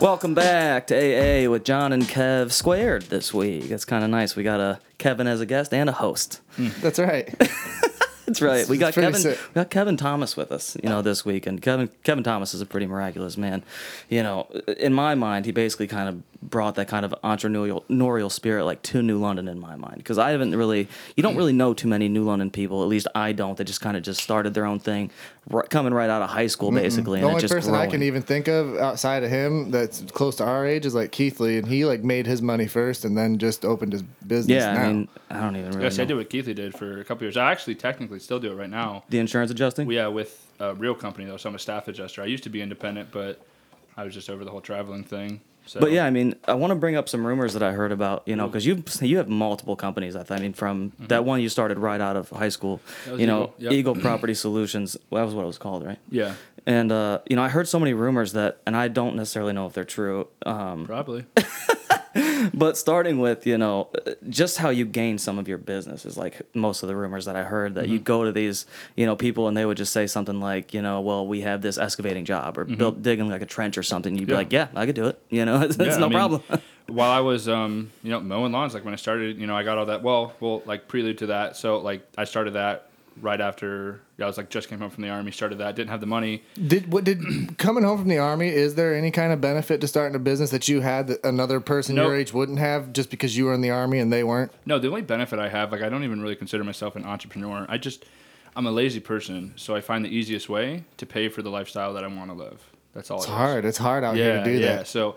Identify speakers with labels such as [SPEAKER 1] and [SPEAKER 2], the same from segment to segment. [SPEAKER 1] Welcome back to AA with John and Kev Squared this week. That's kind of nice. We got a Kevin as a guest and a host.
[SPEAKER 2] That's right.
[SPEAKER 1] That's right. We got
[SPEAKER 2] pretty
[SPEAKER 1] Kevin.
[SPEAKER 2] sick.
[SPEAKER 1] We got Kevin Thomas with us, you know, this week, and Kevin Kevin Thomas is a pretty miraculous man. You know, in my mind, he basically kind of brought that kind of entrepreneurial entrepreneurial spirit like to New London in my mind because I haven't really, you don't really know too many New London people. At least I don't. They just kind of just started their own thing, r- coming right out of high school, basically, and
[SPEAKER 2] the
[SPEAKER 1] it
[SPEAKER 2] only
[SPEAKER 1] just
[SPEAKER 2] person I can
[SPEAKER 1] growing.
[SPEAKER 2] even think of outside of him that's close to our age is like Keith Lee, and he like made his money first and then just opened his business.
[SPEAKER 1] Yeah,
[SPEAKER 2] now.
[SPEAKER 1] I mean, I don't even really.
[SPEAKER 3] Yes, I
[SPEAKER 1] know.
[SPEAKER 3] did what Keithley did for a couple years. I actually technically still do it right now.
[SPEAKER 1] The insurance adjusting.
[SPEAKER 3] We are with a real company though, so I'm a staff adjuster. I used to be independent, but I was just over the whole traveling thing. So Mm.
[SPEAKER 1] But yeah, I mean, I want to bring up some rumors that I heard about, you know, because you you have multiple companies. I, th- I mean, from that one you started right out of high school,
[SPEAKER 3] Mm-hmm. was
[SPEAKER 1] you know,
[SPEAKER 3] Eagle, yep.
[SPEAKER 1] Eagle Property Solutions. Well, that was what it was called, right?
[SPEAKER 3] yeah,
[SPEAKER 1] And uh, you know, I heard so many rumors that, and I don't necessarily know if they're true. Um,
[SPEAKER 3] probably.
[SPEAKER 1] but starting with, you know, uh, just how you gain some of your business is like most of the rumors that I heard that you
[SPEAKER 3] Mm-hmm.
[SPEAKER 1] go to these, you know, people and they would just say something like, you know, well, we have this excavating job or build, digging like a trench or something. You'd be
[SPEAKER 3] Mm-hmm. Yeah.
[SPEAKER 1] like, yeah, I could do it. You know, it's,
[SPEAKER 3] Yeah,
[SPEAKER 1] it's
[SPEAKER 3] I
[SPEAKER 1] no
[SPEAKER 3] mean,
[SPEAKER 1] problem.
[SPEAKER 3] while I was, um, you know, mowing lawns, like when I started, you know, I got all that. Well, well, like prelude to that. So like I started that right after I was like just came home from the army, started that, didn't have the money.
[SPEAKER 2] did what did coming home from the army? Is there any kind of benefit to starting a business that you had that another person
[SPEAKER 3] Nope.
[SPEAKER 2] your age wouldn't have just because you were in the army and they weren't?
[SPEAKER 3] No, the only benefit I have, like I don't even really consider myself an entrepreneur. I just I'm a lazy person, so I find the easiest way to pay for the lifestyle that I want to live. That's all.
[SPEAKER 2] It's hard. It's hard out here to
[SPEAKER 3] Yeah,
[SPEAKER 2] do
[SPEAKER 3] yeah.
[SPEAKER 2] that.
[SPEAKER 3] So,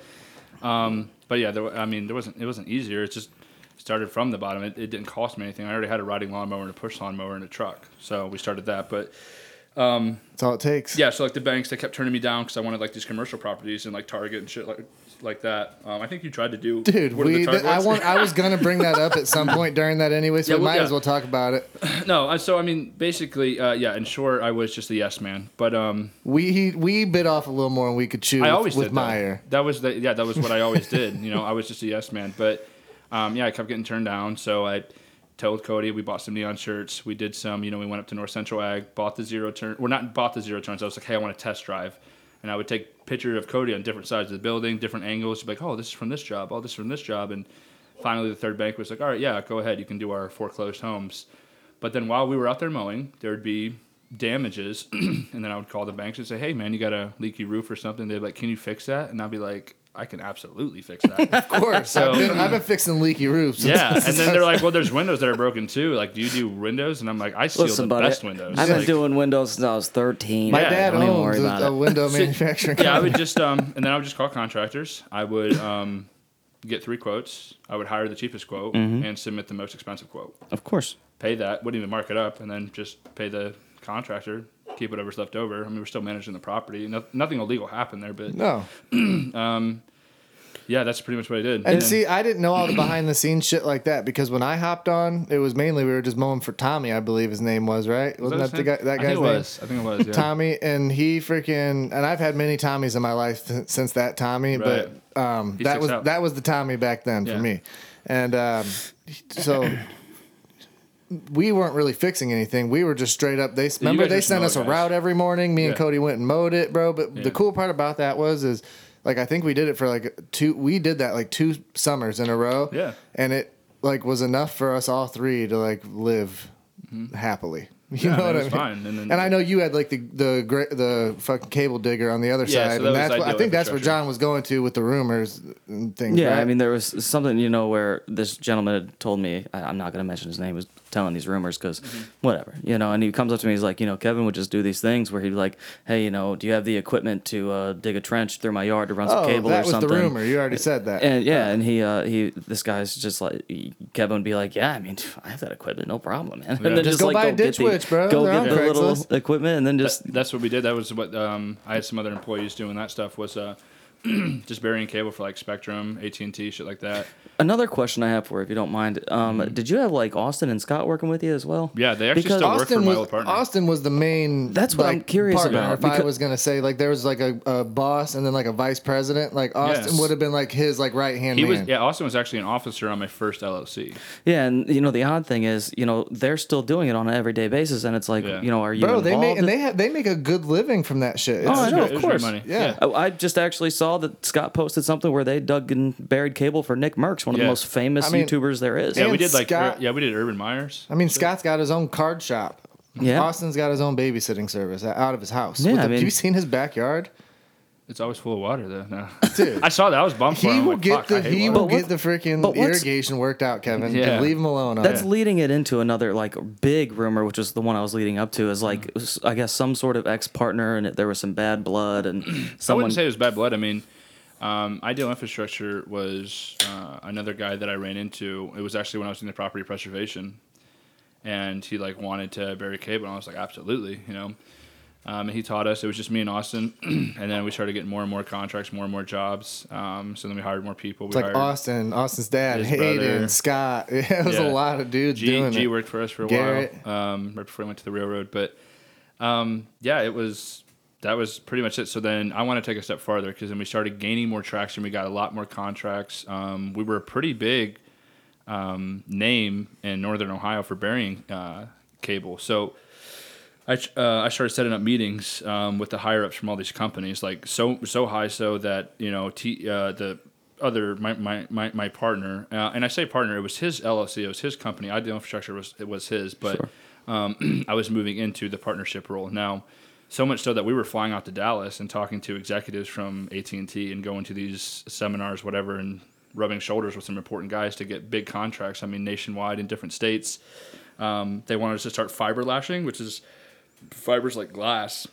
[SPEAKER 3] um, but yeah, there, wa- I mean, there wasn't it wasn't easier. It just started from the bottom. It, it didn't cost me anything. I already had a riding lawnmower and a push lawnmower and a truck, so we started that. But
[SPEAKER 2] That's all it takes.
[SPEAKER 3] yeah, so like the banks, they kept turning me down because I wanted like these commercial properties and like Target and shit like like that. Um, I think you tried to do
[SPEAKER 2] Dude,
[SPEAKER 3] what are the
[SPEAKER 2] we,
[SPEAKER 3] Target
[SPEAKER 2] th- I
[SPEAKER 3] ones?
[SPEAKER 2] want. I was gonna bring that up at some point during that anyway, so
[SPEAKER 3] Yeah,
[SPEAKER 2] we
[SPEAKER 3] well,
[SPEAKER 2] might
[SPEAKER 3] yeah.
[SPEAKER 2] as well talk about it.
[SPEAKER 3] No, uh, so I mean, basically, uh, yeah. In short, I was just a yes man. But um,
[SPEAKER 2] We he, we bit off a little more than we could chew.
[SPEAKER 3] I
[SPEAKER 2] with-
[SPEAKER 3] always
[SPEAKER 2] with
[SPEAKER 3] did that.
[SPEAKER 2] Meyer.
[SPEAKER 3] That was the yeah. That was what I always did. You know, I was just a yes man. But um, yeah, I kept getting turned down. So I told Cody we bought some neon shirts. We did some. You know, we went up to North Central Ag, bought the zero turn. Well, not bought the zero turns. I was like, hey, I want to test drive. And I would take picture of Cody on different sides of the building, different angles. Be like, oh, this is from this job. Oh, this is from this job. And finally, the third bank was like, all right, yeah, go ahead. You can do our foreclosed homes. But then while we were out there mowing, there would be damages, and then I would call the banks and say, "Hey, man, you got a leaky roof or something." They'd be like, "Can you fix that?" And I'd be like, "I can absolutely fix that."
[SPEAKER 2] Of course.
[SPEAKER 3] So-
[SPEAKER 2] I've, been, I've been fixing leaky roofs. since-
[SPEAKER 3] yeah. And then they're like, "Well, there's windows that are broken too. Like, do you do windows?" And I'm like, "I seal
[SPEAKER 1] Listen,
[SPEAKER 3] the
[SPEAKER 1] buddy,
[SPEAKER 3] best windows."
[SPEAKER 1] I've been
[SPEAKER 3] Like-
[SPEAKER 1] doing windows since I was 13.
[SPEAKER 2] my
[SPEAKER 3] Yeah,
[SPEAKER 2] dad
[SPEAKER 1] don't even
[SPEAKER 2] owns
[SPEAKER 1] worry about
[SPEAKER 2] a, a
[SPEAKER 1] it.
[SPEAKER 2] window manufacturing
[SPEAKER 3] yeah, I
[SPEAKER 2] company.
[SPEAKER 3] would just um, and then I would just call contractors. I would um, get three quotes. I would hire the cheapest quote and submit the most expensive quote.
[SPEAKER 1] Of course.
[SPEAKER 3] Pay that, wouldn't even mark it up, and then just pay the contractor. Keep whatever's left over. I mean, we're still managing the property. No, nothing illegal happened there, but
[SPEAKER 2] No.
[SPEAKER 3] yeah, that's pretty much what I did.
[SPEAKER 2] And
[SPEAKER 3] then-
[SPEAKER 2] see, I didn't know all the behind the scenes shit like that because when I hopped on, it was mainly we were just mowing for Tommy, I believe his name was, right? Wasn't that,
[SPEAKER 3] Was
[SPEAKER 2] the guy, that
[SPEAKER 3] his
[SPEAKER 2] guy's
[SPEAKER 3] name?
[SPEAKER 2] name?
[SPEAKER 3] I think it was. I think it was. Yeah.
[SPEAKER 2] Tommy, and he freaking, and I've had many Tommies in my life since, since that Tommy, but um,
[SPEAKER 3] He
[SPEAKER 2] that
[SPEAKER 3] sticks
[SPEAKER 2] was
[SPEAKER 3] out.
[SPEAKER 2] that was the Tommy back then
[SPEAKER 3] Yeah.
[SPEAKER 2] for me, and um, so we weren't really fixing anything. We were just straight up. They remember
[SPEAKER 3] guys
[SPEAKER 2] they
[SPEAKER 3] just
[SPEAKER 2] sent
[SPEAKER 3] mowed,
[SPEAKER 2] us a
[SPEAKER 3] guys.
[SPEAKER 2] route every morning. Me and
[SPEAKER 3] Yeah.
[SPEAKER 2] Cody went and mowed it, bro. But
[SPEAKER 3] Yeah.
[SPEAKER 2] the cool part about that was is like I think we did it for like two. We did that like two summers in a row.
[SPEAKER 3] Yeah.
[SPEAKER 2] and it like was enough for us all three to like live
[SPEAKER 3] Mm-hmm.
[SPEAKER 2] happily. You
[SPEAKER 3] Yeah,
[SPEAKER 2] know
[SPEAKER 3] that
[SPEAKER 2] what I
[SPEAKER 3] was
[SPEAKER 2] mean?
[SPEAKER 3] fine. And then-
[SPEAKER 2] and I know you had like the the gra- the fucking cable digger on the other
[SPEAKER 3] Yeah, so
[SPEAKER 2] side,
[SPEAKER 3] that
[SPEAKER 2] and
[SPEAKER 3] was
[SPEAKER 2] that's what, I
[SPEAKER 3] ideal
[SPEAKER 2] think that's where
[SPEAKER 3] infrastructure.
[SPEAKER 2] John was going to with the rumors and things.
[SPEAKER 1] Yeah,
[SPEAKER 2] right?
[SPEAKER 1] I mean, there was something, you know, where this gentleman had told me, I, I'm not going to mention his name, was telling these rumors because
[SPEAKER 2] Mm-hmm.
[SPEAKER 1] whatever, you know, and he comes up to me, he's like, you know, Kevin would just do these things where he'd be like, hey, you know, do you have the equipment to uh, dig a trench through my yard to run some
[SPEAKER 2] oh,
[SPEAKER 1] cable
[SPEAKER 2] that
[SPEAKER 1] or
[SPEAKER 2] was
[SPEAKER 1] something?
[SPEAKER 2] the rumor. You already said that.
[SPEAKER 1] And yeah, and he, uh, he, this guy's just like, he- Kevin would be like, yeah, I mean, I have that equipment, no problem, man. And then
[SPEAKER 3] Just
[SPEAKER 1] just,
[SPEAKER 2] go
[SPEAKER 1] like,
[SPEAKER 2] buy
[SPEAKER 1] go
[SPEAKER 2] a ditch
[SPEAKER 1] get the,
[SPEAKER 2] witch, bro.
[SPEAKER 1] Go
[SPEAKER 2] They're
[SPEAKER 1] get
[SPEAKER 2] on
[SPEAKER 1] the
[SPEAKER 2] Craigslist.
[SPEAKER 1] little equipment and then just,
[SPEAKER 3] that's what we did. That was what um, I had some other employees doing that stuff was uh, just burying cable for like Spectrum, AT and T, shit like that.
[SPEAKER 1] Another question I have for, you, if you don't mind, um, did you have like Austin and Scott working with you as well?
[SPEAKER 3] Mm-hmm. Yeah, they actually
[SPEAKER 1] Because
[SPEAKER 3] still work
[SPEAKER 2] Austin
[SPEAKER 3] for my
[SPEAKER 2] was
[SPEAKER 3] old partner.
[SPEAKER 2] Austin was the main.
[SPEAKER 1] That's what I'm curious
[SPEAKER 2] partner,
[SPEAKER 1] about,
[SPEAKER 2] If I
[SPEAKER 1] because-
[SPEAKER 2] was gonna say like there was like a, a boss and then like a vice president, like Austin
[SPEAKER 3] Yes.
[SPEAKER 2] would have been like his like right hand
[SPEAKER 3] He
[SPEAKER 2] man.
[SPEAKER 3] was yeah. Austin was actually an officer on my first LLC.
[SPEAKER 1] Yeah, and you know the odd thing is, you know, they're still doing it on an everyday basis, and it's like,
[SPEAKER 3] Yeah.
[SPEAKER 1] you know, are you
[SPEAKER 2] Bro, they
[SPEAKER 1] involved?
[SPEAKER 2] make and they have they make a good living from that shit. It's-
[SPEAKER 1] Oh, I know,
[SPEAKER 3] It
[SPEAKER 1] of
[SPEAKER 3] was great- it was great
[SPEAKER 1] course.
[SPEAKER 3] money.
[SPEAKER 2] Yeah.
[SPEAKER 1] Oh, I I just actually saw saw that Scott posted something where they dug and buried cable for Nick Merckx, one of
[SPEAKER 3] Yeah.
[SPEAKER 1] the most famous
[SPEAKER 2] I mean-
[SPEAKER 1] YouTubers there is.
[SPEAKER 3] Yeah,
[SPEAKER 2] And
[SPEAKER 3] we did like
[SPEAKER 2] Scott-
[SPEAKER 3] Ur- yeah, we did Urban Myers.
[SPEAKER 2] I mean, Scott's got his own card shop.
[SPEAKER 1] Yeah.
[SPEAKER 2] Austin's got his own babysitting service out of his house.
[SPEAKER 1] Yeah,
[SPEAKER 2] What the-
[SPEAKER 1] I
[SPEAKER 2] have
[SPEAKER 1] mean-
[SPEAKER 2] you seen his backyard?
[SPEAKER 3] It's always full of water though. No.
[SPEAKER 2] Dude.
[SPEAKER 3] I saw that. I was bummed for
[SPEAKER 2] He
[SPEAKER 3] him. I'm
[SPEAKER 2] will
[SPEAKER 3] like,
[SPEAKER 2] get
[SPEAKER 3] fuck,
[SPEAKER 2] the
[SPEAKER 3] I hate
[SPEAKER 2] he
[SPEAKER 3] water.
[SPEAKER 2] will
[SPEAKER 1] But
[SPEAKER 2] get the
[SPEAKER 1] what's-
[SPEAKER 2] freaking
[SPEAKER 1] but what's-
[SPEAKER 2] irrigation worked out, Kevin.
[SPEAKER 3] Yeah.
[SPEAKER 2] Leave him alone. on
[SPEAKER 1] That's
[SPEAKER 2] it.
[SPEAKER 1] leading it into another like big rumor, which is the one I was leading up to. Is like
[SPEAKER 3] Mm-hmm.
[SPEAKER 1] s- I guess some sort of ex partner, and it, there was some bad blood, and
[SPEAKER 3] I
[SPEAKER 1] someone
[SPEAKER 3] wouldn't say it was bad blood. I mean, um, Ideal Infrastructure was uh, another guy that I ran into. It was actually when I was doing the property preservation, and he like wanted to bury cable, and I was like, absolutely, you know. Um, and he taught us. It was just me and Austin, and then we started getting more and more contracts, more and more jobs. Um, so then we hired more people.
[SPEAKER 2] It's
[SPEAKER 3] we
[SPEAKER 2] like
[SPEAKER 3] hired
[SPEAKER 2] Austin, Austin's dad,
[SPEAKER 3] His
[SPEAKER 2] Hayden,
[SPEAKER 3] brother.
[SPEAKER 2] Scott. Yeah, it was
[SPEAKER 3] Yeah.
[SPEAKER 2] a lot of dudes
[SPEAKER 3] G,
[SPEAKER 2] doing
[SPEAKER 3] G
[SPEAKER 2] it.
[SPEAKER 3] worked for us for a
[SPEAKER 2] Garrett.
[SPEAKER 3] while, um, right before I went to the railroad. But um, yeah, it was that was pretty much it. So then I want to take a step farther because then we started gaining more traction. We got a lot more contracts. Um, we were a pretty big um, name in Northern Ohio for burying uh, cable. So. I, ch- uh, I started setting up meetings um, with the higher ups from all these companies, like so so high so that you know t- uh, the other my my my, my partner uh, and I say partner, it was his LLC, it was his company. Ideal Infrastructure was it was his, but um, I was moving into the partnership role now. So much so that we were flying out to Dallas and talking to executives from AT and T and going to these seminars, whatever, and rubbing shoulders with some important guys to get big contracts. I mean, nationwide in different states. Um, they wanted us to start fiber lashing, which is fibers like glass.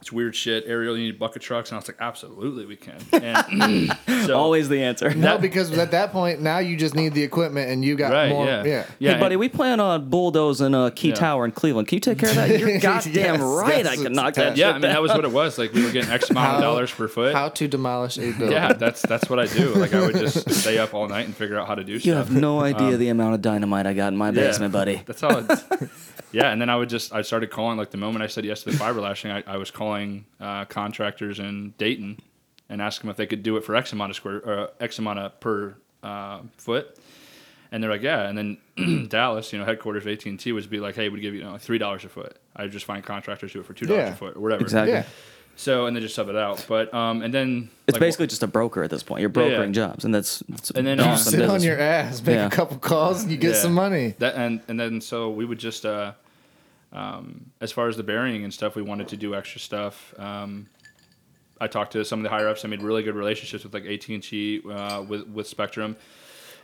[SPEAKER 3] It's weird shit. Ariel, you need bucket trucks, and I was like, absolutely, we can. And so,
[SPEAKER 1] always the answer.
[SPEAKER 2] No, because at that point now you just need the equipment and you got
[SPEAKER 3] right?
[SPEAKER 2] more.
[SPEAKER 3] yeah,
[SPEAKER 2] Yeah.
[SPEAKER 1] hey, buddy, we plan on bulldozing a key
[SPEAKER 3] Yeah.
[SPEAKER 1] tower in Cleveland. Can you take care of that? You're goddamn
[SPEAKER 2] Yes,
[SPEAKER 1] right.
[SPEAKER 2] that's
[SPEAKER 1] I
[SPEAKER 2] what's
[SPEAKER 1] could knock that.
[SPEAKER 2] attached.
[SPEAKER 3] yeah. I
[SPEAKER 1] shit
[SPEAKER 3] mean,
[SPEAKER 1] down.
[SPEAKER 3] that was what it was. Like we were getting X amount
[SPEAKER 2] How-
[SPEAKER 3] of dollars per foot.
[SPEAKER 2] How to demolish a building?
[SPEAKER 3] yeah, that's that's what I do. Like I would just stay up all night and figure out how to do
[SPEAKER 1] You
[SPEAKER 3] stuff.
[SPEAKER 1] have no idea the amount of dynamite I got in my
[SPEAKER 3] Yeah.
[SPEAKER 1] basement, buddy.
[SPEAKER 3] That's all. It's, yeah, and then I would just I started calling like the moment I said yes to the fiber lashing, I, I was calling uh, contractors in Dayton and asking them if they could do it for X amount of square or uh, X amount of per uh, foot, and they're like, yeah. And then Dallas, you know, headquarters of AT and T would be like, hey, we'd give you, you know three dollars a foot. I just find contractors do it for two dollars
[SPEAKER 2] Yeah.
[SPEAKER 3] a foot or whatever.
[SPEAKER 1] Exactly.
[SPEAKER 2] Yeah.
[SPEAKER 3] So and they just sub it out, but um and then
[SPEAKER 1] It's
[SPEAKER 3] like,
[SPEAKER 1] basically just a broker at this point. You're
[SPEAKER 3] Yeah, yeah.
[SPEAKER 1] brokering jobs, and that's, that's
[SPEAKER 3] And then,
[SPEAKER 1] an
[SPEAKER 3] uh,
[SPEAKER 1] awesome
[SPEAKER 2] Sit on
[SPEAKER 1] business.
[SPEAKER 2] your ass, make
[SPEAKER 1] Yeah.
[SPEAKER 2] a couple calls, and you get
[SPEAKER 3] Yeah.
[SPEAKER 2] some money.
[SPEAKER 3] That and and then so we would just uh, um, as far as the burying and stuff, we wanted to do extra stuff. Um, I talked to some of the higher ups. I made really good relationships with like AT and T uh, with with Spectrum.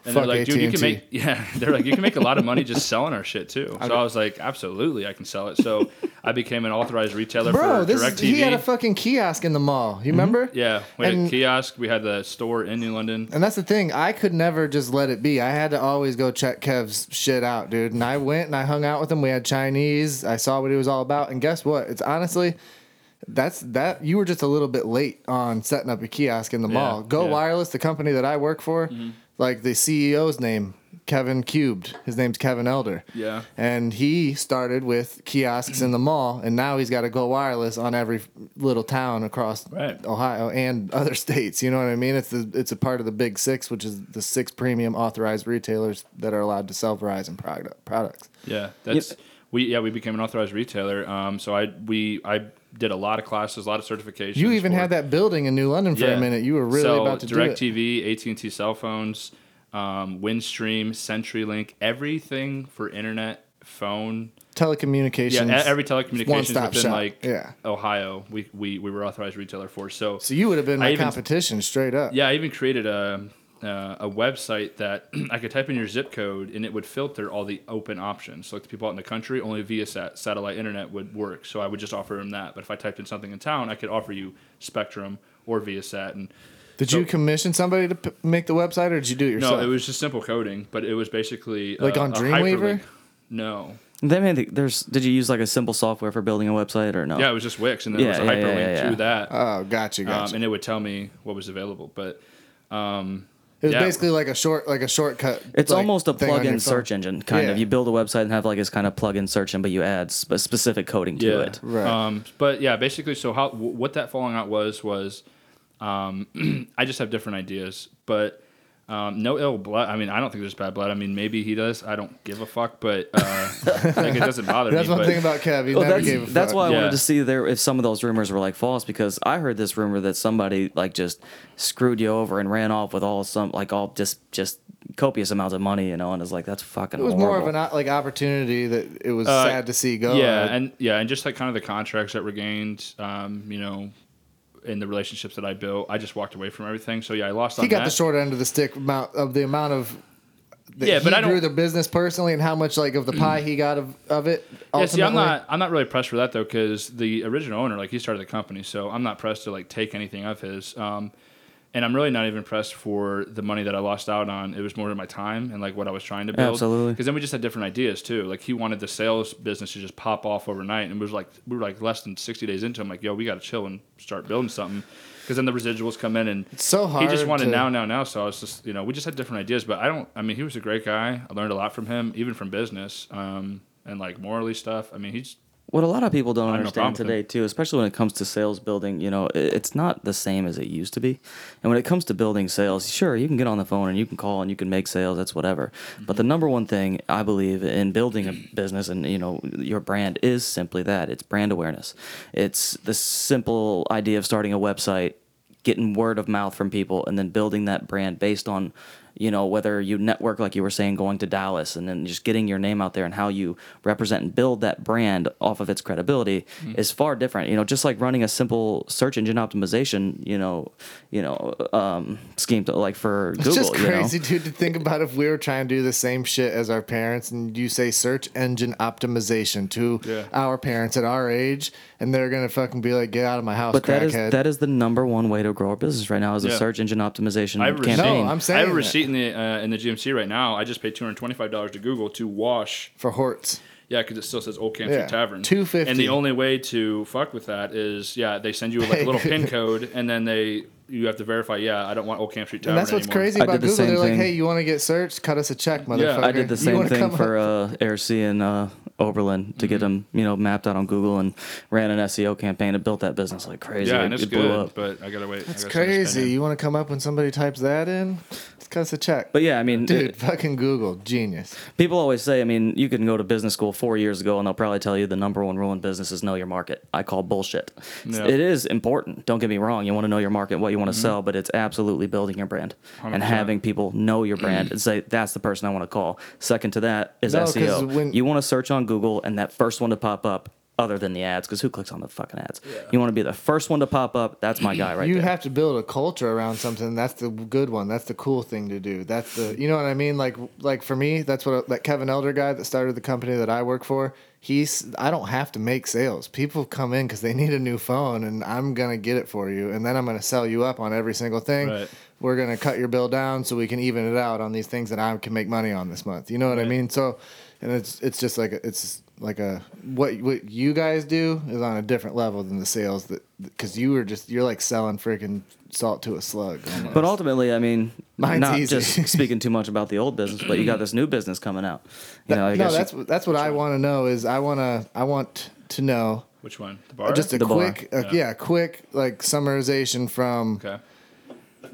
[SPEAKER 3] And
[SPEAKER 2] Fuck
[SPEAKER 3] they're like, dude, you
[SPEAKER 2] AT&T.
[SPEAKER 3] can make yeah. They're like, you can make a lot of money just selling our shit too. So I was like, absolutely, I can sell it. So I became an authorized retailer
[SPEAKER 2] Bro,
[SPEAKER 3] for
[SPEAKER 2] this
[SPEAKER 3] Direct
[SPEAKER 2] is, he had a
[SPEAKER 3] TV.
[SPEAKER 2] fucking kiosk in the mall.
[SPEAKER 1] Mm-hmm.
[SPEAKER 2] You remember?
[SPEAKER 3] yeah, we had
[SPEAKER 2] and-
[SPEAKER 3] a kiosk. We had the store in New London.
[SPEAKER 2] And that's the thing. I could never just let it be. I had to always go check Kev's shit out, dude. And I went and I hung out with him. We had Chinese. I saw what he was all about. And guess what? It's honestly, that's that. You were just a little bit late on setting up a kiosk in the mall. Go
[SPEAKER 3] yeah. Mm-hmm.
[SPEAKER 2] Wireless, the company that I work for, like the CEO's name, Kevin Cubed. His name's Kevin Elder.
[SPEAKER 3] Yeah.
[SPEAKER 2] And he started with kiosks in the mall, and now he's got to go wireless on every little town across
[SPEAKER 3] Right.
[SPEAKER 2] Ohio and other states. You know what I mean? It's the it's a part of the Big Six, which is the six premium authorized retailers that are allowed to sell Verizon product, products.
[SPEAKER 3] Yeah, that's we. Yeah, we became an authorized retailer. Um, so I we I did a lot of classes, a lot of certifications.
[SPEAKER 2] You even
[SPEAKER 3] for-
[SPEAKER 2] had that building in New London for
[SPEAKER 3] Yeah.
[SPEAKER 2] a minute. You were really
[SPEAKER 3] so
[SPEAKER 2] about to
[SPEAKER 3] Direct
[SPEAKER 2] do it.
[SPEAKER 3] TV, AT and T cell phones, um, Windstream, CenturyLink, everything for internet, phone. Yeah,
[SPEAKER 2] Telecommunications.
[SPEAKER 3] e- every telecommunications
[SPEAKER 2] one-stop
[SPEAKER 3] within
[SPEAKER 2] shop.
[SPEAKER 3] like
[SPEAKER 2] Yeah.
[SPEAKER 3] Ohio, we, we we were authorized retailer for. So
[SPEAKER 2] so you would have been
[SPEAKER 3] I
[SPEAKER 2] my
[SPEAKER 3] even-
[SPEAKER 2] competition straight up.
[SPEAKER 3] yeah, I even created a uh, a website that I could type in your zip code and it would filter all the open options. So like the people out in the country, only via sat- satellite internet would work. So I would just offer them that. But if I typed in something in town, I could offer you Spectrum or ViaSat. And
[SPEAKER 2] Did
[SPEAKER 3] So-
[SPEAKER 2] you commission somebody to p- make the website, or did you do it yourself?
[SPEAKER 3] no, it was just simple coding, but it was basically
[SPEAKER 2] Like
[SPEAKER 3] uh,
[SPEAKER 2] on
[SPEAKER 3] a
[SPEAKER 2] Dreamweaver?
[SPEAKER 3] hyperlink. No,
[SPEAKER 1] They made the, there's. Did you use like a simple software for building a website or no?
[SPEAKER 3] yeah, it was just Wix, and then
[SPEAKER 1] Yeah,
[SPEAKER 3] there was
[SPEAKER 1] yeah,
[SPEAKER 3] a
[SPEAKER 1] yeah,
[SPEAKER 3] hyperlink
[SPEAKER 1] yeah, yeah.
[SPEAKER 3] to that,
[SPEAKER 2] oh, gotcha, gotcha.
[SPEAKER 3] um, and it would tell me what was available. But um,
[SPEAKER 2] It was
[SPEAKER 3] Yeah.
[SPEAKER 2] basically like a short, like a shortcut.
[SPEAKER 1] It's
[SPEAKER 2] like,
[SPEAKER 1] almost a
[SPEAKER 2] thing on your
[SPEAKER 1] plug-in
[SPEAKER 2] phone.
[SPEAKER 1] search engine kind of.
[SPEAKER 2] Yeah.
[SPEAKER 1] You build a website and have like this kind of plug-in search engine, but you add sp- specific coding to it.
[SPEAKER 2] Right.
[SPEAKER 3] Um, but yeah, basically, so how w- what that falling out was was, um, I just have different ideas, but Um, no ill blood. I mean, I don't think there's bad blood. I mean, maybe he does. I don't give a fuck, but uh, like it doesn't bother
[SPEAKER 2] That's
[SPEAKER 3] me.
[SPEAKER 2] one
[SPEAKER 3] but
[SPEAKER 2] thing about Kev. He
[SPEAKER 1] Well,
[SPEAKER 2] never
[SPEAKER 1] Oh, that's,
[SPEAKER 2] gave a
[SPEAKER 1] that's
[SPEAKER 2] fuck.
[SPEAKER 1] why I
[SPEAKER 3] Yeah.
[SPEAKER 1] wanted to see there if some of those rumors were like false because I heard this rumor that somebody like just screwed you over and ran off with all some like all just just copious amounts of money, you know, and is like that's fucking.
[SPEAKER 2] It was more
[SPEAKER 1] horrible.
[SPEAKER 2] of an o- like opportunity that it was
[SPEAKER 3] Uh,
[SPEAKER 2] sad to see go.
[SPEAKER 3] yeah, and yeah, and just like kind of the contracts that were gained, um, you know, and the relationships that I built, I just walked away from everything. So yeah, I lost.
[SPEAKER 2] he
[SPEAKER 3] on
[SPEAKER 2] got
[SPEAKER 3] that.
[SPEAKER 2] the short end of the stick amount of the amount of that
[SPEAKER 3] Yeah,
[SPEAKER 2] he
[SPEAKER 3] but I don't-
[SPEAKER 2] grew the business personally and how much like of the pie he got of, of it.
[SPEAKER 3] Yeah, see,
[SPEAKER 2] ultimately.
[SPEAKER 3] I'm not, I'm not really pressed for that though, because the original owner, like, he started the company, so I'm not pressed to like take anything of his. Um, and I'm really not even pressed for the money that I lost out on. It was more of my time and like what I was trying to build.
[SPEAKER 1] Absolutely.
[SPEAKER 3] Because then we just had different ideas too. Like he wanted the sales business to just pop off overnight, and it was like we were like less than 60 days into. it. I'm like, yo, we got to chill and start building something. Because then the residuals come in, and
[SPEAKER 2] It's so
[SPEAKER 3] He just
[SPEAKER 2] hard
[SPEAKER 3] wanted
[SPEAKER 2] to-
[SPEAKER 3] now, now, now. So I was just, you know, we just had different ideas. But I don't. I mean, he was a great guy. I learned a lot from him, even from business um, and like morally stuff. I mean, he's
[SPEAKER 1] What a lot of people don't
[SPEAKER 3] have no problem
[SPEAKER 1] understand
[SPEAKER 3] with
[SPEAKER 1] today, too, especially when it comes to sales building, you know, i- it's not the same as it used to be. And when it comes to building sales, sure, you can get on the phone and you can call and you can make sales, that's whatever. But
[SPEAKER 3] Mm-hmm.
[SPEAKER 1] the number one thing I believe in building a business and, you know, your brand is simply that it's brand awareness. It's the simple idea of starting a website, getting word of mouth from people, and then building that brand based on you know whether you network like you were saying going to dallas and then just getting your name out there and how you represent and build that brand off of its credibility
[SPEAKER 3] Mm-hmm.
[SPEAKER 1] is far different you know just like running a simple search engine optimization you know you know um, scheme to, like for
[SPEAKER 2] It's
[SPEAKER 1] google
[SPEAKER 2] just
[SPEAKER 1] you know?
[SPEAKER 2] crazy, dude, to think about if we were trying to do the same shit as our parents and you say search engine optimization to
[SPEAKER 3] Yeah.
[SPEAKER 2] our parents at our age and they're going to fucking be like, get out of my house,
[SPEAKER 1] but that is
[SPEAKER 2] crackhead.
[SPEAKER 1] that is the number one way to grow a business right now is
[SPEAKER 3] Yeah.
[SPEAKER 1] a search engine optimization
[SPEAKER 3] I have a receipt.
[SPEAKER 1] campaign
[SPEAKER 2] No, I'm
[SPEAKER 3] I have
[SPEAKER 2] saying
[SPEAKER 3] a
[SPEAKER 2] that.
[SPEAKER 3] receipt in the uh, in the GMC right now. I just paid two hundred twenty five dollars to Google to wash.
[SPEAKER 2] For Hortz.
[SPEAKER 3] Yeah, because it still says Old Camp Street
[SPEAKER 2] Yeah,
[SPEAKER 3] Tavern.
[SPEAKER 2] $2.50.
[SPEAKER 3] And the only way to fuck with that is yeah, they send you like a little pin code, and then they you have to verify. Yeah, I don't want Old Camp Street Tavern.
[SPEAKER 2] And that's what's
[SPEAKER 3] anymore.
[SPEAKER 2] crazy
[SPEAKER 1] I
[SPEAKER 2] about
[SPEAKER 1] did the
[SPEAKER 2] Google.
[SPEAKER 1] same
[SPEAKER 2] They're like,
[SPEAKER 1] thing.
[SPEAKER 2] hey, you want to get searched? Cut us a check, motherfucker.
[SPEAKER 1] I did
[SPEAKER 2] You
[SPEAKER 1] the same
[SPEAKER 2] wanna
[SPEAKER 1] thing
[SPEAKER 2] come
[SPEAKER 1] for
[SPEAKER 2] up- Mm-hmm.
[SPEAKER 1] uh, AirC and uh, Oberlin to get them, you know, mapped out on Google and ran an SEO campaign and built that business like crazy.
[SPEAKER 3] Yeah,
[SPEAKER 1] It-
[SPEAKER 3] and it's
[SPEAKER 1] it blew
[SPEAKER 3] good,
[SPEAKER 1] up.
[SPEAKER 3] but I gotta wait.
[SPEAKER 2] It's crazy. You want to come up when somebody types that in? Cut us a check.
[SPEAKER 1] But yeah, I mean,
[SPEAKER 2] Dude,
[SPEAKER 1] it-
[SPEAKER 2] fucking Google, genius.
[SPEAKER 1] people always say, I mean, you can go to business school four years ago and they'll probably tell you the number one rule in business is know your market. I call bullshit.
[SPEAKER 3] Yeah.
[SPEAKER 1] It is important. Don't get me wrong. You want to know your market, what you want to sell, but it's absolutely building your brand and
[SPEAKER 3] 100%.
[SPEAKER 1] having people know your brand and say, that's the person I want to call. Second to that is
[SPEAKER 2] No, 'cause
[SPEAKER 1] SEO.
[SPEAKER 2] when-
[SPEAKER 1] you want to search on Google and that first one to pop up. Other than the ads, because who clicks on the fucking ads? You want to be the first one to pop up. That's my guy right
[SPEAKER 2] you
[SPEAKER 1] there.
[SPEAKER 2] have to build a culture around something. That's the good one. That's the cool thing to do. That's the you know what I mean. Like like for me, that's what that Kevin Elder guy that started the company that I work for. He's I don't have to make sales. People come in because they need a new phone, and I'm gonna get it for you, and then I'm gonna sell you up on every single thing.
[SPEAKER 3] Right.
[SPEAKER 2] We're gonna cut your bill down so we can even it out on these things that I can make money on this month. You know what I mean? So, and it's it's just like a, it's like a what what you guys do is on a different level than the sales that because you were just you're like selling freaking salt to a slug. Almost.
[SPEAKER 1] But ultimately, I mean,
[SPEAKER 2] Mine's
[SPEAKER 1] not
[SPEAKER 2] easy.
[SPEAKER 1] just speaking too much about the old business, but you got this new business coming out. You know, I
[SPEAKER 2] no,
[SPEAKER 1] guess you-
[SPEAKER 2] that's that's what I want to know is I want to I want to know
[SPEAKER 3] Which one? The bar.
[SPEAKER 2] just a
[SPEAKER 1] The bar.
[SPEAKER 2] quick uh, yeah. quick like summarization from
[SPEAKER 3] okay.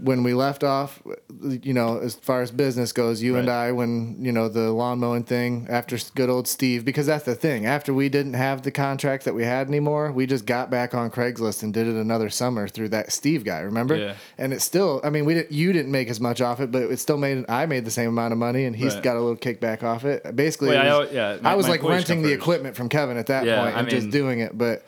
[SPEAKER 2] when we left off, you know, as far as business goes, you and
[SPEAKER 3] Right.
[SPEAKER 2] I, when you know the lawn mowing thing after good old Steve, because that's the thing. After we didn't have the contract that we had anymore, we just got back on Craigslist and did it another summer through that Steve guy. Remember?
[SPEAKER 3] Yeah.
[SPEAKER 2] And it still, I mean, we didn't. You didn't make as much off it, but it still made. I made the same amount of money, and he's
[SPEAKER 3] Right.
[SPEAKER 2] got a little kickback off it. Basically,
[SPEAKER 3] Wait,
[SPEAKER 2] it
[SPEAKER 3] I
[SPEAKER 2] was-
[SPEAKER 3] al- yeah,
[SPEAKER 2] I
[SPEAKER 3] my-
[SPEAKER 2] was
[SPEAKER 3] my
[SPEAKER 2] like
[SPEAKER 3] employees
[SPEAKER 2] renting
[SPEAKER 3] come
[SPEAKER 2] the
[SPEAKER 3] first.
[SPEAKER 2] equipment from Kevin at that
[SPEAKER 3] Yeah,
[SPEAKER 2] point
[SPEAKER 3] I
[SPEAKER 2] and just
[SPEAKER 3] mean-
[SPEAKER 2] doing it, but.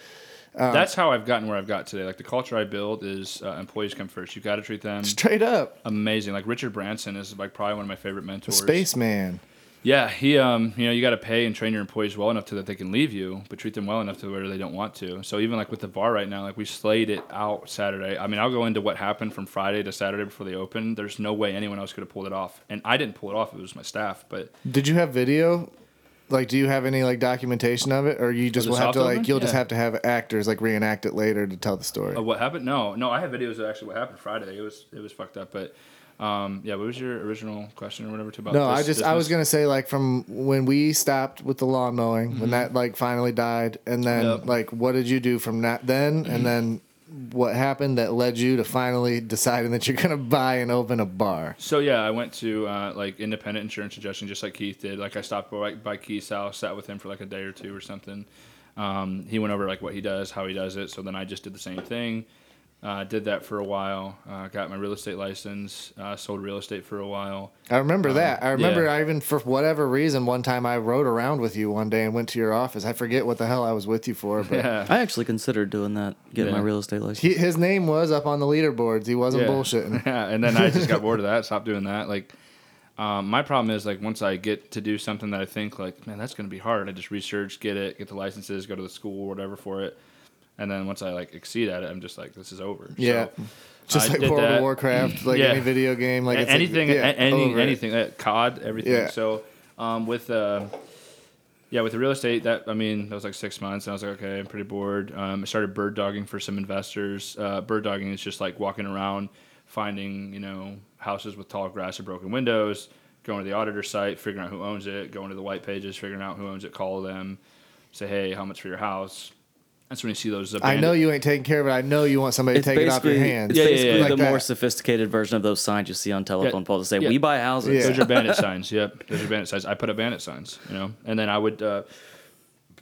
[SPEAKER 2] Um,
[SPEAKER 3] That's how I've gotten where I've got today. Like the culture I build is uh, employees come first. You got to treat them
[SPEAKER 2] Straight up,
[SPEAKER 3] amazing. Like Richard Branson is like probably one of my favorite mentors.
[SPEAKER 2] spaceman.
[SPEAKER 3] Yeah, he um, you know, you got to pay and train your employees well enough to that they can leave you, but treat them well enough to where they don't want to. So even like with the bar right now, like we slayed it out Saturday. I mean, I'll go into what happened from Friday to Saturday before they opened. There's no way anyone else could have pulled it off, and I didn't pull it off. It was my staff, but
[SPEAKER 2] Did you have video? Like, do you have any like documentation of it, or you just
[SPEAKER 3] the
[SPEAKER 2] will have
[SPEAKER 3] soft
[SPEAKER 2] to like
[SPEAKER 3] open?
[SPEAKER 2] you'll just
[SPEAKER 3] Yeah.
[SPEAKER 2] have to have actors like reenact it later to tell the story?
[SPEAKER 3] Uh, what happened? No, no, I have videos of actually what happened Friday. It was it was fucked up, but um, yeah. What was your original question or whatever to about?
[SPEAKER 2] no,
[SPEAKER 3] this
[SPEAKER 2] I just I was
[SPEAKER 3] business?
[SPEAKER 2] gonna say like from when we stopped with the lawn mowing, when that like finally died, and then
[SPEAKER 3] Mm-hmm. Yep. Mm-hmm.
[SPEAKER 2] like what did you do from that then, and then what happened that led you to finally deciding that you're going to buy and open a bar?
[SPEAKER 3] So yeah, I went to uh, like independent insurance suggestion, just like Keith did. Like I stopped by, by Keith's house, sat with him for like a day or two or something. Um, he went over like what he does, how he does it. So then I just did the same thing. Uh, did that for a while. Uh, got my real estate license. Uh, sold real estate for a while.
[SPEAKER 2] I remember that. I remember
[SPEAKER 3] Uh, yeah.
[SPEAKER 2] I even, for whatever reason, one time I rode around with you one day and went to your office. I forget what the hell I was with you for, but
[SPEAKER 3] Yeah.
[SPEAKER 1] I actually considered doing that, getting
[SPEAKER 3] Yeah.
[SPEAKER 1] my real estate license.
[SPEAKER 2] he, his name was up on the leaderboards. He wasn't
[SPEAKER 3] yeah.
[SPEAKER 2] bullshitting.
[SPEAKER 3] Yeah, and then I just got bored of that. Stopped doing that. Like, um, my problem is like once I get to do something that I think like, man, that's gonna be hard. I just research, get it, get the licenses, go to the school, or whatever for it. And then once I like exceed at it, I'm just like, this is over.
[SPEAKER 2] Yeah.
[SPEAKER 3] So,
[SPEAKER 2] Just
[SPEAKER 3] I
[SPEAKER 2] like
[SPEAKER 3] did
[SPEAKER 2] World of
[SPEAKER 3] that.
[SPEAKER 2] Warcraft, like
[SPEAKER 3] Yeah.
[SPEAKER 2] any video game, like
[SPEAKER 3] A-
[SPEAKER 2] it's like-
[SPEAKER 3] anything,
[SPEAKER 2] yeah,
[SPEAKER 3] a- any,
[SPEAKER 2] over it.
[SPEAKER 3] anything, uh, COD, everything.
[SPEAKER 2] Yeah.
[SPEAKER 3] So, um, with uh, yeah, with the real estate, that I mean, that was like six months, and I was like, okay, I'm pretty bored. Um, I started bird dogging for some investors. Uh, bird dogging is just like walking around, finding you know houses with tall grass or broken windows, going to the auditor site, figuring out who owns it, going to the white pages, figuring out who owns it, call them, say, hey, how much for your house? That's when you see those.
[SPEAKER 2] I
[SPEAKER 3] abandoned-
[SPEAKER 2] know you ain't taking care of it. I know you want somebody to take it off your hands.
[SPEAKER 1] It's
[SPEAKER 3] Yeah, yeah,
[SPEAKER 1] basically
[SPEAKER 3] yeah.
[SPEAKER 1] the
[SPEAKER 2] Like that.
[SPEAKER 1] more sophisticated version of those signs you see on telephone
[SPEAKER 3] Yeah.
[SPEAKER 1] poles that say,
[SPEAKER 3] Yeah.
[SPEAKER 1] We buy houses.
[SPEAKER 2] Yeah.
[SPEAKER 3] Those are bandit signs. Yep, those are bandit signs. I put up bandit signs, you know, and then I would uh,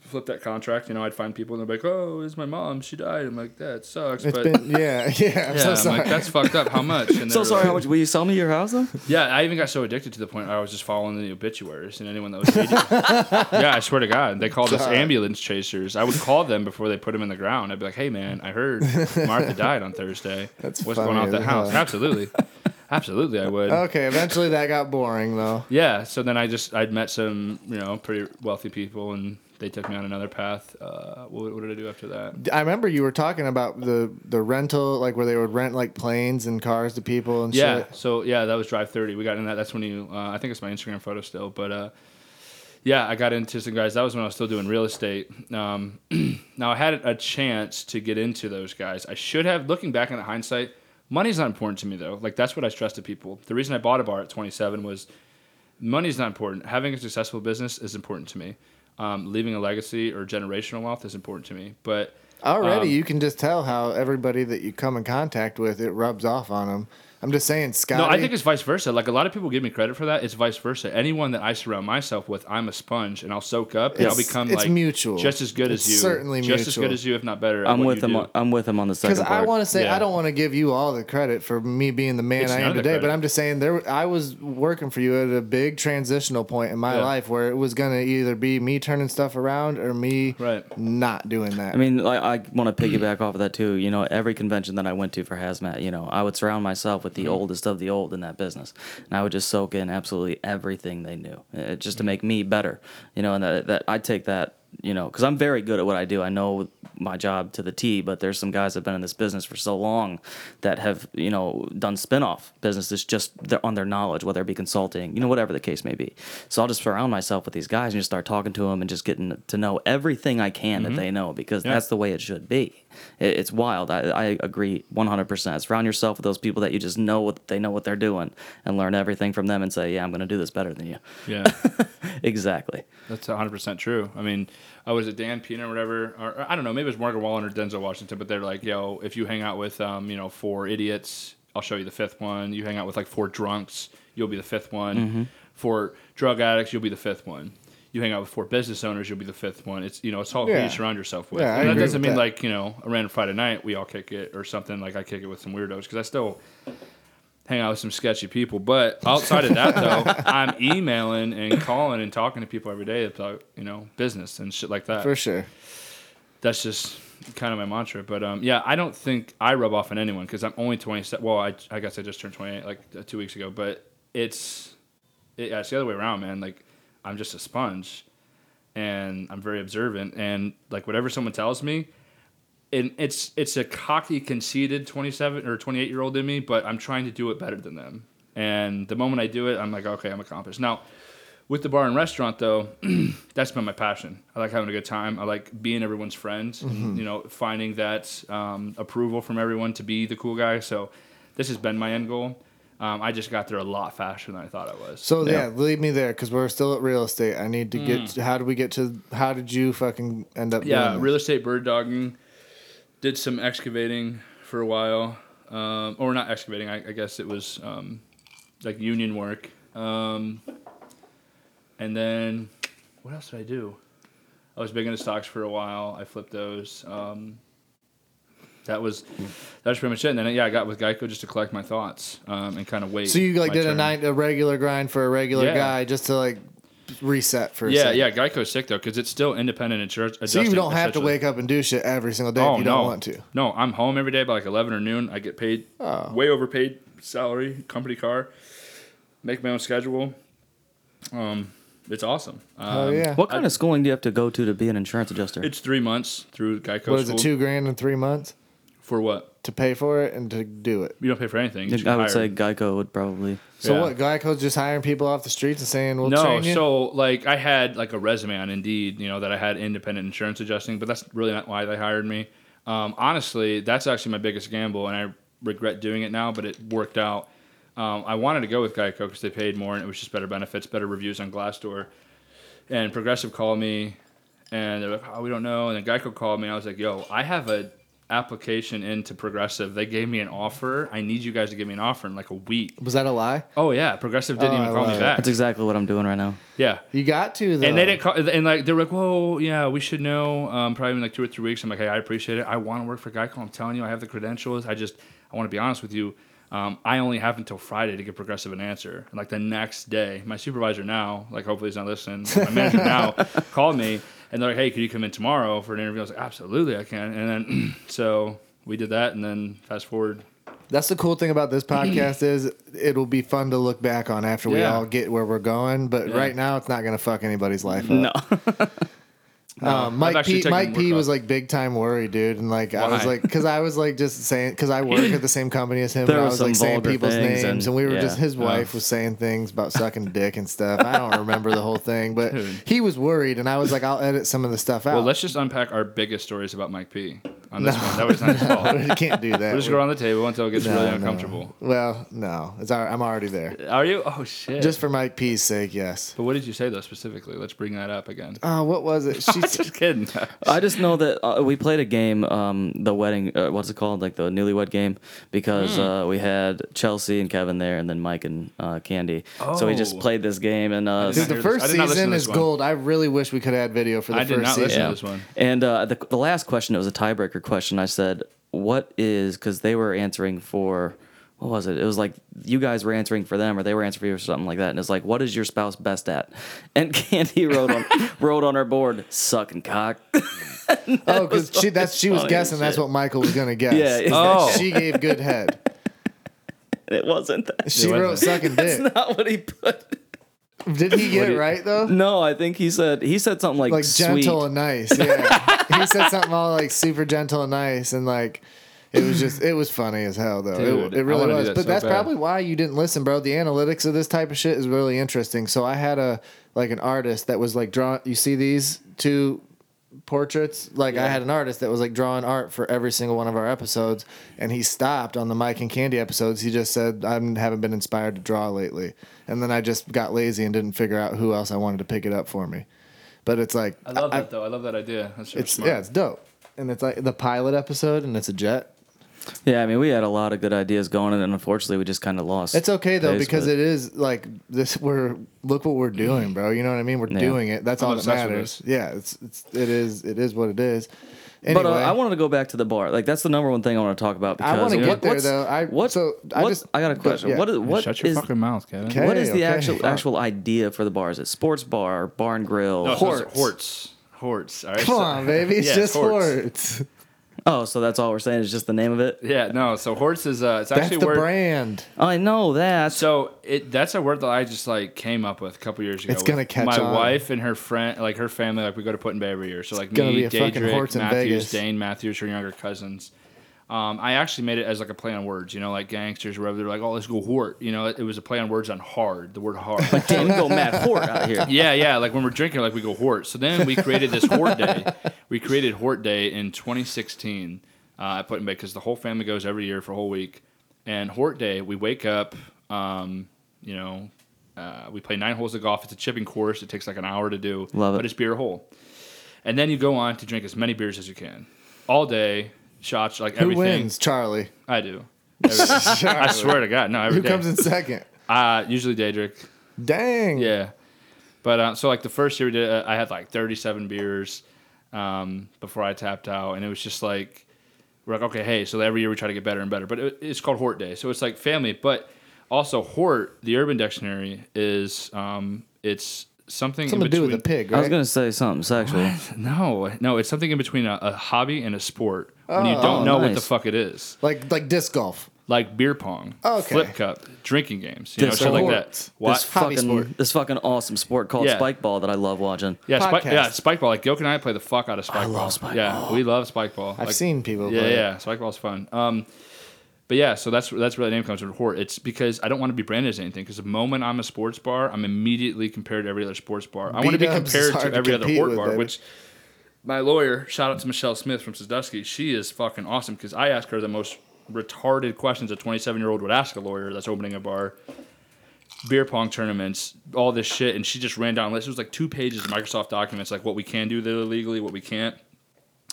[SPEAKER 3] flip that contract. You know, I'd find people and they're like, "Oh, it's my mom. She died." I'm like, "That sucks."
[SPEAKER 2] It's
[SPEAKER 3] but
[SPEAKER 2] been yeah, yeah. I'm
[SPEAKER 3] yeah,
[SPEAKER 2] so
[SPEAKER 3] I'm
[SPEAKER 2] sorry.
[SPEAKER 3] like, "That's fucked up. How much?" And
[SPEAKER 1] So
[SPEAKER 3] they're
[SPEAKER 1] sorry,
[SPEAKER 3] like-
[SPEAKER 1] how much will you sell me your house though?
[SPEAKER 3] Yeah, I even got so addicted to the point where I was just following the obituaries and anyone that was. needed. yeah, I swear to God, they called us ambulance chasers. I would call them before they put them in the ground. I'd be like, "Hey, man, I heard Martha died on Thursday.
[SPEAKER 2] That's
[SPEAKER 3] What's going
[SPEAKER 2] funny
[SPEAKER 3] on at that
[SPEAKER 2] as
[SPEAKER 3] house?"
[SPEAKER 2] hell.
[SPEAKER 3] Absolutely, absolutely, I would.
[SPEAKER 2] okay, eventually that got boring though.
[SPEAKER 3] yeah so then i just i'd met some you know pretty wealthy people and they took me on another path uh, what, what did i do after that
[SPEAKER 2] I remember you were talking about the the rental, like where they would rent like planes and cars to people and
[SPEAKER 3] yeah
[SPEAKER 2] shit.
[SPEAKER 3] so yeah that was drive 30 we got in that that's when you uh, i think it's my instagram photo still but uh, yeah i got into some guys that was when i was still doing real estate um, now i had a chance to get into those guys i should have looking back in hindsight money's not important to me though like that's what i stress to people the reason i bought a bar at 27 was money's not important. Having a successful business is important to me. Um, leaving a legacy or generational wealth is important to me. But
[SPEAKER 2] Already,
[SPEAKER 3] um,
[SPEAKER 2] you can just tell how everybody that you come in contact with it rubs off on them. I'm just saying, Scotty.
[SPEAKER 3] no, I think it's vice versa. Like a lot of people give me credit for that. It's vice versa. Anyone that I surround myself with, I'm a sponge, and I'll soak up, and I'll
[SPEAKER 2] It's-
[SPEAKER 3] become
[SPEAKER 2] it's
[SPEAKER 3] like
[SPEAKER 2] mutual.
[SPEAKER 3] just as good
[SPEAKER 2] It's
[SPEAKER 3] as you,
[SPEAKER 2] certainly
[SPEAKER 3] just as good
[SPEAKER 2] mutual.
[SPEAKER 3] as you, if not better. at
[SPEAKER 1] I'm
[SPEAKER 3] what
[SPEAKER 1] with
[SPEAKER 3] you
[SPEAKER 1] him
[SPEAKER 3] do.
[SPEAKER 1] on, I'm with him on the
[SPEAKER 2] because
[SPEAKER 1] second
[SPEAKER 2] I
[SPEAKER 1] part.
[SPEAKER 2] want to say
[SPEAKER 3] Yeah.
[SPEAKER 2] I don't want to give you all the credit for me being the man
[SPEAKER 3] It's
[SPEAKER 2] I
[SPEAKER 3] none
[SPEAKER 2] am
[SPEAKER 3] of the
[SPEAKER 2] today, but
[SPEAKER 3] credit.
[SPEAKER 2] I'm just saying there. I was working for you at a big transitional point in my
[SPEAKER 3] Yeah.
[SPEAKER 2] life where it was gonna either be me turning stuff around or me
[SPEAKER 3] Right.
[SPEAKER 2] not doing that.
[SPEAKER 1] I mean, like, I want to piggyback off of that too. You know, every convention that I went to for hazmat, you know, I would surround myself with the oldest of the old in that business, and I would just soak in absolutely everything they knew, uh, just to make me better. You know, and that, that I take that, you know, because I'm very good at what I do. I know my job to the T, but there's some guys that've been in this business for so long that have, you know, done spin-off businesses just their- on their knowledge, whether it be consulting, you know, whatever the case may be. So I'll just surround myself with these guys and just start talking to them and just getting to know everything I can that they know because
[SPEAKER 3] Yeah.
[SPEAKER 1] that's the way it should be. It, it's wild. I, I agree 100%. Surround yourself with those people that you just know what they know what they're doing and learn everything from them and say, yeah, I'm going to do this better than you.
[SPEAKER 3] Yeah.
[SPEAKER 1] Exactly.
[SPEAKER 3] That's 100% true. I mean, I was at Dan Pena or whatever, or I don't know, maybe it was Morgan Wallen or Denzel Washington, but they're like, yo, if you hang out with, um, you know, four idiots, I'll show you the fifth one. You hang out with like four drunks, you'll be the fifth one.
[SPEAKER 2] Mm-hmm.
[SPEAKER 3] Four drug addicts, you'll be the fifth one. You hang out with four business owners, you'll be the fifth one. It's, you know, it's all who
[SPEAKER 2] Yeah.
[SPEAKER 3] you surround yourself with.
[SPEAKER 2] Yeah, I
[SPEAKER 3] and that
[SPEAKER 2] agree
[SPEAKER 3] doesn't
[SPEAKER 2] with
[SPEAKER 3] mean
[SPEAKER 2] that.
[SPEAKER 3] like, you know, a random Friday night, we all kick it or something. Like I kick it with some weirdos because I still hang out with some sketchy people. But outside of that, though, I'm emailing and calling and talking to people every day about you know business and shit like that.
[SPEAKER 2] for sure.
[SPEAKER 3] That's just kind of my mantra. But um, yeah, I don't think I rub off on anyone because I'm only 27. Well, I I guess I just turned 28 like uh, two weeks ago. But it's it, yeah, it's the other way around, man. Like I'm just a sponge, and I'm very observant, and like whatever someone tells me. And it's it's a cocky, conceited twenty seven or twenty eight year old in me, but I'm trying to do it better than them. And the moment I do it, I'm like, okay, I'm accomplished. Now, with the bar and restaurant though, that's been my passion. I like having a good time. I like being everyone's friends. And, you know, finding that um, approval from everyone to be the cool guy. So, this has been my end goal. Um, I just got there a lot faster than I thought I was.
[SPEAKER 2] So yeah, leave me there because we're still at real estate. I need to get. How did we get to? How did you fucking end up?
[SPEAKER 3] Mm. Yeah,
[SPEAKER 2] doing this?
[SPEAKER 3] real estate bird dogging. did some excavating for a while, um, or not excavating. I, I guess it was um, like union work. Um, and then what else did I do? I was big into stocks for a while. I flipped those. Um, that was that was pretty much it. And then yeah, I got with Geico just to collect my thoughts um, and kind of wait.
[SPEAKER 2] So you like
[SPEAKER 3] my
[SPEAKER 2] did a
[SPEAKER 3] turn.
[SPEAKER 2] nine a regular grind for a regular
[SPEAKER 3] Yeah.
[SPEAKER 2] guy just to like reset for a
[SPEAKER 3] Yeah,
[SPEAKER 2] second.
[SPEAKER 3] yeah. Geico's sick though because it's still independent insurance.
[SPEAKER 2] So you
[SPEAKER 3] adjusting,
[SPEAKER 2] don't have to
[SPEAKER 3] essentially.
[SPEAKER 2] wake up and do shit every single day if you
[SPEAKER 3] Oh, no. Um,
[SPEAKER 2] don't want to.
[SPEAKER 3] No, I'm home every day by like 11 or noon. I get paid
[SPEAKER 2] Oh.
[SPEAKER 3] way overpaid salary, company car, make my own schedule. Um, it's awesome. Um,
[SPEAKER 2] Oh yeah.
[SPEAKER 1] What kind of schooling do you have to go to to be an insurance adjuster?
[SPEAKER 3] It's three months through Geico
[SPEAKER 2] What is
[SPEAKER 3] school.
[SPEAKER 2] it? Two grand in three months
[SPEAKER 3] For what?
[SPEAKER 2] to pay for it and to do it.
[SPEAKER 3] You don't pay for anything.
[SPEAKER 1] I
[SPEAKER 3] You
[SPEAKER 1] would
[SPEAKER 3] get hired.
[SPEAKER 1] say Geico would probably.
[SPEAKER 2] So
[SPEAKER 3] Yeah.
[SPEAKER 2] what? Geico's just hiring people off the streets and saying, "We'll
[SPEAKER 3] no,
[SPEAKER 2] train you."
[SPEAKER 3] so like I had like a resume on Indeed, you know, that I had independent insurance adjusting, but that's really not why they hired me. Um, honestly, that's actually my biggest gamble, and I regret doing it now, but it worked out. Um, I wanted to go with Geico because they paid more, and it was just better benefits, better reviews on Glassdoor. And Progressive called me, and they're like, "Oh, we don't know." And then Geico called me. And I was like, "Yo, I have a application into Progressive. They gave me an offer. I need you guys to give me an offer in like a week."
[SPEAKER 2] was that a lie?
[SPEAKER 3] Oh yeah, Progressive didn't
[SPEAKER 2] Oh, I
[SPEAKER 3] even call
[SPEAKER 2] love
[SPEAKER 3] me
[SPEAKER 2] it.
[SPEAKER 3] back.
[SPEAKER 1] That's exactly what I'm doing right now.
[SPEAKER 3] yeah,
[SPEAKER 2] You got to though.
[SPEAKER 3] and they didn't call, and like they were like, "Whoa, yeah, we should know." Um, probably in like two or three weeks. I'm like, "Hey, I appreciate it. I want to work for Geico. I'm telling you, I have the credentials. I just, I want to be honest with you. Um, I only have until Friday to give Progressive an answer. And like the next day, my supervisor now, like hopefully he's not listening, my manager now called me and they're like, "Hey, could you come in tomorrow for an interview?" I was like, "Absolutely, I can." And then so we did that, and then fast forward.
[SPEAKER 2] That's the cool thing about this podcast is it'll be fun to look back on after we
[SPEAKER 3] Yeah.
[SPEAKER 2] all get where we're going. But
[SPEAKER 3] Yeah.
[SPEAKER 2] right now, it's not going to fuck anybody's life up.
[SPEAKER 1] No,
[SPEAKER 2] Um, Mike
[SPEAKER 3] actually
[SPEAKER 2] P.
[SPEAKER 3] taken
[SPEAKER 2] Mike
[SPEAKER 3] work
[SPEAKER 2] P.
[SPEAKER 3] off.
[SPEAKER 2] was like big time worried, dude, and like I was
[SPEAKER 3] Why?
[SPEAKER 2] like, because I was like just saying, because I work at the same company as him,
[SPEAKER 1] There
[SPEAKER 2] and I
[SPEAKER 1] was
[SPEAKER 2] was like
[SPEAKER 1] some
[SPEAKER 2] saying
[SPEAKER 1] vulgar
[SPEAKER 2] people's
[SPEAKER 1] things
[SPEAKER 2] names, and,
[SPEAKER 1] and-
[SPEAKER 2] we were
[SPEAKER 1] yeah.
[SPEAKER 2] just his wife was saying things about sucking dick and stuff. I don't remember the whole thing, but he was worried, and I was like, I'll edit some of the stuff out.
[SPEAKER 3] Well, let's just unpack our biggest stories about Mike P. On this one, that was not his fault.
[SPEAKER 2] you can't do that.
[SPEAKER 3] We'll just go around the table until it gets
[SPEAKER 2] No,
[SPEAKER 3] really
[SPEAKER 2] no.
[SPEAKER 3] uncomfortable.
[SPEAKER 2] Well, no, it's all right. I'm already there.
[SPEAKER 3] Are you? Oh shit!
[SPEAKER 2] Just for Mike P.'s sake, yes.
[SPEAKER 3] But what did you say though specifically? Let's bring that up again.
[SPEAKER 2] Oh, what was it? She
[SPEAKER 3] Just kidding.
[SPEAKER 1] I just know that uh, we played a game, um, the wedding. Uh, what's it called? Like the newlywed game,
[SPEAKER 3] Hmm.
[SPEAKER 1] because uh, we had Chelsea and Kevin there, and then Mike and uh, Candy. So we just
[SPEAKER 3] Oh.
[SPEAKER 1] played this game, and uh,
[SPEAKER 2] Dude,
[SPEAKER 3] did not
[SPEAKER 2] the
[SPEAKER 3] hear this.
[SPEAKER 2] first
[SPEAKER 3] I did not listen
[SPEAKER 2] season
[SPEAKER 3] to this
[SPEAKER 2] is
[SPEAKER 3] one.
[SPEAKER 2] gold. I really wish we could have had video for the
[SPEAKER 3] I
[SPEAKER 2] first
[SPEAKER 3] did not
[SPEAKER 2] season.
[SPEAKER 3] listen to this one.
[SPEAKER 1] And uh, the, the last question, it was a tiebreaker question. I said, What is, because they were answering for, what was it? It was like you guys were answering for them or they were answering for you or something like that. And it's like, What is your spouse best at? And Candy wrote on, wrote on her board, sucking cock.
[SPEAKER 2] Oh, because she that's she was
[SPEAKER 1] funny as
[SPEAKER 2] guessing that's
[SPEAKER 1] shit.
[SPEAKER 2] what Michael was gonna guess.
[SPEAKER 1] Yeah.
[SPEAKER 2] Is that
[SPEAKER 3] Oh.
[SPEAKER 2] she gave good head.
[SPEAKER 1] it wasn't that.
[SPEAKER 2] She
[SPEAKER 3] It wasn't.
[SPEAKER 2] wrote sucking
[SPEAKER 1] That's
[SPEAKER 2] dick.
[SPEAKER 1] not what he put.
[SPEAKER 2] Did he get
[SPEAKER 3] do
[SPEAKER 2] it
[SPEAKER 3] you-
[SPEAKER 2] right though?
[SPEAKER 1] No, I think he said, he said something like,
[SPEAKER 2] Like
[SPEAKER 1] sweet.
[SPEAKER 2] gentle and nice. Yeah. he said something all like super gentle and nice and like it was just it was funny as hell though. It-
[SPEAKER 3] Dude,
[SPEAKER 2] it,
[SPEAKER 3] I
[SPEAKER 2] really
[SPEAKER 3] wanna do
[SPEAKER 2] was.
[SPEAKER 3] that
[SPEAKER 2] But
[SPEAKER 3] so
[SPEAKER 2] that's
[SPEAKER 3] bad.
[SPEAKER 2] probably why you didn't listen, bro. The analytics of this type of shit is really interesting. So I had a like an artist that was like draw you see these two portraits. Like I had an artist that was like drawing art for every single one of our episodes, and he stopped on the Mike and Candy episodes. He just said, "I haven't been inspired to draw lately," and then I just got lazy and didn't figure out who else I wanted to pick it up for me. But it's like
[SPEAKER 3] I love that though. I love that idea. That's super
[SPEAKER 2] it's
[SPEAKER 3] smart.
[SPEAKER 2] yeah, it's dope, and it's like the pilot episode, and it's a jet.
[SPEAKER 1] Yeah, I mean, we had a lot of good ideas going, and unfortunately, we just kind of lost.
[SPEAKER 2] It's okay though
[SPEAKER 1] pace
[SPEAKER 2] because
[SPEAKER 1] with
[SPEAKER 2] it is like this. We're look what we're doing, bro. You know what I mean? We're
[SPEAKER 1] Yeah.
[SPEAKER 2] doing it. That's
[SPEAKER 3] I'm
[SPEAKER 2] all that
[SPEAKER 3] obsessed with
[SPEAKER 2] matters. Yeah, it's it's it is it is what it is. Anyway,
[SPEAKER 1] But uh, I wanted to go back to the bar. Like that's the number one thing I want to talk about. Because
[SPEAKER 2] I want to
[SPEAKER 1] you know,
[SPEAKER 2] get there
[SPEAKER 1] what's-
[SPEAKER 2] though. I
[SPEAKER 1] what?
[SPEAKER 2] so I
[SPEAKER 1] I
[SPEAKER 2] just
[SPEAKER 1] I got a
[SPEAKER 2] but,
[SPEAKER 1] question.
[SPEAKER 2] yeah.
[SPEAKER 1] What is what
[SPEAKER 3] Shut your
[SPEAKER 1] is-
[SPEAKER 3] fucking mouth, Kevin.
[SPEAKER 2] Okay.
[SPEAKER 1] what is the
[SPEAKER 2] Hey, okay,
[SPEAKER 1] actual
[SPEAKER 2] fuck.
[SPEAKER 1] actual idea for the bar? Is it sports bar, barn grill?
[SPEAKER 3] No,
[SPEAKER 1] Hor-
[SPEAKER 3] Horts. Horts. Horts. All right.
[SPEAKER 2] Come
[SPEAKER 3] so-
[SPEAKER 2] on, baby. It's
[SPEAKER 3] Yeah,
[SPEAKER 2] just
[SPEAKER 3] Horts.
[SPEAKER 2] Hortz.
[SPEAKER 1] oh, so that's all we're saying is just the name of it.
[SPEAKER 3] Yeah. No. So Horts is uh. It's
[SPEAKER 2] That's
[SPEAKER 3] actually
[SPEAKER 2] the
[SPEAKER 3] word.
[SPEAKER 2] brand.
[SPEAKER 1] I know that.
[SPEAKER 3] So it that's a word that I just like came up with a couple years ago.
[SPEAKER 2] It's gonna
[SPEAKER 3] with
[SPEAKER 2] catch
[SPEAKER 3] my
[SPEAKER 2] on.
[SPEAKER 3] wife and her friend, like her family, like we go to Putin Bay every year. So like
[SPEAKER 2] gonna
[SPEAKER 3] me,
[SPEAKER 2] be a fucking horse
[SPEAKER 3] Daedric,
[SPEAKER 2] in Vegas.
[SPEAKER 3] Matthews, Dane Matthews, her younger cousins. Um, I actually made it as like a play on words, you know, like gangsters, or whatever. They're like, "Oh, let's go hort," you know. It, it was a play on words on hard, the word hard.
[SPEAKER 1] Damn, we go Matt Hort out here.
[SPEAKER 3] yeah, yeah. Like when we're drinking, like we go hort. So then we created this hort day. We created hort day in 2016 uh, at Putin Bay because the whole family goes every year for a whole week. And hort day, we wake up. Um, you know, uh, we play nine holes of golf. It's a chipping course. It takes like an hour to do.
[SPEAKER 1] Love it.
[SPEAKER 3] But it's beer hole. And then you go on to drink as many beers as you can all day. shots, like
[SPEAKER 2] Who
[SPEAKER 3] everything.
[SPEAKER 2] wins? Charlie.
[SPEAKER 3] I do. Every- I swear to God, no. every
[SPEAKER 2] Who
[SPEAKER 3] day.
[SPEAKER 2] comes in second?
[SPEAKER 3] Uh, usually Daedric.
[SPEAKER 2] Dang.
[SPEAKER 3] Yeah. But uh, so like the first year we did, it, I had like 37 beers um, before I tapped out, and it was just like we're like, okay, hey, so every year we try to get better and better. But it, it's called Hort Day, so it's like family. But also Hort, the Urban Dictionary is um, it's something
[SPEAKER 2] Something
[SPEAKER 3] in
[SPEAKER 2] to do
[SPEAKER 3] between,
[SPEAKER 2] with a pig,
[SPEAKER 1] I
[SPEAKER 2] right?
[SPEAKER 1] was gonna say something sexual.
[SPEAKER 3] No, no, it's something in between a, a hobby and a sport. when you don't
[SPEAKER 1] Oh,
[SPEAKER 3] know what the
[SPEAKER 1] nice.
[SPEAKER 3] fuck it is,
[SPEAKER 2] Like like disc golf.
[SPEAKER 3] like beer pong,
[SPEAKER 2] Okay.
[SPEAKER 3] flip cup, drinking games, you know,
[SPEAKER 2] Disc
[SPEAKER 3] shit like that.
[SPEAKER 2] sports.
[SPEAKER 1] This
[SPEAKER 3] What?
[SPEAKER 2] Hobby
[SPEAKER 1] fucking
[SPEAKER 2] sport.
[SPEAKER 1] this fucking awesome sport called
[SPEAKER 3] Yeah.
[SPEAKER 1] spike ball that I love watching.
[SPEAKER 3] Yeah, spike,
[SPEAKER 2] podcast.
[SPEAKER 3] yeah, spike ball. Like Gilk and I play the fuck out of spike
[SPEAKER 1] love
[SPEAKER 3] ball.
[SPEAKER 1] spike
[SPEAKER 3] yeah,
[SPEAKER 1] ball.
[SPEAKER 3] we love spike ball.
[SPEAKER 2] I've
[SPEAKER 3] Like,
[SPEAKER 2] seen people
[SPEAKER 3] Yeah,
[SPEAKER 2] play. it.
[SPEAKER 3] yeah, spike ball's fun. Um, but yeah, so that's that's where that name comes from. Hort. It's because I don't want to be branded as anything. Because the moment I'm a sports bar, I'm immediately compared to every other sports bar. I want to be
[SPEAKER 2] B-dubs is
[SPEAKER 3] compared
[SPEAKER 2] hard
[SPEAKER 3] to
[SPEAKER 2] to
[SPEAKER 3] every other
[SPEAKER 2] compete
[SPEAKER 3] Hort
[SPEAKER 2] with,
[SPEAKER 3] bar,
[SPEAKER 2] baby.
[SPEAKER 3] which. My lawyer, shout out to Michelle Smith from Sandusky. She is fucking awesome because I ask her the most retarded questions a 27 year old would ask a lawyer that's opening a bar beer pong tournaments, all this shit, and she just ran down a list. It was like two pages of Microsoft documents, like what we can do there legally, what we can't.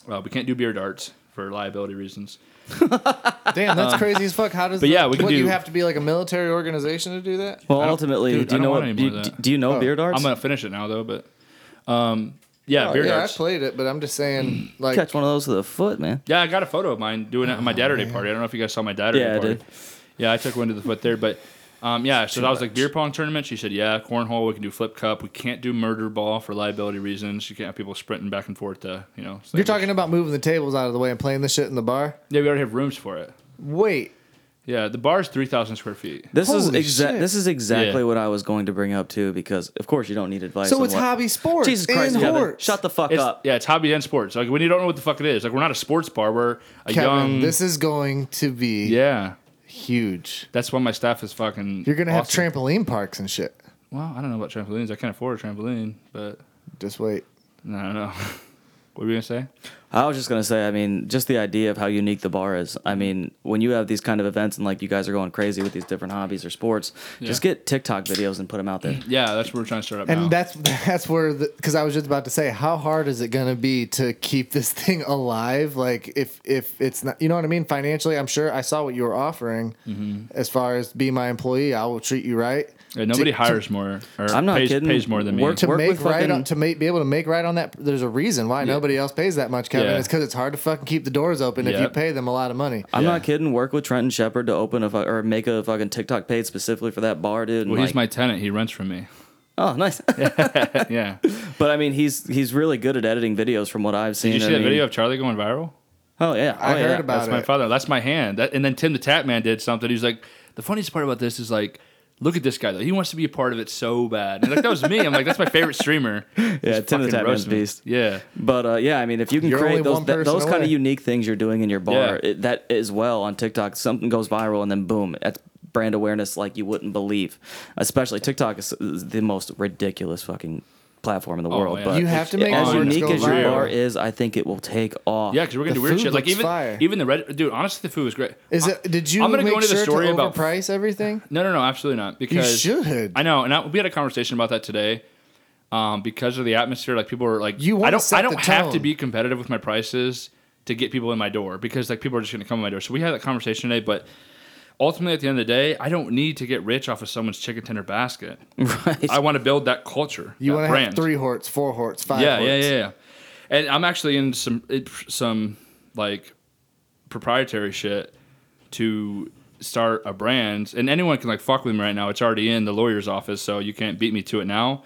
[SPEAKER 3] Well, we can't do beer darts for liability reasons.
[SPEAKER 2] Damn, that's crazy as fuck. How does?
[SPEAKER 3] Uh, but yeah, we can
[SPEAKER 2] what,
[SPEAKER 3] do-
[SPEAKER 2] you have to be like a military organization to do that.
[SPEAKER 1] Well,
[SPEAKER 3] don't-
[SPEAKER 1] ultimately, do
[SPEAKER 3] dude, I
[SPEAKER 1] you
[SPEAKER 3] don't
[SPEAKER 1] know
[SPEAKER 3] want
[SPEAKER 1] what?
[SPEAKER 3] any
[SPEAKER 1] Do
[SPEAKER 3] more
[SPEAKER 1] you,
[SPEAKER 3] of that. Uh,
[SPEAKER 1] do you know
[SPEAKER 2] Oh,
[SPEAKER 1] beer darts?
[SPEAKER 3] I'm gonna finish it now though, but um, yeah, beer
[SPEAKER 2] Oh, yeah,
[SPEAKER 3] darts.
[SPEAKER 2] I played it, but I'm just saying, like,
[SPEAKER 1] Mm. catch one of those with a foot, man.
[SPEAKER 3] yeah, I got a photo of mine doing it at my dad or day party. I don't know if you guys saw my dad or
[SPEAKER 1] Oh, Yeah,
[SPEAKER 3] day
[SPEAKER 1] I
[SPEAKER 3] party.
[SPEAKER 1] did.
[SPEAKER 3] Yeah, I took one to the foot there, but. Um, yeah, so I was like beer pong tournament. She said, "Yeah, cornhole. We can do flip cup. We can't do murder ball for liability reasons. You can't have people sprinting back and forth to, you know."
[SPEAKER 2] you're talking about moving the tables out of the way and playing this shit in the bar.
[SPEAKER 3] Yeah, we already have rooms for it.
[SPEAKER 2] Wait,
[SPEAKER 3] Yeah, the bar's three thousand square feet.
[SPEAKER 1] This is
[SPEAKER 2] Holy
[SPEAKER 1] exact.
[SPEAKER 2] shit.
[SPEAKER 1] This is exactly
[SPEAKER 3] Yeah.
[SPEAKER 1] what I was going to bring up too, because of course you don't need advice.
[SPEAKER 2] so
[SPEAKER 1] on
[SPEAKER 2] it's
[SPEAKER 1] what-
[SPEAKER 2] hobby sports.
[SPEAKER 1] Jesus Christ,
[SPEAKER 2] in
[SPEAKER 1] Kevin,
[SPEAKER 2] Hort.
[SPEAKER 1] shut the fuck
[SPEAKER 3] It's,
[SPEAKER 1] up.
[SPEAKER 3] Yeah, it's hobby and sports. Like when you don't know what the fuck it is. Like we're not a sports bar. We're a
[SPEAKER 2] Kevin,
[SPEAKER 3] young.
[SPEAKER 2] this is going to be
[SPEAKER 3] yeah,
[SPEAKER 2] huge.
[SPEAKER 3] that's why my staff is fucking.
[SPEAKER 2] You're gonna have
[SPEAKER 3] awesome.
[SPEAKER 2] trampoline parks and shit.
[SPEAKER 3] Well, I don't know about trampolines. I can't afford a trampoline, but
[SPEAKER 2] Just wait.
[SPEAKER 3] no, no. no. what were you gonna say?
[SPEAKER 1] I was just gonna say, I mean, just the idea of how unique the bar is. I mean, when you have these kind of events and like you guys are going crazy with these different hobbies or sports, just get TikTok videos and put them out there.
[SPEAKER 3] Yeah, that's what we're trying to start up
[SPEAKER 2] And
[SPEAKER 3] now.
[SPEAKER 2] that's that's where because I was just about to say, how hard is it going to be to keep this thing alive? Like if if it's not, you know what I mean? Financially, I'm sure I saw what you were offering as far as be my employee. I will treat you right.
[SPEAKER 3] Mm-hmm. yeah, nobody
[SPEAKER 2] to-
[SPEAKER 3] hires more. Or
[SPEAKER 1] I'm not
[SPEAKER 3] pays,
[SPEAKER 1] kidding.
[SPEAKER 3] Pays more than me.
[SPEAKER 1] Work-
[SPEAKER 2] to
[SPEAKER 1] with
[SPEAKER 2] make right
[SPEAKER 1] fucking-
[SPEAKER 2] on, to make, be able to make right on that. There's a reason why nobody else pays that much, Kevin.
[SPEAKER 3] Yeah.
[SPEAKER 2] It's because it's hard to fucking keep the doors open if you
[SPEAKER 3] Yep.
[SPEAKER 2] pay them a lot of money.
[SPEAKER 1] I'm
[SPEAKER 3] Yeah.
[SPEAKER 1] not kidding. Work with Trenton Shepard to open a fu- or make a fucking TikTok page specifically for that bar, dude. and,
[SPEAKER 3] well, he's
[SPEAKER 1] like-
[SPEAKER 3] my tenant. He rents from me.
[SPEAKER 1] oh, nice.
[SPEAKER 3] yeah. Did
[SPEAKER 1] but I mean, he's he's really good at editing videos from what I've seen.
[SPEAKER 3] you see
[SPEAKER 1] I
[SPEAKER 3] that
[SPEAKER 1] mean-
[SPEAKER 3] video of Charlie going viral?
[SPEAKER 1] Oh yeah,
[SPEAKER 2] I
[SPEAKER 1] Oh,
[SPEAKER 2] heard
[SPEAKER 1] yeah.
[SPEAKER 2] about
[SPEAKER 3] That's my
[SPEAKER 2] it.
[SPEAKER 3] father. That's my hand. That, and then Tim the Tap Man did something. He's like, the funniest part about this is like, look at this guy though. He wants to be a part of it so bad. And like that was me. I'm like, that's my favorite streamer.
[SPEAKER 1] Yeah,
[SPEAKER 3] Just
[SPEAKER 1] Tim the
[SPEAKER 3] fucking
[SPEAKER 1] Tap Man's
[SPEAKER 3] roast me.
[SPEAKER 1] beast.
[SPEAKER 3] Yeah,
[SPEAKER 1] But uh, yeah, I mean, if you can
[SPEAKER 2] You're only
[SPEAKER 1] create those
[SPEAKER 2] one
[SPEAKER 1] th-
[SPEAKER 2] person
[SPEAKER 1] those kind
[SPEAKER 2] away.
[SPEAKER 1] of unique things you're doing in your bar,
[SPEAKER 3] Yeah.
[SPEAKER 1] it, that as well on TikTok, something goes viral and then boom, that's brand awareness like you wouldn't believe. Especially TikTok is is the most ridiculous fucking platform in the world.
[SPEAKER 3] yeah.
[SPEAKER 1] But
[SPEAKER 2] You have to make
[SPEAKER 1] as
[SPEAKER 3] awareness
[SPEAKER 1] unique
[SPEAKER 3] go
[SPEAKER 1] as your
[SPEAKER 3] viral.
[SPEAKER 1] bar is, I think it will take off.
[SPEAKER 3] yeah, because we're gonna
[SPEAKER 2] The
[SPEAKER 3] do weird
[SPEAKER 2] food
[SPEAKER 3] shit. Like
[SPEAKER 2] looks
[SPEAKER 3] even
[SPEAKER 2] fire.
[SPEAKER 3] even the red dude. Honestly, the food was great.
[SPEAKER 2] Is
[SPEAKER 3] I-
[SPEAKER 2] it? Did you
[SPEAKER 3] I'm gonna
[SPEAKER 2] make
[SPEAKER 3] go into
[SPEAKER 2] sure
[SPEAKER 3] the story
[SPEAKER 2] to
[SPEAKER 3] about
[SPEAKER 2] overprice everything?
[SPEAKER 3] No, no, no, absolutely not. Because
[SPEAKER 2] should.
[SPEAKER 3] I know, and I, we had a conversation about that today. Um, because of the atmosphere, like people are like,
[SPEAKER 2] You wanna
[SPEAKER 3] I don't,
[SPEAKER 2] set
[SPEAKER 3] I don't
[SPEAKER 2] the
[SPEAKER 3] have to
[SPEAKER 2] tone.
[SPEAKER 3] be competitive with my prices to get people in my door because like people are just going to come in my door. So we had that conversation today, but ultimately at the end of the day, I don't need to get rich off of someone's chicken tender basket.
[SPEAKER 1] Right.
[SPEAKER 3] I want to build that culture.
[SPEAKER 2] You
[SPEAKER 3] want to
[SPEAKER 2] have three horts, four horts, five
[SPEAKER 3] yeah,
[SPEAKER 2] horts.
[SPEAKER 3] yeah, yeah, yeah. And I'm actually in some it- some like proprietary shit to start a brand, and anyone can like fuck with me right now. It's already in the lawyer's office, so you can't beat me to it now.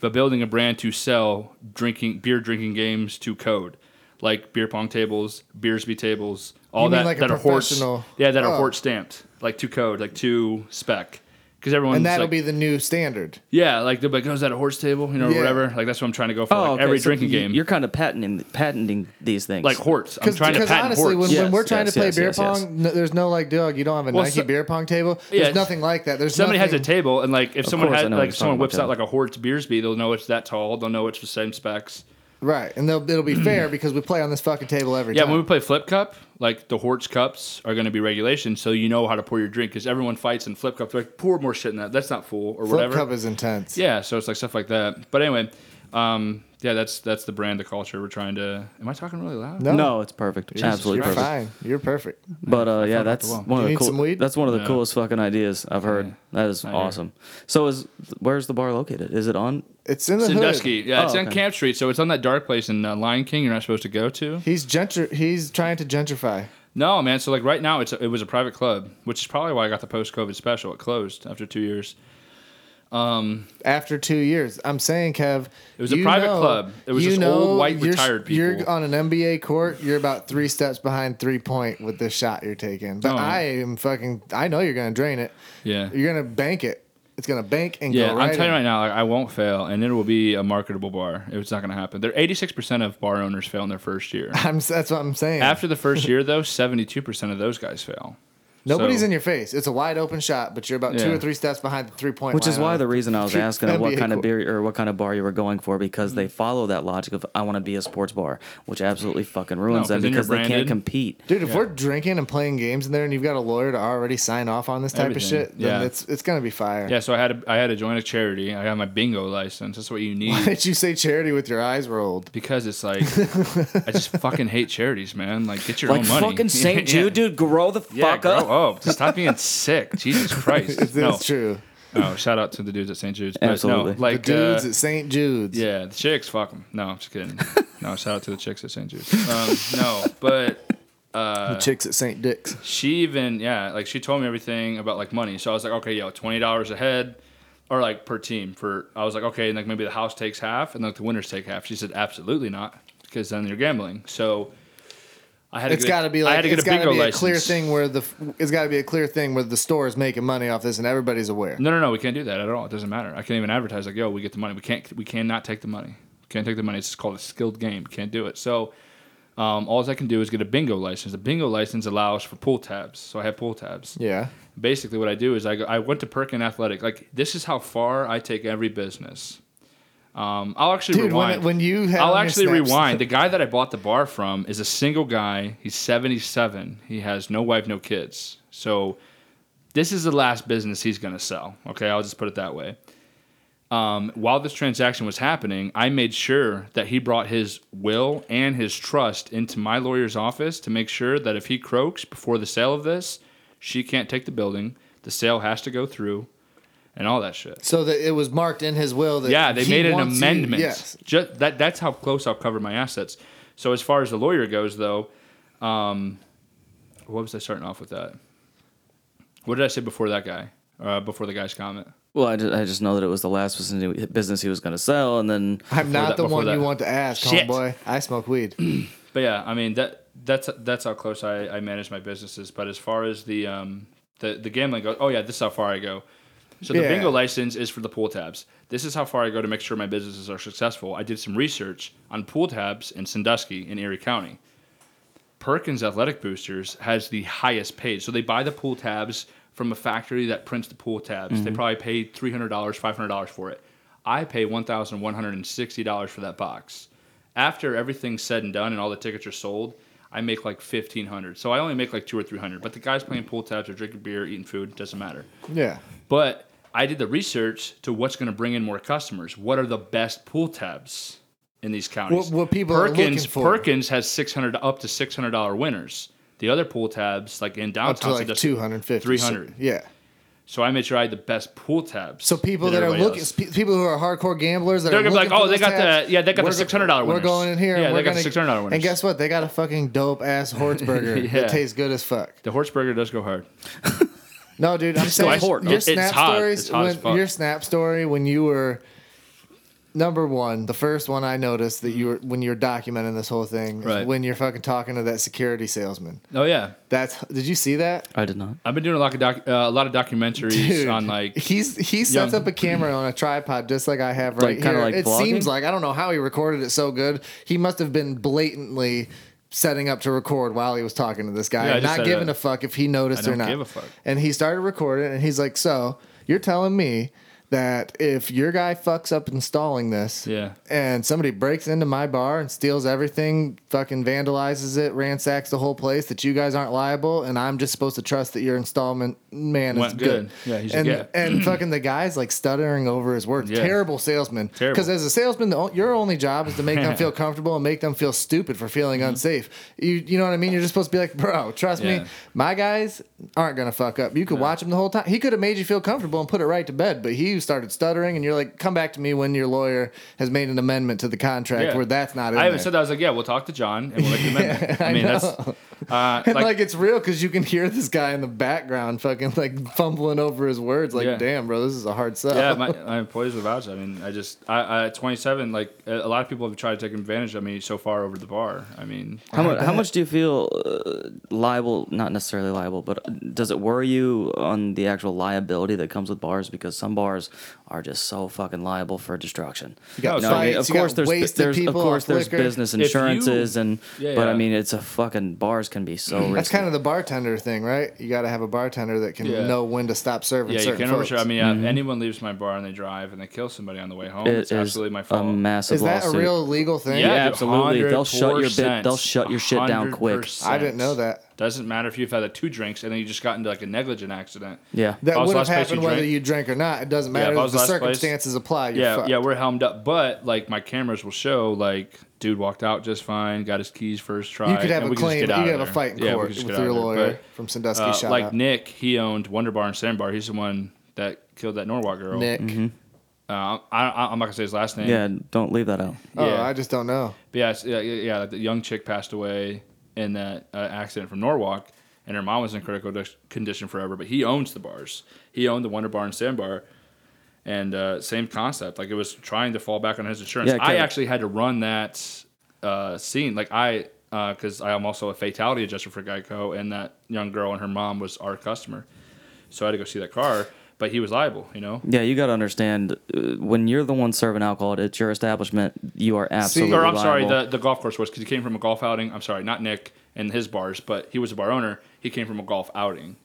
[SPEAKER 3] But building a brand to sell drinking beer drinking games to code, like beer pong tables, beersby tables, all
[SPEAKER 2] You mean
[SPEAKER 3] that
[SPEAKER 2] like a
[SPEAKER 3] that are horse,
[SPEAKER 2] professional-
[SPEAKER 3] yeah, that are
[SPEAKER 2] Oh.
[SPEAKER 3] hort stamped, like to code, like to spec, because everyone's
[SPEAKER 2] And that'll
[SPEAKER 3] like,
[SPEAKER 2] be the new standard.
[SPEAKER 3] yeah, like they're like, oh, is that a horse table? You know, or
[SPEAKER 2] Yeah.
[SPEAKER 3] whatever. Like that's what I'm trying to go for.
[SPEAKER 1] Oh,
[SPEAKER 3] like,
[SPEAKER 1] okay,
[SPEAKER 3] every
[SPEAKER 1] so
[SPEAKER 3] drinking
[SPEAKER 1] you-
[SPEAKER 3] game
[SPEAKER 1] You're kind of patenting patenting these things.
[SPEAKER 3] like horts. I'm
[SPEAKER 2] Cause,
[SPEAKER 3] trying to
[SPEAKER 2] because
[SPEAKER 3] patent
[SPEAKER 2] honestly,
[SPEAKER 3] horts.
[SPEAKER 2] when,
[SPEAKER 1] Yeah.
[SPEAKER 2] when we're
[SPEAKER 1] Yes,
[SPEAKER 2] trying
[SPEAKER 1] yes,
[SPEAKER 2] to play
[SPEAKER 1] yes,
[SPEAKER 2] beer
[SPEAKER 1] yes,
[SPEAKER 2] pong,
[SPEAKER 1] yes.
[SPEAKER 2] no, there's no like, dog, you don't have a
[SPEAKER 3] Well,
[SPEAKER 2] Nike
[SPEAKER 3] so-
[SPEAKER 2] beer pong table.
[SPEAKER 3] Yeah.
[SPEAKER 2] There's nothing like that. There's
[SPEAKER 3] Somebody has
[SPEAKER 2] nothing,
[SPEAKER 3] a table, and like if someone
[SPEAKER 1] course, I
[SPEAKER 3] had
[SPEAKER 1] know what
[SPEAKER 3] like
[SPEAKER 1] you're
[SPEAKER 3] if
[SPEAKER 1] talking
[SPEAKER 3] someone
[SPEAKER 1] about,
[SPEAKER 3] whips out
[SPEAKER 1] Kevin.
[SPEAKER 3] like a horts beersby, they'll know it's that tall. They'll know it's the same specs.
[SPEAKER 2] right, and they'll, it'll be fair because we play on this fucking table every
[SPEAKER 3] Yeah,
[SPEAKER 2] time.
[SPEAKER 3] when we play flip cup, like the horts cups are going to be regulation, so you know how to pour your drink because everyone fights in flip cups. Like pour more shit in that. That's not full or
[SPEAKER 2] Flip
[SPEAKER 3] whatever.
[SPEAKER 2] cup is intense.
[SPEAKER 3] yeah, so it's like stuff like that. But anyway, um, yeah, that's that's the brand, the culture we're trying to. Am I talking really loud?
[SPEAKER 2] No.
[SPEAKER 1] No, it's perfect. Absolutely
[SPEAKER 2] You're
[SPEAKER 1] perfect.
[SPEAKER 2] fine. You're perfect.
[SPEAKER 1] But uh, yeah,
[SPEAKER 3] fell out
[SPEAKER 1] that's
[SPEAKER 3] the wall.
[SPEAKER 1] one
[SPEAKER 2] You
[SPEAKER 1] of the
[SPEAKER 2] need some
[SPEAKER 1] cool.
[SPEAKER 2] weed?
[SPEAKER 1] That's one of the
[SPEAKER 3] Yeah.
[SPEAKER 1] coolest fucking ideas I've heard.
[SPEAKER 3] Yeah.
[SPEAKER 1] That is
[SPEAKER 3] I hear.
[SPEAKER 1] awesome. So is where's the bar located? Is it on?
[SPEAKER 2] It's in the hood.
[SPEAKER 3] Sandusky. Yeah, it's
[SPEAKER 1] Oh,
[SPEAKER 3] on
[SPEAKER 1] okay.
[SPEAKER 3] Camp Street, so it's on that dark place in uh, Lion King. You're not supposed to go to.
[SPEAKER 2] He's gentr. He's trying to gentrify.
[SPEAKER 3] No, man. So like right now, it's a, it was a private club, which is probably why I got the post COVID special. It closed after two years.
[SPEAKER 2] After two years, I'm saying, Kev,
[SPEAKER 3] It was a
[SPEAKER 2] you
[SPEAKER 3] private
[SPEAKER 2] know-
[SPEAKER 3] club. It was
[SPEAKER 2] you
[SPEAKER 3] just
[SPEAKER 2] know
[SPEAKER 3] old, white,
[SPEAKER 2] you're-
[SPEAKER 3] retired
[SPEAKER 2] You're
[SPEAKER 3] people.
[SPEAKER 2] on an NBA court. You're about three steps behind three point with this shot you're taking. But
[SPEAKER 3] No.
[SPEAKER 2] I am fucking. I know you're gonna drain it.
[SPEAKER 3] Oh. Yeah.
[SPEAKER 2] You're gonna bank it. It's gonna bank and
[SPEAKER 3] Yeah,
[SPEAKER 2] go right.
[SPEAKER 3] I'm telling you
[SPEAKER 2] in.
[SPEAKER 3] right now, like, I won't fail, and it will be a marketable bar. It's not going to happen. There, 86% of bar owners fail in their first year.
[SPEAKER 2] I'm, s- that's what I'm saying.
[SPEAKER 3] After the first year, though, 72% of those guys fail.
[SPEAKER 2] Nobody's
[SPEAKER 3] So-
[SPEAKER 2] in your face. It's a wide open shot, but you're about two
[SPEAKER 3] Yeah.
[SPEAKER 2] or three steps behind the three point.
[SPEAKER 1] Which is
[SPEAKER 2] line
[SPEAKER 1] why
[SPEAKER 2] on
[SPEAKER 1] the reason I was asking
[SPEAKER 2] That'd be
[SPEAKER 1] what kind
[SPEAKER 2] cool.
[SPEAKER 1] of beer or what kind of bar you were going for because
[SPEAKER 3] Mm.
[SPEAKER 1] they follow that logic of I want to be a sports bar, which absolutely fucking ruins
[SPEAKER 3] No, 'cause
[SPEAKER 1] them
[SPEAKER 3] then you're
[SPEAKER 1] because they can't
[SPEAKER 3] branded.
[SPEAKER 1] compete.
[SPEAKER 2] Dude, if we're drinking and playing games in there, and you've got a lawyer to already sign off on this type
[SPEAKER 3] Everything.
[SPEAKER 2] of shit, then
[SPEAKER 3] Yeah.
[SPEAKER 2] it's it's gonna be fire.
[SPEAKER 3] Yeah, so I had to, I had to join a charity. I got my bingo license. That's what you need
[SPEAKER 2] Did you say charity with your eyes rolled?
[SPEAKER 3] because it's like I just fucking hate charities, man. Like get your
[SPEAKER 1] Like
[SPEAKER 3] own money.
[SPEAKER 1] fucking St.
[SPEAKER 3] Yeah.
[SPEAKER 1] Jude, dude, grow the
[SPEAKER 3] Yeah,
[SPEAKER 1] fuck
[SPEAKER 3] grow
[SPEAKER 1] up.
[SPEAKER 3] up. Stop being sick. Jesus Christ.
[SPEAKER 2] It's,
[SPEAKER 3] no,
[SPEAKER 2] it's true.
[SPEAKER 3] no. Oh, Shout out to the dudes at St. Jude's. But
[SPEAKER 1] Absolutely.
[SPEAKER 3] No, like
[SPEAKER 2] the dudes
[SPEAKER 3] uh,
[SPEAKER 2] at St. Jude's.
[SPEAKER 3] Yeah, the chicks, fuck them. No, I'm just kidding. No, shout out to the chicks at St. Jude's. Um, no, but
[SPEAKER 2] The chicks at St. Dick's.
[SPEAKER 3] she even, yeah, like she told me everything about like money. So I was like, okay, yo, twenty dollars a head, or like per team. For I was like, okay, and like maybe the house takes half, and like the winners take half. She said, absolutely not, because then you're gambling. So I had to
[SPEAKER 2] It's
[SPEAKER 3] get a-
[SPEAKER 2] got to be
[SPEAKER 3] I
[SPEAKER 2] like
[SPEAKER 3] had to get
[SPEAKER 2] it's
[SPEAKER 3] a
[SPEAKER 2] got to
[SPEAKER 3] bingo
[SPEAKER 2] be a
[SPEAKER 3] license.
[SPEAKER 2] clear thing where the it's got to be a clear thing where the store is making money off this and everybody's aware.
[SPEAKER 3] No, no, no. We can't do that at all. It doesn't matter. I can't even advertise like, yo, we get the money. We can't. We cannot take the money. Can't take the money. It's called a skilled game. Can't do it. So, um, all I can do is get a bingo license. The bingo license allows for pull tabs. So I have pull tabs.
[SPEAKER 2] Yeah.
[SPEAKER 3] Basically, what I do is I go, I went to Perkin Athletic. Like this is how far I take every business. Um, I'll actually
[SPEAKER 2] Dude, when,
[SPEAKER 3] rewind.
[SPEAKER 2] it- when you had
[SPEAKER 3] I'll
[SPEAKER 2] on your
[SPEAKER 3] actually
[SPEAKER 2] snaps-
[SPEAKER 3] rewind. The guy that I bought the bar from is a single guy. He's 77. He has no wife, no kids. So this is the last business he's going to sell. Okay, I'll just put it that way. Um, while this transaction was happening, I made sure that he brought his will and his trust into my lawyer's office to make sure that if he croaks before the sale of this, she can't take the building. The sale has to go through and all that shit.
[SPEAKER 2] So that it was marked in his will that
[SPEAKER 3] Yeah, they
[SPEAKER 2] he
[SPEAKER 3] made an
[SPEAKER 2] wants you-
[SPEAKER 3] amendment.
[SPEAKER 2] yes.
[SPEAKER 3] Ju- that that's how close I'll cover my assets. So as far as the lawyer goes, though, um, what was I starting off with that? What did I say before that guy? Uh, before the guy's comment?
[SPEAKER 1] Well, I just, I just know that it was the last business- business he was going to sell, and then
[SPEAKER 2] I'm not
[SPEAKER 3] that-
[SPEAKER 2] the
[SPEAKER 3] before
[SPEAKER 2] one you
[SPEAKER 3] that.
[SPEAKER 2] want to ask,
[SPEAKER 3] Shit.
[SPEAKER 2] homeboy. I smoke weed.
[SPEAKER 3] But yeah, I mean that that's that's how close I, I manage my businesses. But as far as the um the, the gambling goes, oh yeah, this is how far I go. So the
[SPEAKER 2] Yeah.
[SPEAKER 3] bingo license is for the pool tabs. This is how far I go to make sure my businesses are successful. I did some research on pool tabs in Sandusky in Erie County. Perkins Athletic Boosters has the highest paid. So they buy the pool tabs from a factory that prints the pool tabs. They probably pay three hundred dollars, five hundred dollars for it. I pay one thousand one hundred and sixty dollars for that box. After everything's said and done and all the tickets are sold, I make like fifteen hundred. So I only make like two or three hundred. But the guys playing pool tabs are drinking beer, eating food, doesn't matter.
[SPEAKER 2] Yeah.
[SPEAKER 3] But I did the research to what's going to bring in more customers. What are the best pool tabs in these counties?
[SPEAKER 2] What- what people are
[SPEAKER 3] Perkins
[SPEAKER 2] looking for.
[SPEAKER 3] Perkins has six hundred up to six hundred dollar winners. The other pool tabs, like
[SPEAKER 2] Up
[SPEAKER 3] in
[SPEAKER 2] to
[SPEAKER 3] downtown,
[SPEAKER 2] like
[SPEAKER 3] Sandusky-
[SPEAKER 2] 250.
[SPEAKER 3] 300.
[SPEAKER 2] Yeah.
[SPEAKER 3] So I made sure I had the best pool tabs.
[SPEAKER 2] So people
[SPEAKER 3] than
[SPEAKER 2] that are
[SPEAKER 3] everybody
[SPEAKER 2] looking,
[SPEAKER 3] else.
[SPEAKER 2] pe- people who are hardcore gamblers, that
[SPEAKER 3] They're
[SPEAKER 2] are
[SPEAKER 3] gonna be
[SPEAKER 2] looking
[SPEAKER 3] like,
[SPEAKER 2] for
[SPEAKER 3] "Oh, they
[SPEAKER 2] those
[SPEAKER 3] got the-
[SPEAKER 2] tabs,
[SPEAKER 3] yeah, they got the
[SPEAKER 2] we're go-
[SPEAKER 3] $600
[SPEAKER 2] We're
[SPEAKER 3] winners.
[SPEAKER 2] going in here.
[SPEAKER 3] Yeah,
[SPEAKER 2] and
[SPEAKER 3] they
[SPEAKER 2] we're
[SPEAKER 3] got the
[SPEAKER 2] gonna-
[SPEAKER 3] $600 winners.
[SPEAKER 2] And guess what? They got a fucking dope ass Hortzberger
[SPEAKER 3] Yeah.
[SPEAKER 2] that tastes good as fuck.
[SPEAKER 3] the Hortzberger does go hard.
[SPEAKER 2] No, dude, I'm saying
[SPEAKER 1] hort-
[SPEAKER 2] your
[SPEAKER 1] it's
[SPEAKER 2] snap
[SPEAKER 3] hot.
[SPEAKER 2] stories.
[SPEAKER 3] It's hot as
[SPEAKER 2] when-
[SPEAKER 3] fuck.
[SPEAKER 2] your snap story when you were number one, the first one I noticed that you were when you were documenting this whole thing is
[SPEAKER 3] Right.
[SPEAKER 2] when you're fucking talking to that security salesman.
[SPEAKER 3] Oh yeah,
[SPEAKER 2] That's did you see that?
[SPEAKER 1] I did not.
[SPEAKER 3] I've been doing a lot of doc, uh, a lot of documentaries
[SPEAKER 2] Dude,
[SPEAKER 3] on like
[SPEAKER 2] he's he sets
[SPEAKER 3] young-
[SPEAKER 2] up a camera on a tripod just like I have right
[SPEAKER 1] kinda
[SPEAKER 2] here.
[SPEAKER 1] like
[SPEAKER 2] it
[SPEAKER 1] vlogging?
[SPEAKER 2] seems like I don't know how he recorded it so good. He must have been blatantly setting up to record while he was talking to this guy,
[SPEAKER 3] Yeah, I
[SPEAKER 2] and
[SPEAKER 3] just
[SPEAKER 2] not
[SPEAKER 3] said
[SPEAKER 2] giving
[SPEAKER 3] that.
[SPEAKER 2] a fuck if he noticed
[SPEAKER 3] I don't
[SPEAKER 2] or not.
[SPEAKER 3] give a fuck.
[SPEAKER 2] And he started recording, and he's like, "So you're telling me." that if your guy fucks up installing this,
[SPEAKER 3] Yeah.
[SPEAKER 2] and somebody breaks into my bar and steals everything, fucking vandalizes it, ransacks the whole place, that you guys aren't liable, and I'm just supposed to trust that your installment man is
[SPEAKER 3] Went
[SPEAKER 2] good.
[SPEAKER 3] good. Yeah, he's a-
[SPEAKER 2] and
[SPEAKER 3] yeah.
[SPEAKER 2] and fucking the guy's like stuttering over his words.
[SPEAKER 3] Yeah.
[SPEAKER 2] Terrible salesman.
[SPEAKER 3] Terrible.
[SPEAKER 2] Because as a salesman, the, o- your only job is to make them feel comfortable and make them feel stupid for feeling unsafe. You you know what I mean? You're just supposed to be like, bro, trust
[SPEAKER 3] Mm-hmm. Yeah.
[SPEAKER 2] me, my guys aren't gonna fuck up. You could watch him the whole time. He could have made you feel comfortable and put it right to bed, but he started stuttering, and you're like, "Come back to me when your lawyer has made an amendment to the contract
[SPEAKER 3] Yeah.
[SPEAKER 2] where that's not." In
[SPEAKER 3] I haven't
[SPEAKER 2] there.
[SPEAKER 3] said that. I was like, yeah, we'll talk to John and we'll make an amendment. I mean, that's uh,
[SPEAKER 2] And like, it's real because you can hear this guy in the background fucking like fumbling over his words. Like,
[SPEAKER 3] Yeah.
[SPEAKER 2] damn, bro, this is a hard sell.
[SPEAKER 3] yeah, my, my employees would vouch. I mean, I just I, I at 27, like a a lot of people have tried to take advantage of me so far over the bar. I mean,
[SPEAKER 1] How much, how much do you feel uh, liable? Not necessarily liable, but does it worry you on the actual liability that comes with bars? Because some bars are just so fucking liable for destruction.
[SPEAKER 2] You got
[SPEAKER 1] You know what I mean? of
[SPEAKER 2] fights, you got
[SPEAKER 1] course, there's,
[SPEAKER 2] wasted
[SPEAKER 1] there's of
[SPEAKER 2] people
[SPEAKER 1] course
[SPEAKER 2] off
[SPEAKER 1] there's
[SPEAKER 2] liquor.
[SPEAKER 1] business
[SPEAKER 3] you-
[SPEAKER 1] insurances and
[SPEAKER 3] Yeah,
[SPEAKER 1] but I
[SPEAKER 3] yeah.
[SPEAKER 1] mean it's a fucking bars can be so risky.
[SPEAKER 2] That's kind of the bartender thing, right? You got to have a bartender that can
[SPEAKER 3] Yeah.
[SPEAKER 2] know when to stop serving.
[SPEAKER 3] yeah, you
[SPEAKER 2] certain
[SPEAKER 3] can't
[SPEAKER 2] folks.
[SPEAKER 3] oversure. I mean, uh, anyone leaves my bar and they drive and they kill somebody on the way home.
[SPEAKER 1] It
[SPEAKER 3] it's
[SPEAKER 1] is
[SPEAKER 3] absolutely my fault.
[SPEAKER 1] A massive
[SPEAKER 2] is that a
[SPEAKER 1] lawsuit.
[SPEAKER 2] real legal thing?
[SPEAKER 1] Yeah,
[SPEAKER 3] dude,
[SPEAKER 1] absolutely. They'll shut your bit-
[SPEAKER 3] 100%.
[SPEAKER 1] they'll shut your shit down quick.
[SPEAKER 3] 100%.
[SPEAKER 2] I didn't know that.
[SPEAKER 3] Doesn't matter if you've had a two drinks and then you just got into like a negligent accident.
[SPEAKER 1] Yeah.
[SPEAKER 3] If I
[SPEAKER 2] That
[SPEAKER 3] was
[SPEAKER 2] would
[SPEAKER 3] the
[SPEAKER 2] have
[SPEAKER 3] last place
[SPEAKER 2] happened
[SPEAKER 3] you
[SPEAKER 2] whether
[SPEAKER 3] drank-
[SPEAKER 2] you drink or not. It doesn't matter.
[SPEAKER 3] if I was
[SPEAKER 2] the
[SPEAKER 3] last place-
[SPEAKER 2] circumstances apply. You're
[SPEAKER 3] yeah,
[SPEAKER 2] fucked.
[SPEAKER 3] yeah, we're helmed up, but like my cameras will show like dude walked out just fine, got his keys first try.
[SPEAKER 2] You could have
[SPEAKER 3] and
[SPEAKER 2] a
[SPEAKER 3] we can just
[SPEAKER 2] claim. You
[SPEAKER 3] get
[SPEAKER 2] could have
[SPEAKER 3] out of
[SPEAKER 2] a
[SPEAKER 3] there.
[SPEAKER 2] fight in
[SPEAKER 3] Yeah, we
[SPEAKER 2] court
[SPEAKER 3] could
[SPEAKER 2] with
[SPEAKER 3] just get out
[SPEAKER 2] your
[SPEAKER 3] of
[SPEAKER 2] lawyer
[SPEAKER 3] there.
[SPEAKER 2] from
[SPEAKER 3] But,
[SPEAKER 2] Sandusky.
[SPEAKER 3] uh,
[SPEAKER 2] shout
[SPEAKER 3] like
[SPEAKER 2] out.
[SPEAKER 3] Nick, he owned Wonder Bar and Sand Bar. He's the one that killed that Norwalk girl.
[SPEAKER 2] Nick.
[SPEAKER 3] Uh, I, I, I'm not gonna say his last name.
[SPEAKER 1] yeah, don't leave that out.
[SPEAKER 2] Oh,
[SPEAKER 3] yeah.
[SPEAKER 2] I just don't know.
[SPEAKER 3] But yeah, it's- yeah, yeah, yeah, like the young chick passed away in that uh, accident from Norwalk, and her mom was in critical dis- condition forever. But he owns the bars. He owned the Wonder Bar and Sand Bar, and uh, same concept. Like it was trying to fall back on his insurance.
[SPEAKER 1] Yeah,
[SPEAKER 3] I
[SPEAKER 1] Kevin.
[SPEAKER 3] actually had to run that uh, scene. Like I, because I am also a fatality adjuster for Geico, and that young girl and her mom was our customer, so I had to go see that car. But he was liable, you know.
[SPEAKER 1] Yeah, you got to understand uh, when you're the one serving alcohol at your establishment, you are absolutely.
[SPEAKER 3] or I'm sorry,
[SPEAKER 1] liable.
[SPEAKER 3] the, the golf course was because he came from a golf outing. I'm sorry, not Nick and his bars, but he was a bar owner. He came from a golf outing,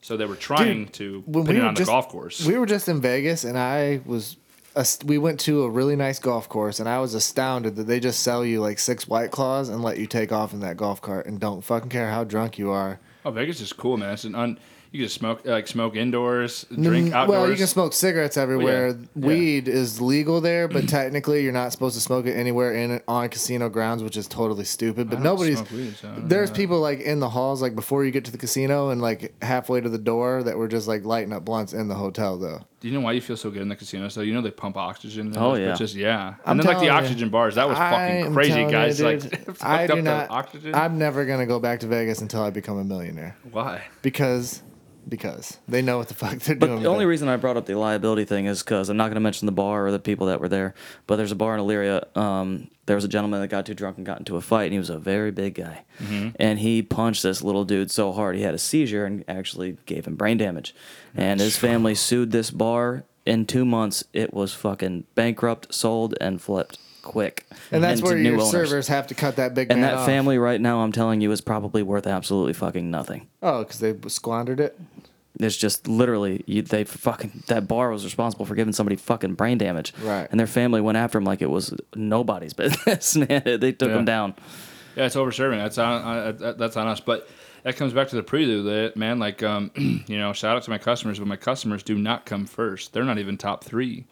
[SPEAKER 3] so they were trying to
[SPEAKER 2] When
[SPEAKER 3] put
[SPEAKER 2] we
[SPEAKER 3] it
[SPEAKER 2] were
[SPEAKER 3] on
[SPEAKER 2] just
[SPEAKER 3] the golf course.
[SPEAKER 2] we were just in Vegas, and I was. ast- We went to a really nice golf course, and I was astounded that they just sell you like six white claws and let you take off in that golf cart, and don't fucking care how drunk you are.
[SPEAKER 3] oh, Vegas is cool, man. It's an un, you can smoke like smoke indoors, drink
[SPEAKER 2] Mm,
[SPEAKER 3] outdoors.
[SPEAKER 2] Well, you can smoke cigarettes everywhere.
[SPEAKER 3] yeah.
[SPEAKER 2] Weed is legal there, but technically you're not supposed to smoke it anywhere in on casino grounds, which is totally stupid. But
[SPEAKER 3] don't
[SPEAKER 2] nobody's
[SPEAKER 3] smoke weed, so I don't
[SPEAKER 2] there's
[SPEAKER 3] know.
[SPEAKER 2] people like in the halls, like before you get to the casino and like halfway to the door that were just like lighting up blunts in the hotel though.
[SPEAKER 3] Do you know why you feel so good in the casino? So you know they pump oxygen. In
[SPEAKER 1] Oh,
[SPEAKER 3] those
[SPEAKER 1] yeah.
[SPEAKER 3] bitches? yeah. And
[SPEAKER 2] I'm
[SPEAKER 3] then like
[SPEAKER 2] telling
[SPEAKER 3] the
[SPEAKER 2] you.
[SPEAKER 3] oxygen bars, that was
[SPEAKER 2] I
[SPEAKER 3] fucking
[SPEAKER 2] am
[SPEAKER 3] crazy,
[SPEAKER 2] telling you,
[SPEAKER 3] guys.
[SPEAKER 2] dude,
[SPEAKER 3] like fucked
[SPEAKER 2] I
[SPEAKER 3] up
[SPEAKER 2] do
[SPEAKER 3] the
[SPEAKER 2] not.
[SPEAKER 3] oxygen.
[SPEAKER 2] I'm never gonna go back to Vegas until I become a millionaire
[SPEAKER 3] why?
[SPEAKER 2] because because they know what the fuck they're
[SPEAKER 1] But
[SPEAKER 2] doing.
[SPEAKER 1] the
[SPEAKER 2] with
[SPEAKER 1] only
[SPEAKER 2] it.
[SPEAKER 1] reason I brought up the liability thing is because I'm not going to mention the bar or the people that were there, but there's a bar in Elyria. Um, there was a gentleman that got too drunk and got into a fight, and he was a very big guy.
[SPEAKER 2] Mm-hmm.
[SPEAKER 1] And he punched this little dude so hard he had a seizure and actually gave him brain damage. And his family sued this bar. In two months, it was fucking bankrupt, sold, and flipped quick.
[SPEAKER 2] and that's
[SPEAKER 1] into
[SPEAKER 2] where
[SPEAKER 1] new
[SPEAKER 2] your
[SPEAKER 1] owners.
[SPEAKER 2] servers have to cut that big
[SPEAKER 1] And
[SPEAKER 2] man
[SPEAKER 1] that
[SPEAKER 2] off.
[SPEAKER 1] family right now, I'm telling you, is probably worth absolutely fucking nothing.
[SPEAKER 2] Oh, because they squandered it.
[SPEAKER 1] It's just literally you, they fucking that bar was responsible for giving somebody fucking brain damage,
[SPEAKER 2] Right.
[SPEAKER 1] And their family went after him like it was nobody's business, man. They took
[SPEAKER 3] Yeah.
[SPEAKER 1] him down.
[SPEAKER 3] Yeah, it's overserving. That's on uh, that- that's on us. But that comes back to the prelude, man. Like, um, you know, shout out to my customers, but my customers do not come first. They're not even top three.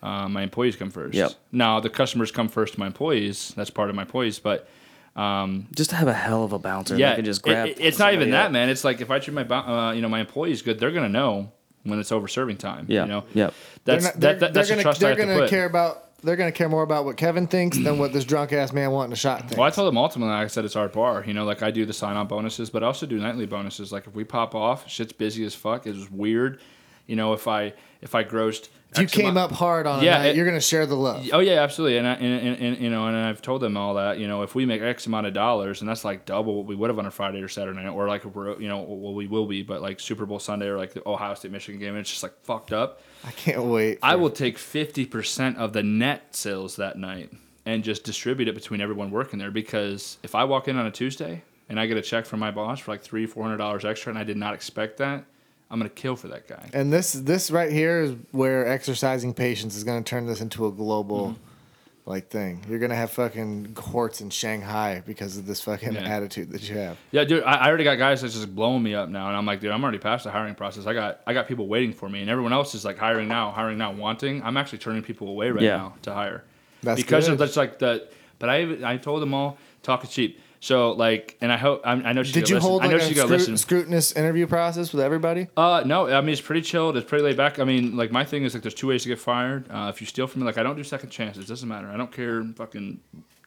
[SPEAKER 3] Uh, my employees come first.
[SPEAKER 1] Yep.
[SPEAKER 3] Now the customers come first to my employees. That's part of my employees, but um,
[SPEAKER 1] Just to have a hell of a bouncer, yeah,
[SPEAKER 3] yeah,
[SPEAKER 1] that can just
[SPEAKER 3] it-
[SPEAKER 1] grab.
[SPEAKER 3] it- it's not even
[SPEAKER 1] somebody
[SPEAKER 3] that,
[SPEAKER 1] up.
[SPEAKER 3] man. It's like if I treat my bo- uh, you know my employees good, they're gonna know when it's over serving time.
[SPEAKER 1] Yeah,
[SPEAKER 3] You know.
[SPEAKER 1] yep.
[SPEAKER 3] That's
[SPEAKER 2] they're not,
[SPEAKER 3] that,
[SPEAKER 2] they're,
[SPEAKER 3] that, that's
[SPEAKER 2] they're gonna,
[SPEAKER 3] the trust I
[SPEAKER 2] they're
[SPEAKER 3] have to
[SPEAKER 2] gonna
[SPEAKER 3] put.
[SPEAKER 2] care about they're gonna care more about what Kevin thinks than what this drunk ass man wanting a shot thinks.
[SPEAKER 3] Well, I told them ultimately, like I said, it's our bar. You know, like I do the sign on bonuses, but I also do nightly bonuses. Like if we pop off, shit's busy as fuck. It's weird. You know, if I if I grossed,
[SPEAKER 2] If you
[SPEAKER 3] X
[SPEAKER 2] came
[SPEAKER 3] amount-
[SPEAKER 2] up hard on
[SPEAKER 3] Yeah,
[SPEAKER 2] yeah,
[SPEAKER 3] it-
[SPEAKER 2] you're gonna share the love.
[SPEAKER 3] Oh yeah, absolutely. And, I, and, and and you know, and I've told them all that. You know, if we make X amount of dollars, and that's like double what we would have on a Friday or Saturday night, or like we're you know, well we will be, but like Super Bowl Sunday or like the Ohio State Michigan game, it's just like fucked up.
[SPEAKER 2] I can't wait.
[SPEAKER 3] I will take 50% of the net sales that night and just distribute it between everyone working there because if I walk in on a Tuesday and I get a check from my boss for like three, four hundred dollars extra and I did not expect that, I'm gonna kill for that guy.
[SPEAKER 2] And this this right here is where exercising patience is going to turn this into a global
[SPEAKER 3] Mm-hmm.
[SPEAKER 2] like thing. You're going to have fucking courts in Shanghai because of this fucking
[SPEAKER 3] Yeah.
[SPEAKER 2] attitude that you have.
[SPEAKER 3] Yeah, dude, I, I already got guys that's just blowing me up now, and I'm like, dude, I'm already past the hiring process. I got I got people waiting for me, and everyone else is like hiring now, hiring now, wanting. I'm actually turning people away right
[SPEAKER 1] Yeah.
[SPEAKER 3] now to hire
[SPEAKER 2] That's
[SPEAKER 3] because of
[SPEAKER 2] good.
[SPEAKER 3] that's like the. But I I told them all talk is cheap. So like, and I hope I, I know she's
[SPEAKER 2] Did
[SPEAKER 3] gonna
[SPEAKER 2] you
[SPEAKER 3] listen.
[SPEAKER 2] hold
[SPEAKER 3] I
[SPEAKER 2] like
[SPEAKER 3] know
[SPEAKER 2] a
[SPEAKER 3] she's gonna
[SPEAKER 2] scru-
[SPEAKER 3] listen.
[SPEAKER 2] scrutinous interview process with everybody?
[SPEAKER 3] Uh, no, I mean it's pretty chilled. It's pretty laid back. I mean, like my thing is like there's two ways to get fired. Uh, if you steal from me, like I don't do second chances. Doesn't matter. I don't care. Fucking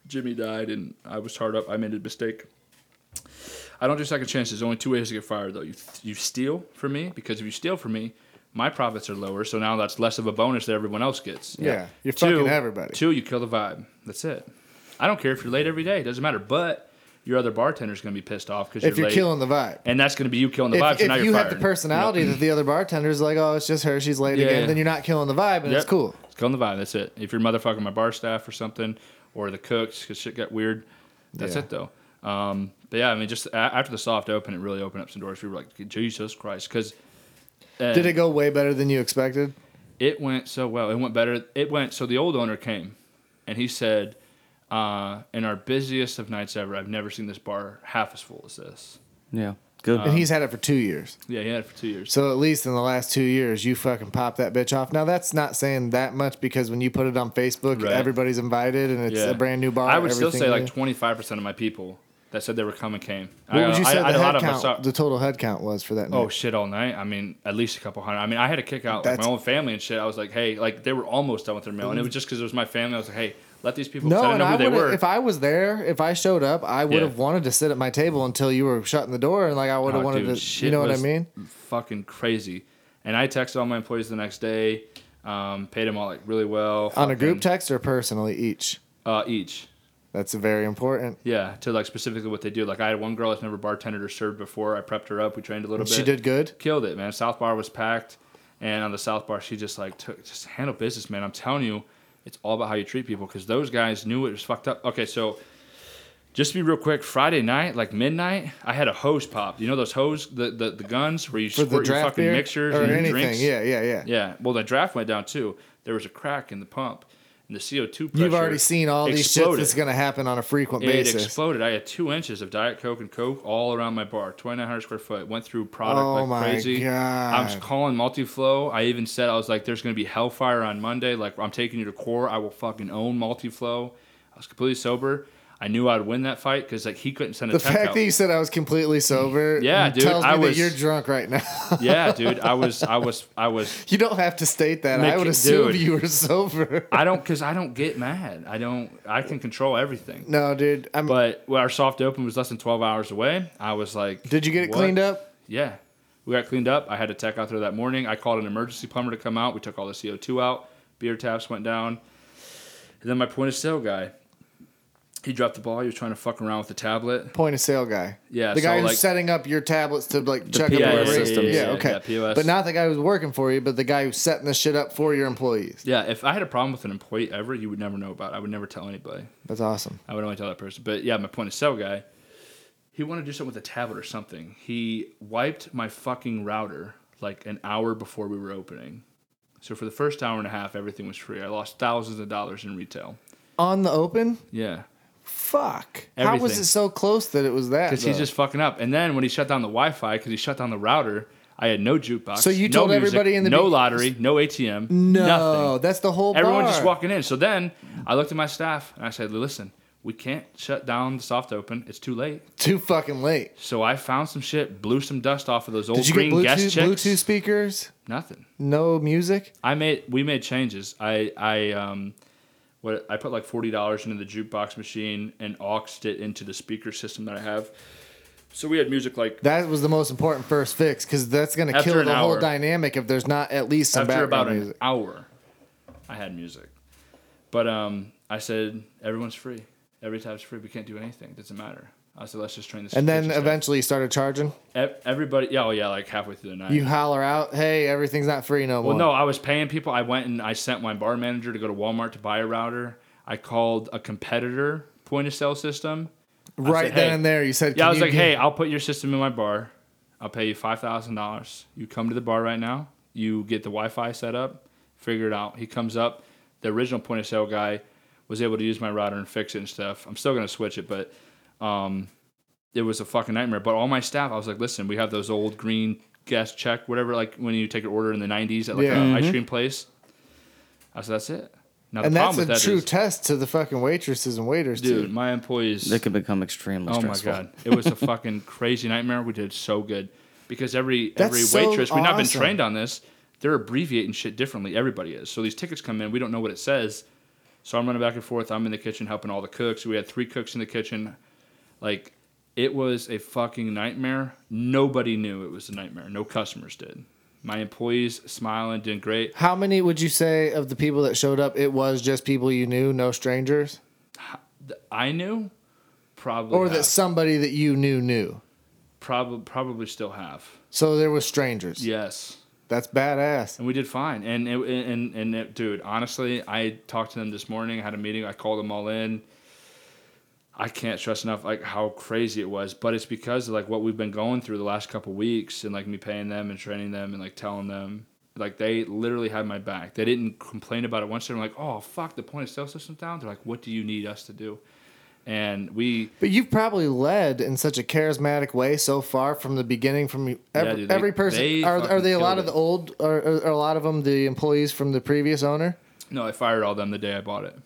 [SPEAKER 3] Jimmy died and I was hard up. I made a mistake. I don't do second chances. There's only two ways to get fired though. You you steal from me because if you steal from me, my profits are lower. So now that's less of a bonus that everyone else gets.
[SPEAKER 2] Yeah. You're fucking everybody.
[SPEAKER 3] Two, you kill the vibe. That's it. I don't care if you're late every day. It doesn't matter. But your other bartender's gonna be pissed off because
[SPEAKER 2] if you're
[SPEAKER 3] late.
[SPEAKER 2] killing the vibe.
[SPEAKER 3] and that's going to be you killing the
[SPEAKER 2] If,
[SPEAKER 3] vibe. so
[SPEAKER 2] if
[SPEAKER 3] now
[SPEAKER 2] you
[SPEAKER 3] you're
[SPEAKER 2] have the
[SPEAKER 3] fired.
[SPEAKER 2] personality that the other bartender's like, oh, it's just her, she's late
[SPEAKER 3] Yeah,
[SPEAKER 2] again,
[SPEAKER 3] yeah.
[SPEAKER 2] then you're not killing the vibe and it's
[SPEAKER 3] Yep.
[SPEAKER 2] cool.
[SPEAKER 3] It's killing the vibe. That's it. If you're motherfucking my bar staff or something, or the cooks, because shit got weird. That's
[SPEAKER 2] Yeah.
[SPEAKER 3] it though. Um, but yeah, I mean, just a- after the soft open, it really opened up some doors. We were like, Jesus Christ, because
[SPEAKER 2] Did it go way better than you expected?
[SPEAKER 3] it went so well. It went better. It went so the old owner came, and he said, uh, "In our busiest of nights ever, I've never seen this bar half as full as this."
[SPEAKER 1] Yeah. Good.
[SPEAKER 3] Um,
[SPEAKER 2] and he's had it for two years.
[SPEAKER 3] Yeah, he had it for two years.
[SPEAKER 2] So at least in the last two years, you fucking pop that bitch off. Now that's not saying that much because when you put it on Facebook,
[SPEAKER 3] Right.
[SPEAKER 2] everybody's invited and it's
[SPEAKER 3] Yeah.
[SPEAKER 2] a brand new bar.
[SPEAKER 3] I would still
[SPEAKER 2] everything
[SPEAKER 3] say
[SPEAKER 2] new.
[SPEAKER 3] like twenty five percent of my people that said they were coming came.
[SPEAKER 2] What would you say
[SPEAKER 3] I,
[SPEAKER 2] the
[SPEAKER 3] a lot
[SPEAKER 2] head
[SPEAKER 3] of us
[SPEAKER 2] count,
[SPEAKER 3] saw-
[SPEAKER 2] the total head count was for that night?
[SPEAKER 3] Oh shit, all night. I mean, at least a couple hundred. I mean, I had to kick out like, my
[SPEAKER 2] That's- Mm.
[SPEAKER 3] own family and shit. I was like, hey, like they were almost done with their meal, and it was just because it was my family. I was like, hey, let these people. 'cause
[SPEAKER 2] no,
[SPEAKER 3] I didn't
[SPEAKER 2] and
[SPEAKER 3] know
[SPEAKER 2] I
[SPEAKER 3] who they
[SPEAKER 2] would
[SPEAKER 3] were.
[SPEAKER 2] if I was there, if I showed up, I would
[SPEAKER 3] Yeah.
[SPEAKER 2] have wanted to sit at my table until you were shutting the door, and like I would have
[SPEAKER 3] Oh,
[SPEAKER 2] wanted
[SPEAKER 3] dude,
[SPEAKER 2] to, you
[SPEAKER 3] shit
[SPEAKER 2] know what I
[SPEAKER 3] was
[SPEAKER 2] mean?
[SPEAKER 3] Fucking crazy. And I texted all my employees the next day, um, paid them all like really well
[SPEAKER 2] On a group
[SPEAKER 3] fucking,
[SPEAKER 2] text or personally each.
[SPEAKER 3] uh, each.
[SPEAKER 2] That's very important.
[SPEAKER 3] Yeah, to like specifically what they do. Like I had one girl that's never bartended or served before. I prepped her up. We trained a little bit.
[SPEAKER 2] She did good.
[SPEAKER 3] killed it, man. South Bar was packed, and on the South Bar, she just like took just handle business, man. I'm telling you, it's all about how you treat people because those guys knew it was fucked up. Okay, so just to be real quick, Friday night, like midnight, I had a hose pop. You know those hose, the the, the guns where you
[SPEAKER 2] For the
[SPEAKER 3] squirt your
[SPEAKER 2] draft
[SPEAKER 3] fucking
[SPEAKER 2] beer
[SPEAKER 3] mixtures
[SPEAKER 2] or
[SPEAKER 3] and your
[SPEAKER 2] anything,
[SPEAKER 3] drinks.
[SPEAKER 2] yeah, yeah, yeah.
[SPEAKER 3] yeah. Well, the draft went down too. There was a crack in the pump, and the CO2 pressure.
[SPEAKER 2] You've already seen all these shits
[SPEAKER 3] exploded.
[SPEAKER 2] that's going to happen on a frequent
[SPEAKER 3] It
[SPEAKER 2] basis.
[SPEAKER 3] exploded. I had two inches of Diet Coke and Coke all around my bar, 2,900 square foot. Went through product
[SPEAKER 2] Oh
[SPEAKER 3] like
[SPEAKER 2] my
[SPEAKER 3] crazy. I was
[SPEAKER 2] God.
[SPEAKER 3] calling Multiflow. I even said, I was like, there's going to be hellfire on Monday. Like, I'm taking you to core. I will fucking own Multiflow. I was completely sober. I knew I'd win that fight because, like, he couldn't send a
[SPEAKER 2] The
[SPEAKER 3] tech
[SPEAKER 2] fact
[SPEAKER 3] out.
[SPEAKER 2] that you said I was completely sober
[SPEAKER 3] Yeah, dude,
[SPEAKER 2] tells me
[SPEAKER 3] I
[SPEAKER 2] that
[SPEAKER 3] was-
[SPEAKER 2] you're drunk right now.
[SPEAKER 3] yeah, dude. I was, I was, I was,
[SPEAKER 2] you don't have to state that. I
[SPEAKER 3] Mickey-
[SPEAKER 2] would assume
[SPEAKER 3] dude.
[SPEAKER 2] you were sober.
[SPEAKER 3] I don't, because I don't get mad. I don't, I can control everything.
[SPEAKER 2] No, dude. I'm,
[SPEAKER 3] But when our soft open was less than 12 hours away, I was like,
[SPEAKER 2] did you get it
[SPEAKER 3] what?
[SPEAKER 2] cleaned up?
[SPEAKER 3] Yeah. We got cleaned up. I had a tech out there that morning. I called an emergency plumber to come out. We took all the CO2 out. Beer taps went down. And then my point of sale guy, he dropped the ball. He was trying to fuck around with the tablet.
[SPEAKER 2] Point of sale guy.
[SPEAKER 3] Yeah,
[SPEAKER 2] the guy
[SPEAKER 3] so,
[SPEAKER 2] who's
[SPEAKER 3] like-
[SPEAKER 2] setting up your tablets to like check up
[SPEAKER 1] POS
[SPEAKER 2] whatever.
[SPEAKER 1] systems.
[SPEAKER 2] Yeah,
[SPEAKER 1] Yeah,
[SPEAKER 3] yeah,
[SPEAKER 2] okay.
[SPEAKER 3] yeah, POS.
[SPEAKER 2] But not the guy who's working for you, but the guy who's setting this shit up for your employees.
[SPEAKER 3] Yeah, if I had a problem with an employee ever, you would never know about it. I would never tell anybody.
[SPEAKER 2] That's awesome.
[SPEAKER 3] I would only tell that person. But yeah, my point of sale guy, he wanted to do something with a tablet or something. He wiped my fucking router like an hour before we were opening. So for the first hour and a half, everything was free. I lost thousands of dollars in retail.
[SPEAKER 2] On the open?
[SPEAKER 3] Yeah.
[SPEAKER 2] Fuck. How was
[SPEAKER 3] Everything.
[SPEAKER 2] it so close that it was that?
[SPEAKER 3] because
[SPEAKER 2] though?
[SPEAKER 3] he's just fucking up. And then when he shut down the Wi-Fi, because he shut down the router, I had no jukebox.
[SPEAKER 2] So you
[SPEAKER 3] no
[SPEAKER 2] told
[SPEAKER 3] music,
[SPEAKER 2] everybody in the
[SPEAKER 3] no
[SPEAKER 2] be-
[SPEAKER 3] lottery, no ATM,
[SPEAKER 2] No,
[SPEAKER 3] nothing.
[SPEAKER 2] that's the whole
[SPEAKER 3] Everyone
[SPEAKER 2] bar.
[SPEAKER 3] just walking in. So then I looked at my staff and I said, "Listen, we can't shut down the soft open. It's too late."
[SPEAKER 2] too fucking late.
[SPEAKER 3] So I found some shit, blew some dust off of those old
[SPEAKER 2] Did you get
[SPEAKER 3] green
[SPEAKER 2] Bluetooth,
[SPEAKER 3] guest checks.
[SPEAKER 2] Bluetooth speakers?
[SPEAKER 3] Nothing.
[SPEAKER 2] No music?
[SPEAKER 3] I made we made changes. I I um what I put like forty dollars into the jukebox machine and auxed it into the speaker system that I have. So we had music like
[SPEAKER 2] That was the most important first fix because that's going to
[SPEAKER 3] After
[SPEAKER 2] kill
[SPEAKER 3] an
[SPEAKER 2] the whole
[SPEAKER 3] hour.
[SPEAKER 2] dynamic if there's not at least some
[SPEAKER 3] after
[SPEAKER 2] background
[SPEAKER 3] about an
[SPEAKER 2] music.
[SPEAKER 3] hour, I had music. But um, I said, everyone's free. Every tab's free. We can't do anything. doesn't matter. I said, let's just train this.
[SPEAKER 2] And then
[SPEAKER 3] kitchen staff."
[SPEAKER 2] eventually you started charging.
[SPEAKER 3] Ev- everybody, yeah, oh yeah, like halfway through the night.
[SPEAKER 2] You holler out, hey, everything's not free no
[SPEAKER 3] well,
[SPEAKER 2] more.
[SPEAKER 3] no, I was paying people. I went and I sent my bar manager to go to Walmart to buy a router. I called a competitor point of sale system. I
[SPEAKER 2] Right
[SPEAKER 3] said,
[SPEAKER 2] then
[SPEAKER 3] "Hey."
[SPEAKER 2] and there, you said,
[SPEAKER 3] Yeah, I
[SPEAKER 2] "Can
[SPEAKER 3] was
[SPEAKER 2] you
[SPEAKER 3] like,
[SPEAKER 2] get-"
[SPEAKER 3] hey, I'll put your system in my bar. I'll pay you five thousand dollars. You come to the bar right now. You get the Wi-Fi set up, figure it out. He comes up. The original point of sale guy was able to use my router and fix it and stuff. I'm still gonna switch it, but um, it was a fucking nightmare. But all my staff, I was like, listen, we have those old green gas check, whatever. Like when you take an order in the '90s at like
[SPEAKER 2] Yeah.
[SPEAKER 3] an ice cream place. I said, that's it. Now the
[SPEAKER 2] and that's
[SPEAKER 3] problem
[SPEAKER 2] a
[SPEAKER 3] with that
[SPEAKER 2] true
[SPEAKER 3] is-
[SPEAKER 2] test to the fucking waitresses and waiters,
[SPEAKER 3] dude,
[SPEAKER 2] too.
[SPEAKER 3] my employees.
[SPEAKER 1] It can become extremely
[SPEAKER 3] Oh
[SPEAKER 1] stressful.
[SPEAKER 3] my god, it was a fucking crazy nightmare. We did so good because every
[SPEAKER 2] That's
[SPEAKER 3] every
[SPEAKER 2] so
[SPEAKER 3] waitress we've not been
[SPEAKER 2] awesome.
[SPEAKER 3] trained on this. They're abbreviating shit differently. Everybody is. So these tickets come in, we don't know what it says. So I'm running back and forth. I'm in the kitchen helping all the cooks. We had three cooks in the kitchen. Like it was a fucking nightmare. Nobody knew it was a nightmare. No customers did. My employees smiling, doing great.
[SPEAKER 2] How many would you say of the people that showed up, it was just people you knew, no strangers?
[SPEAKER 3] Th- I knew probably
[SPEAKER 2] Or
[SPEAKER 3] have,
[SPEAKER 2] that somebody that you knew knew?
[SPEAKER 3] probably probably still have.
[SPEAKER 2] So there were strangers.
[SPEAKER 3] Yes.
[SPEAKER 2] That's badass.
[SPEAKER 3] and we did fine. And it, and and it, dude, honestly, I talked to them this morning. I had a meeting. I called them all in. I can't stress enough like how crazy it was, but it's because of like what we've been going through the last couple weeks and like me paying them and training them and like telling them like they literally had my back. They didn't complain about it once. They were like, "Oh fuck, the point of sale system's down." They're like, "What do you need us to do?" And we
[SPEAKER 2] But you've probably led in such a charismatic way so far from the beginning. From every,
[SPEAKER 3] dude, they-
[SPEAKER 2] every person,
[SPEAKER 3] they
[SPEAKER 2] are, are they a
[SPEAKER 3] fucking
[SPEAKER 2] lot
[SPEAKER 3] killed
[SPEAKER 2] of the
[SPEAKER 3] it.
[SPEAKER 2] old? Are, are, are a lot of them the employees from the previous owner?
[SPEAKER 3] no, I fired all them the day I bought it.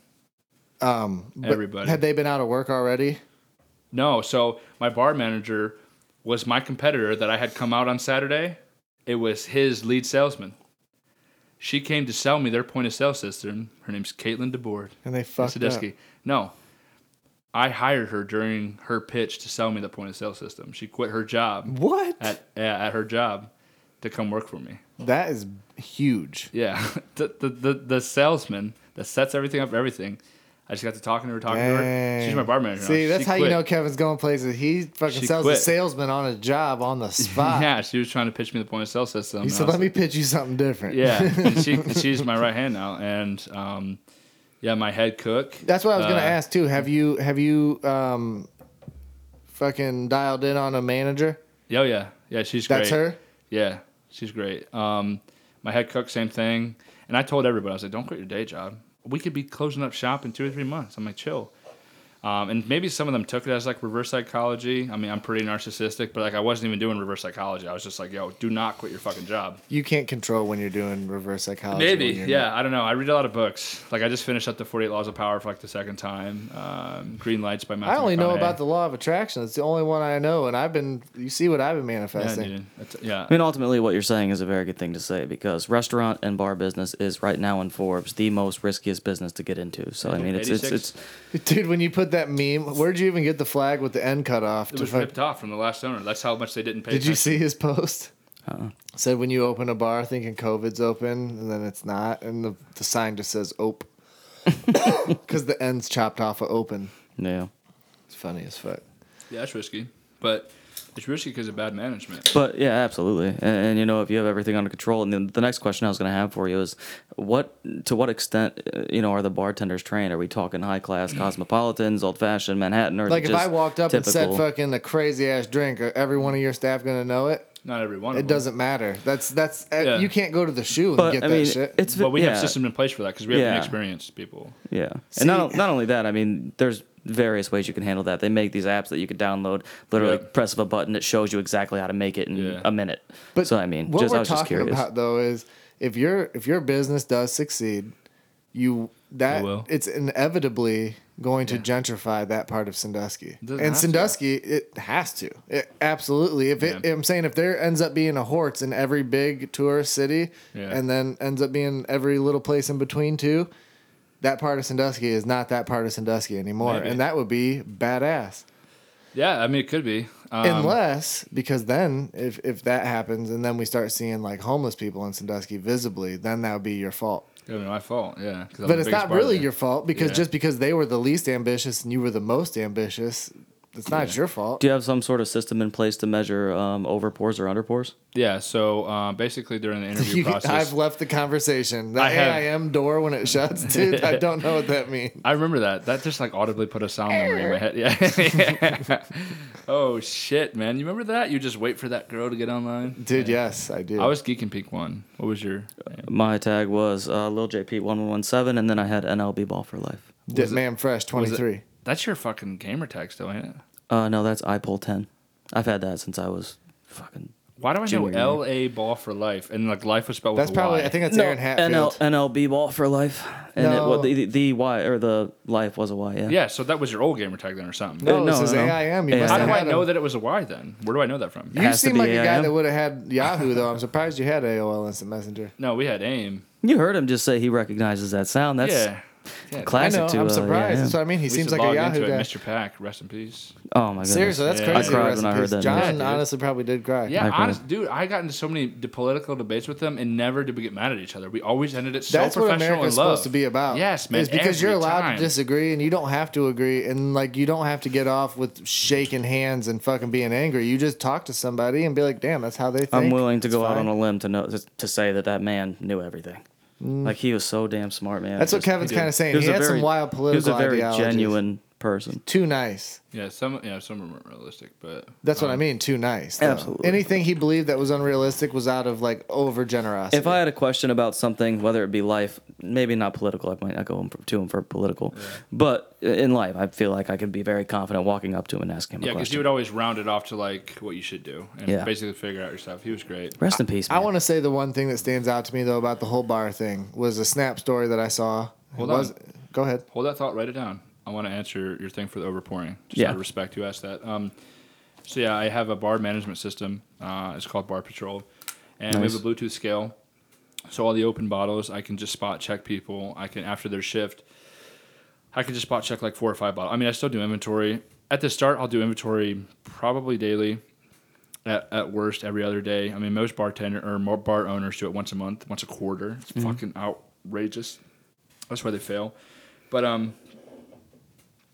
[SPEAKER 2] Um, but
[SPEAKER 3] Everybody.
[SPEAKER 2] had they been out of work already?
[SPEAKER 3] No, so my bar manager was my competitor that I had come out on Saturday. It was his lead salesman. She came to sell me their point of sale system. Her name's Caitlin DeBoard.
[SPEAKER 2] And they fucked up.
[SPEAKER 3] Sadisky. No, I hired her during her pitch to sell me the point of sale system. She quit her job
[SPEAKER 2] What?
[SPEAKER 3] at yeah, at her job to come work for me.
[SPEAKER 2] that is huge.
[SPEAKER 3] Yeah, the, the the the salesman that sets everything up, everything. I just got to talking to her, talking to her. She's my bar manager. now.
[SPEAKER 2] See, that's
[SPEAKER 3] She
[SPEAKER 2] how you
[SPEAKER 3] quit.
[SPEAKER 2] know Kevin's going places. He fucking
[SPEAKER 3] She
[SPEAKER 2] sells
[SPEAKER 3] quit.
[SPEAKER 2] a salesman on a job on the spot.
[SPEAKER 3] Yeah, she was trying to pitch me the point of sale system.
[SPEAKER 2] He
[SPEAKER 3] and I
[SPEAKER 2] said,
[SPEAKER 3] was
[SPEAKER 2] "Let me pitch you something different."
[SPEAKER 3] Yeah, and she, she's my right hand now, and um, yeah, my head cook.
[SPEAKER 2] That's what I was gonna
[SPEAKER 3] Uh,
[SPEAKER 2] ask too. Have you have you um, fucking dialed in on a manager?
[SPEAKER 3] Oh yeah, yeah, she's great.
[SPEAKER 2] That's her.
[SPEAKER 3] Yeah, she's great. Um, my head cook, same thing. And I told everybody, I was like, "Don't quit your day job. We could be closing up shop in two or three months." I'm like, "Chill." Um, and maybe some of them took it as like reverse psychology. I mean, I'm pretty narcissistic, but like I wasn't even doing reverse psychology. I was just like, "Yo, do not quit your fucking job."
[SPEAKER 2] You can't control when you're doing reverse psychology.
[SPEAKER 3] Maybe,
[SPEAKER 2] when you're
[SPEAKER 3] yeah. I don't know. I read a lot of books. Like I just finished up the Forty Eight Laws of Power for like the second time. Um, Green Lights by Matthew.
[SPEAKER 2] I only know
[SPEAKER 3] McConaughey.
[SPEAKER 2] about the law of attraction. It's the only one I know, and I've been. You see what I've been
[SPEAKER 3] Yeah,
[SPEAKER 2] manifesting.
[SPEAKER 3] dude. That's, yeah.
[SPEAKER 1] I mean, ultimately, what you're saying is a very good thing to say because restaurant and bar business is right now in Forbes the most riskiest business to get into. So I mean, it's it's,
[SPEAKER 3] 86?
[SPEAKER 1] it's
[SPEAKER 2] dude. when you put that meme, where'd you even get the flag with the end cut off?
[SPEAKER 3] It was ripped off from the last owner. That's how much they didn't pay.
[SPEAKER 2] Did you
[SPEAKER 3] attention.
[SPEAKER 2] see his post?
[SPEAKER 1] Uh-uh.
[SPEAKER 2] Said when you open a bar thinking COVID's open and then it's not, and the, the sign just says "op," because the end's chopped off of "open."
[SPEAKER 1] yeah.
[SPEAKER 2] It's funny as fuck.
[SPEAKER 3] Yeah, that's risky, but it's risky because of bad management.
[SPEAKER 1] But yeah, absolutely. And, and you know, if you have everything under control, and then the next question I was going to have for you is, what to what extent uh, you know are the bartenders trained? Are we talking high class cosmopolitans, old fashioned Manhattan, or
[SPEAKER 2] Mm. Like if
[SPEAKER 1] just
[SPEAKER 2] I walked up and
[SPEAKER 1] typical-
[SPEAKER 2] said "fucking a crazy ass drink," are every one of your staff gonna know it?
[SPEAKER 3] Not every one. of
[SPEAKER 2] It
[SPEAKER 3] them.
[SPEAKER 2] doesn't matter. That's that's uh,
[SPEAKER 3] Yeah.
[SPEAKER 2] you can't go to the shoe and
[SPEAKER 1] Uh-huh. But
[SPEAKER 2] get
[SPEAKER 1] I
[SPEAKER 2] that
[SPEAKER 1] mean,
[SPEAKER 2] shit.
[SPEAKER 1] it's
[SPEAKER 3] But we
[SPEAKER 1] yeah,
[SPEAKER 3] have systems in place for that because we have
[SPEAKER 1] Yeah.
[SPEAKER 3] inexperienced people.
[SPEAKER 1] Yeah,
[SPEAKER 2] See-
[SPEAKER 1] and not not only that, I mean, there's various ways you can handle that. They make these apps that you can download. Literally,
[SPEAKER 3] Yeah.
[SPEAKER 1] press of a button, it shows you exactly how to make it in
[SPEAKER 3] Yeah.
[SPEAKER 1] a minute.
[SPEAKER 2] But
[SPEAKER 1] so I mean,
[SPEAKER 2] what
[SPEAKER 1] just
[SPEAKER 2] we're
[SPEAKER 1] I was just
[SPEAKER 2] talking
[SPEAKER 1] curious.
[SPEAKER 2] about though is if your if your business does succeed, you that
[SPEAKER 3] It will.
[SPEAKER 2] it's inevitably going to gentrify that part of Sandusky.
[SPEAKER 3] doesn't
[SPEAKER 2] and
[SPEAKER 3] have to.
[SPEAKER 2] Sandusky, it has to. It, absolutely. If it,
[SPEAKER 3] Yeah.
[SPEAKER 2] I'm saying if there ends up being a Hortz in every big tourist city,
[SPEAKER 3] Yeah.
[SPEAKER 2] and then ends up being every little place in between too. That part of Sandusky is not that part of Sandusky anymore,
[SPEAKER 3] Maybe.
[SPEAKER 2] and that would be badass
[SPEAKER 3] Yeah, I mean it could be. Um,
[SPEAKER 2] unless because then if if that happens and then we start seeing like homeless people in Sandusky visibly, then that would be your fault.
[SPEAKER 3] it would be my fault. Yeah, 'cause I'm the
[SPEAKER 2] But it's
[SPEAKER 3] biggest
[SPEAKER 2] not
[SPEAKER 3] bar
[SPEAKER 2] really
[SPEAKER 3] there.
[SPEAKER 2] your fault because
[SPEAKER 3] Yeah.
[SPEAKER 2] just because they were the least ambitious and you were the most ambitious, it's not your fault.
[SPEAKER 1] Do you have some sort of system in place to measure um, overpours or underpours?
[SPEAKER 3] Yeah. So uh, basically, during the interview
[SPEAKER 2] You-
[SPEAKER 3] process,
[SPEAKER 2] I've left the conversation. The
[SPEAKER 3] I have-
[SPEAKER 2] AIM door when it shuts, dude. I don't know what that means.
[SPEAKER 3] I remember that. That just like audibly put a sound memory in my head. Yeah. oh shit, man! You remember that? You just wait for that girl to get online.
[SPEAKER 2] Dude, yes, I do.
[SPEAKER 3] I was geeking peak one. What was your?
[SPEAKER 1] My tag was uh, Lil JP one one one seven, and then I had NLB Ball for life.
[SPEAKER 2] Did ma'am fresh twenty three.
[SPEAKER 3] That's your fucking gamer tag still, ain't it?
[SPEAKER 1] Uh, no, that's iPoll ten. I've had that since I was fucking.
[SPEAKER 3] Why do I know
[SPEAKER 1] Junior year.
[SPEAKER 3] L A ball for life and like life was spelled
[SPEAKER 2] That's
[SPEAKER 3] with a
[SPEAKER 2] probably
[SPEAKER 3] Y.
[SPEAKER 2] I think that's
[SPEAKER 1] no,
[SPEAKER 2] Aaron Hatfield.
[SPEAKER 1] NL, NLB Ball for life, and it, well,
[SPEAKER 2] No.
[SPEAKER 1] the, the the Y or the life was a Y. Yeah.
[SPEAKER 3] Yeah, so that was your old gamer tag then or something.
[SPEAKER 2] no,
[SPEAKER 1] Uh,
[SPEAKER 2] this
[SPEAKER 1] no,
[SPEAKER 2] is
[SPEAKER 1] no.
[SPEAKER 2] AIM. You must
[SPEAKER 1] Yeah.
[SPEAKER 3] How
[SPEAKER 2] have
[SPEAKER 3] do I
[SPEAKER 2] had
[SPEAKER 3] know
[SPEAKER 2] him.
[SPEAKER 3] that it was a Y then? Where do I know that from?
[SPEAKER 2] You
[SPEAKER 1] has to
[SPEAKER 2] seem like
[SPEAKER 1] be
[SPEAKER 2] a guy
[SPEAKER 1] AIM?
[SPEAKER 2] that would have had Yahoo though. I'm surprised you had AOL Instant Messenger.
[SPEAKER 3] No, we had AIM.
[SPEAKER 1] You heard him just say he recognizes that sound. That's
[SPEAKER 3] yeah. Yeah.
[SPEAKER 2] I
[SPEAKER 1] classic.
[SPEAKER 2] know.
[SPEAKER 1] to,
[SPEAKER 2] I'm
[SPEAKER 1] uh,
[SPEAKER 2] surprised.
[SPEAKER 1] yeah,
[SPEAKER 2] That's what I mean. He
[SPEAKER 3] We used
[SPEAKER 2] seems
[SPEAKER 3] to
[SPEAKER 2] like a
[SPEAKER 3] log
[SPEAKER 2] Yahoo
[SPEAKER 3] into it,
[SPEAKER 2] guy.
[SPEAKER 3] Mr. Pack, rest in peace.
[SPEAKER 1] Oh my goodness.
[SPEAKER 2] Seriously, that's
[SPEAKER 3] Yeah.
[SPEAKER 2] crazy.
[SPEAKER 1] I cried when I
[SPEAKER 2] recipes.
[SPEAKER 1] heard that.
[SPEAKER 2] John
[SPEAKER 3] Yeah, dude.
[SPEAKER 2] honestly probably did cry.
[SPEAKER 3] Yeah,
[SPEAKER 1] I cried.
[SPEAKER 3] honest, dude, I got into so many d- political debates with them, and never did we get mad at each other. We always ended it so
[SPEAKER 2] That's what
[SPEAKER 3] professional
[SPEAKER 2] America's
[SPEAKER 3] and love.
[SPEAKER 2] supposed to be about.
[SPEAKER 3] Yes, man.
[SPEAKER 2] It's because you're
[SPEAKER 3] every
[SPEAKER 2] allowed
[SPEAKER 3] time.
[SPEAKER 2] to disagree and you don't have to agree and like you don't have to get off with shaking hands and fucking being angry. You just talk to somebody and be like, "Damn, that's how they think."
[SPEAKER 1] I'm willing to
[SPEAKER 2] It's
[SPEAKER 1] go out
[SPEAKER 2] fine.
[SPEAKER 1] on a limb to know to say that that man knew everything. Like he was so damn smart, man.
[SPEAKER 2] Mm. That's what
[SPEAKER 1] Just-
[SPEAKER 2] Kevin's
[SPEAKER 3] he did.
[SPEAKER 2] kind of
[SPEAKER 1] he
[SPEAKER 2] saying. He,
[SPEAKER 1] was a
[SPEAKER 2] had
[SPEAKER 1] very-
[SPEAKER 2] some wild
[SPEAKER 1] He was
[SPEAKER 2] political
[SPEAKER 1] a very
[SPEAKER 2] ideologies.
[SPEAKER 1] genuine person.
[SPEAKER 2] Too nice.
[SPEAKER 3] Yeah, some yeah, some were realistic, but
[SPEAKER 2] That's what I mean. Too nice. though.
[SPEAKER 1] Um, Absolutely.
[SPEAKER 2] Anything he believed that was unrealistic was out of like over generosity.
[SPEAKER 1] If I had a question about something, whether it be life, maybe not political, I might not go in for- to him for political, but in life, I feel like I could be very confident walking up to him and asking him
[SPEAKER 3] yeah,
[SPEAKER 1] a
[SPEAKER 3] because
[SPEAKER 1] question.
[SPEAKER 3] you would always round it off to like what you should do, and
[SPEAKER 1] Yeah.
[SPEAKER 3] basically figure out yourself. He was great.
[SPEAKER 1] Rest in peace.
[SPEAKER 2] I
[SPEAKER 1] man.
[SPEAKER 2] want to say the one thing that stands out to me though about the whole bar thing was a snap story that I saw.
[SPEAKER 3] Hold
[SPEAKER 2] It was,
[SPEAKER 3] on.
[SPEAKER 2] Go ahead.
[SPEAKER 3] Hold that thought. Write it down. I want to answer your thing for the overpouring. Just
[SPEAKER 1] Yeah.
[SPEAKER 3] out of respect, you asked that. Um, so yeah, I have a bar management system. Uh, it's called Bar Patrol, and we have
[SPEAKER 1] Nice.
[SPEAKER 3] a Bluetooth scale. So all the open bottles, I can just spot check people. I can after their shift, I can just spot check like four or five bottles. I mean, I still do inventory. At the start, I'll do inventory probably daily. At, at worst, every other day. I mean, most bartender or more bar owners do it once a month, once a quarter. It's
[SPEAKER 1] Mm-hmm.
[SPEAKER 3] fucking outrageous. That's why they fail. But um,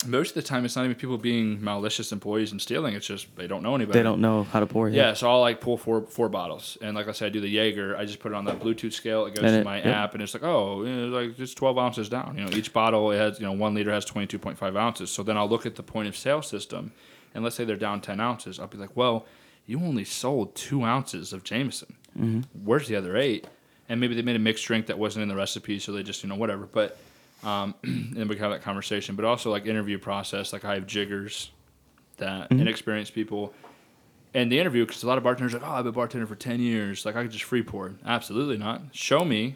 [SPEAKER 3] most of the time, it's not even people being malicious employees and stealing. It's just they don't know anybody.
[SPEAKER 1] They don't know how to pour.
[SPEAKER 3] Yeah, so I'll like pull four four bottles, and like I said, I do the Jaeger. I just put it on that Bluetooth scale. It goes
[SPEAKER 1] And
[SPEAKER 3] to
[SPEAKER 1] it-
[SPEAKER 3] my
[SPEAKER 1] yep.
[SPEAKER 3] app, and it's like, oh, you know, like it's twelve ounces down. You know, each bottle it has, you know, one liter has twenty two point five ounces. So then I'll look at the point of sale system, and let's say they're down ten ounces. I'll be like, well, you only sold two ounces of Jameson.
[SPEAKER 1] Mm-hmm.
[SPEAKER 3] Where's the other eight? And maybe they made a mixed drink that wasn't in the recipe, so they just you know whatever. But um, and we can have that conversation. But also like interview process, like I have jiggers that
[SPEAKER 2] Mm-hmm.
[SPEAKER 3] inexperienced people and the interview because a lot of bartenders are like, oh, I've been a bartender for ten years. Like I could just free pour. Absolutely not. Show me.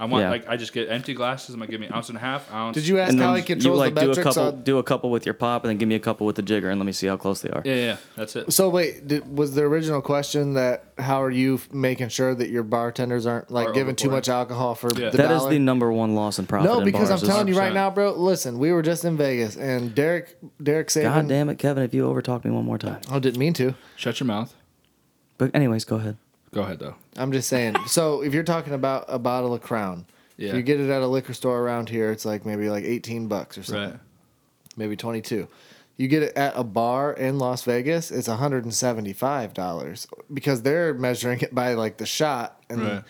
[SPEAKER 3] I want
[SPEAKER 1] Yeah.
[SPEAKER 3] like I just get empty glasses. I'm gonna give me ounce and a half ounce.
[SPEAKER 2] Did you ask
[SPEAKER 1] And
[SPEAKER 2] how
[SPEAKER 1] then
[SPEAKER 2] he
[SPEAKER 1] you
[SPEAKER 2] controls
[SPEAKER 1] like
[SPEAKER 2] the
[SPEAKER 1] do a
[SPEAKER 2] metrics
[SPEAKER 1] couple,
[SPEAKER 2] on?
[SPEAKER 1] do a couple with your pop, and then give me a couple with the jigger, and let me see how close they are.
[SPEAKER 3] Yeah, yeah, yeah. that's it.
[SPEAKER 2] So wait, did, was the original question that how are you f- making sure that your bartenders aren't like
[SPEAKER 3] Are
[SPEAKER 2] giving too
[SPEAKER 3] overboard.
[SPEAKER 2] much alcohol for
[SPEAKER 3] Yeah.
[SPEAKER 2] the
[SPEAKER 1] That is
[SPEAKER 2] dollar?
[SPEAKER 1] the number one loss in profit.
[SPEAKER 2] no,
[SPEAKER 1] in
[SPEAKER 2] because I'm
[SPEAKER 1] bars is-
[SPEAKER 2] telling you right
[SPEAKER 3] 100%.
[SPEAKER 2] now, bro. Listen, we were just in Vegas and Derek, Derek Saban.
[SPEAKER 1] God damn it, Kevin! If you overtalk me one more time,
[SPEAKER 2] I didn't mean to.
[SPEAKER 3] Shut your mouth.
[SPEAKER 1] but anyways, go ahead.
[SPEAKER 3] Go ahead though.
[SPEAKER 2] I'm just saying. so if you're talking about a bottle of Crown,
[SPEAKER 3] Yeah.
[SPEAKER 2] if you get it at a liquor store around here, it's like maybe like 18 bucks or something, maybe 22. You get it at a bar in Las Vegas, it's 175 dollars because they're measuring it by like the shot, and,
[SPEAKER 3] Right.
[SPEAKER 2] and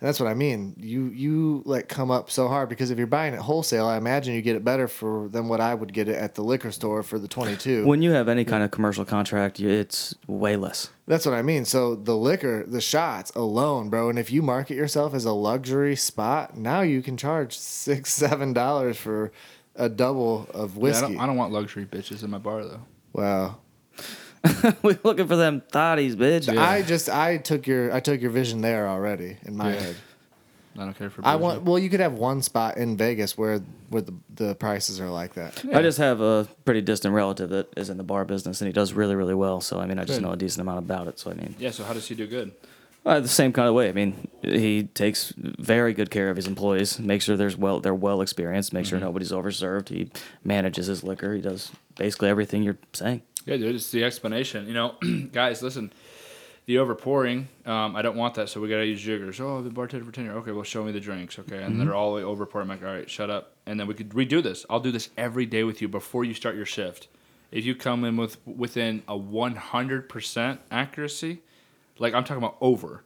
[SPEAKER 2] that's what I mean. You you like come up so hard because if you're buying it wholesale, I imagine you get it better for than what I would get it at the liquor store for the 22.
[SPEAKER 1] When you have any kind of commercial contract, you- it's way less.
[SPEAKER 2] That's what I mean. So the liquor, the shots alone, bro. And if you market yourself as a luxury spot, now you can charge six, seven dollars for a double of
[SPEAKER 3] Yeah, I,
[SPEAKER 2] whiskey.
[SPEAKER 3] don't, I don't want luxury bitches in my bar though.
[SPEAKER 2] wow.
[SPEAKER 1] We're looking for them thotties, bitch.
[SPEAKER 2] I just I took your I took your vision there already in my
[SPEAKER 3] Yeah.
[SPEAKER 2] head.
[SPEAKER 3] I don't care for.
[SPEAKER 2] I
[SPEAKER 3] bitches.
[SPEAKER 2] want well, you could have one spot in Vegas where where the, the prices are like that.
[SPEAKER 1] I just have a pretty distant relative that is in the bar business, and he does really, really well. So I mean, I just
[SPEAKER 3] Good.
[SPEAKER 1] know a decent amount about it. So I mean,
[SPEAKER 3] Yeah. So how does he do good?
[SPEAKER 1] uh, the same kind of way. I mean, he takes very good care of his employees, makes sure there's well they're well experienced, makes sure nobody's overserved. He manages his liquor. He does basically everything you're saying.
[SPEAKER 3] Yeah, dude, it's the explanation. You know, guys, listen, the overpouring. Um, I don't want that, so we gotta use jiggers. Oh, I've been bartender for ten years. Okay, well, show me the drinks. Okay, and
[SPEAKER 2] Mm-hmm.
[SPEAKER 3] they're all the way overpouring. I'm like, all right, shut up. And then we could redo this. I'll do this every day with you before you start your shift. if you come in with within a 100% accuracy, like I'm talking about over.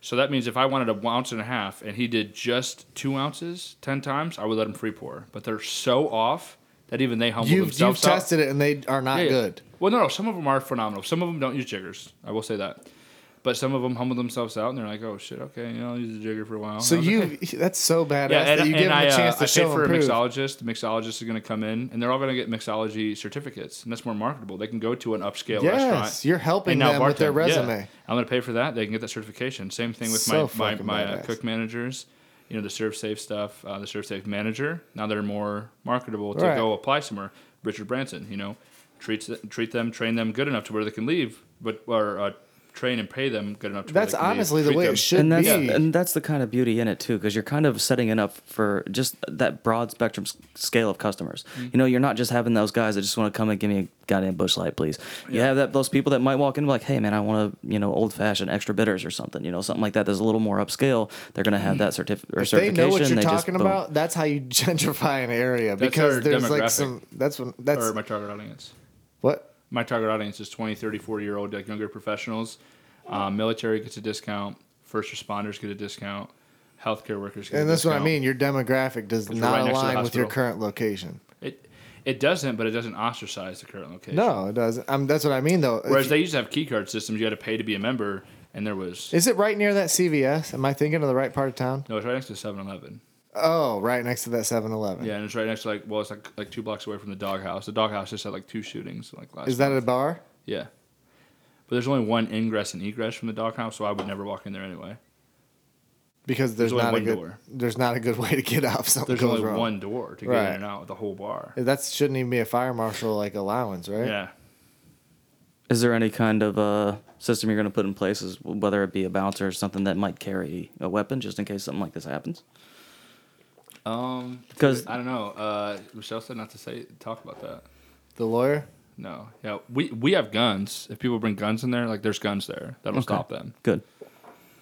[SPEAKER 3] So that means if I wanted a ounce and a half and he did just two ounces 10 times, I would let him free pour. But they're so off that even they humble
[SPEAKER 2] You've, you've
[SPEAKER 3] themselves. out.
[SPEAKER 2] tested it and they are not
[SPEAKER 3] Yeah, yeah.
[SPEAKER 2] good.
[SPEAKER 3] Well, no, no. Some of them are phenomenal. Some of them don't use jiggers. I will say that. But some of them humble themselves out and they're like, oh shit, okay, you know, I'll use a jigger for a while.
[SPEAKER 2] So
[SPEAKER 3] Oh, Okay.
[SPEAKER 2] you that's so badass
[SPEAKER 3] Yeah,
[SPEAKER 2] that
[SPEAKER 3] and,
[SPEAKER 2] you
[SPEAKER 3] and
[SPEAKER 2] give them
[SPEAKER 3] I,
[SPEAKER 2] a
[SPEAKER 3] uh,
[SPEAKER 2] chance
[SPEAKER 3] I
[SPEAKER 2] to
[SPEAKER 3] paid
[SPEAKER 2] show
[SPEAKER 3] for
[SPEAKER 2] and
[SPEAKER 3] a
[SPEAKER 2] prove.
[SPEAKER 3] mixologist. The mixologist is going to come in, and they're all going to get mixology certificates, and that's more marketable. They can go to an upscale
[SPEAKER 2] Yes,
[SPEAKER 3] restaurant.
[SPEAKER 2] you're helping
[SPEAKER 3] and now
[SPEAKER 2] them with their
[SPEAKER 3] bartend. Yeah.
[SPEAKER 2] resume.
[SPEAKER 3] I'm going to pay for that. They can get that certification. Same thing with
[SPEAKER 2] So
[SPEAKER 3] my my,
[SPEAKER 2] fucking
[SPEAKER 3] my uh,
[SPEAKER 2] badass.
[SPEAKER 3] cook managers. You know the serve safe stuff, uh, the serve safe manager. Now they're more marketable to
[SPEAKER 2] Right.
[SPEAKER 3] go apply somewhere. Richard Branson, you know, treats th- treat them, train them good enough to where they can leave, but or uh, train and pay them good enough to.
[SPEAKER 2] That's
[SPEAKER 3] where they can leave,
[SPEAKER 2] honestly the
[SPEAKER 3] treat
[SPEAKER 2] way
[SPEAKER 3] them-
[SPEAKER 2] it should
[SPEAKER 1] and that's
[SPEAKER 2] be.
[SPEAKER 1] and that's the kind of beauty in it too, because you're kind of setting it up for just that broad spectrum s- scale of customers.
[SPEAKER 2] Mm-hmm.
[SPEAKER 1] You know, you're not just having those guys that just want to come and give me a goddamn bush light, please. You have that those people that might walk in and be like, hey man, I want a you know old fashioned extra bitters or something, you know, something like that. That's a little more upscale. They're gonna have that certificate or
[SPEAKER 2] Mm. if they
[SPEAKER 1] certification.
[SPEAKER 2] know what you're
[SPEAKER 1] they just-
[SPEAKER 2] talking
[SPEAKER 1] boom.
[SPEAKER 2] about, that's how you gentrify an area
[SPEAKER 3] That's our
[SPEAKER 2] because there's
[SPEAKER 3] demographic.
[SPEAKER 2] like some that's when that's
[SPEAKER 3] or my target audience.
[SPEAKER 2] what
[SPEAKER 3] my target audience is 20 30 40 year old like younger professionals um, military gets a discount first responders get a discount healthcare workers get
[SPEAKER 2] and
[SPEAKER 3] a
[SPEAKER 2] that's what I
[SPEAKER 3] discount.
[SPEAKER 2] mean. Your demographic does
[SPEAKER 3] we're
[SPEAKER 2] not
[SPEAKER 3] right next to the
[SPEAKER 2] align with your
[SPEAKER 3] hospital.
[SPEAKER 2] current location.
[SPEAKER 3] it it doesn't but it doesn't ostracize the current location
[SPEAKER 2] No, it doesn't. Um, that's what I mean though.
[SPEAKER 3] whereas they used to have key card systems you had to pay to be a member and there was
[SPEAKER 2] Is it right near that CVS? Am I thinking of the right part of town?
[SPEAKER 3] no it's right next to 7-eleven
[SPEAKER 2] Oh, right next to that 7-Eleven.
[SPEAKER 3] yeah and it's right next to like well it's like like two blocks away from the doghouse the doghouse just had like two shootings like last
[SPEAKER 2] Is that a bar?
[SPEAKER 3] yeah but there's only one ingress and egress from the doghouse so i would never walk in there anyway
[SPEAKER 2] Because there's,
[SPEAKER 3] There's only
[SPEAKER 2] not a
[SPEAKER 3] one
[SPEAKER 2] good
[SPEAKER 3] door.
[SPEAKER 2] there's not a good way to get out if something
[SPEAKER 3] there's
[SPEAKER 2] goes
[SPEAKER 3] only
[SPEAKER 2] wrong.
[SPEAKER 3] one door to get
[SPEAKER 2] Right.
[SPEAKER 3] in and out of the whole bar
[SPEAKER 2] That shouldn't even be a fire marshal like allowance, right?
[SPEAKER 3] yeah
[SPEAKER 1] Is there any kind of uh, system you're going to put in place, is- whether it be a bouncer or something that might carry a weapon, just in case something like this happens?
[SPEAKER 3] Um,
[SPEAKER 1] 'Cause-
[SPEAKER 3] I don't know. Uh, Michelle said not to say talk about that.
[SPEAKER 2] The lawyer.
[SPEAKER 3] No, yeah, we we have guns. If people bring guns in there, like there's guns there, that'll stop them.
[SPEAKER 1] Good.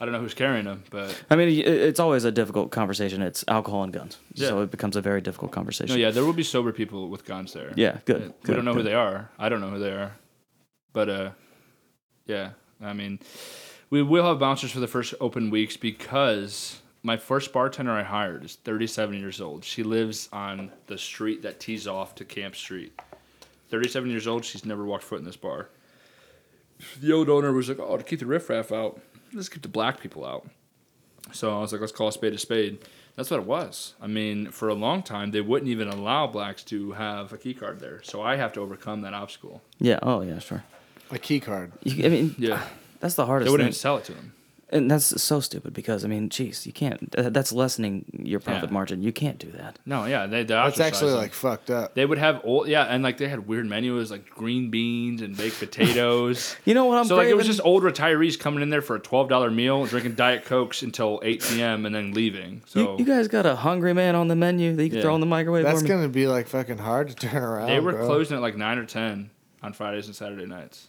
[SPEAKER 3] I don't know who's carrying them, but
[SPEAKER 1] I mean, it- it's always a difficult conversation. It's alcohol and guns, so
[SPEAKER 3] Yeah.
[SPEAKER 1] it becomes a very difficult
[SPEAKER 3] no,
[SPEAKER 1] conversation.
[SPEAKER 3] yeah, there will be sober people with guns there.
[SPEAKER 1] Yeah, good,
[SPEAKER 3] We
[SPEAKER 1] good,
[SPEAKER 3] don't know who
[SPEAKER 1] good.
[SPEAKER 3] they are. I don't know who they are, but uh, yeah, I mean, we will have bouncers for the first open weeks because my first bartender I hired is 37 years old. She lives on the street that tees off to Camp Street. 37 years old. She's never walked foot in this bar. The old owner was like, "Oh, to keep the riffraff out, let's keep the black people out." So I was like, "Let's call a spade a spade." That's what it was. I mean, for a long time, they wouldn't even allow blacks to have a key card there. So I have to overcome that obstacle.
[SPEAKER 1] Yeah. Oh, yeah. Sure.
[SPEAKER 2] A key card.
[SPEAKER 1] You, I mean, ah,
[SPEAKER 3] Yeah.
[SPEAKER 1] that's the
[SPEAKER 3] They
[SPEAKER 1] hardest
[SPEAKER 3] wouldn't even
[SPEAKER 1] thing,
[SPEAKER 3] sell it to them.
[SPEAKER 1] and that's so stupid because I mean, geez, you can't. th- That's lessening your profit
[SPEAKER 3] Yeah.
[SPEAKER 1] margin. You can't do that.
[SPEAKER 3] No, yeah, they. they
[SPEAKER 2] That's actually
[SPEAKER 3] ostracized them.
[SPEAKER 2] like fucked up.
[SPEAKER 3] They would have old, yeah, and like they had weird menus like green beans and baked potatoes.
[SPEAKER 1] You know what I'm
[SPEAKER 3] so like it was
[SPEAKER 1] craving?
[SPEAKER 3] just old retirees coming in there for a twelve dollar meal, drinking diet cokes until eight p.m. and then leaving. So
[SPEAKER 1] you, you guys got a hungry man on the menu that you can
[SPEAKER 3] Yeah.
[SPEAKER 1] throw in the microwave.
[SPEAKER 2] That's
[SPEAKER 1] for me?
[SPEAKER 2] gonna be like fucking hard to turn around.
[SPEAKER 1] Oh,
[SPEAKER 3] they were
[SPEAKER 2] bro.
[SPEAKER 3] closing at like nine or ten on Fridays and Saturday nights.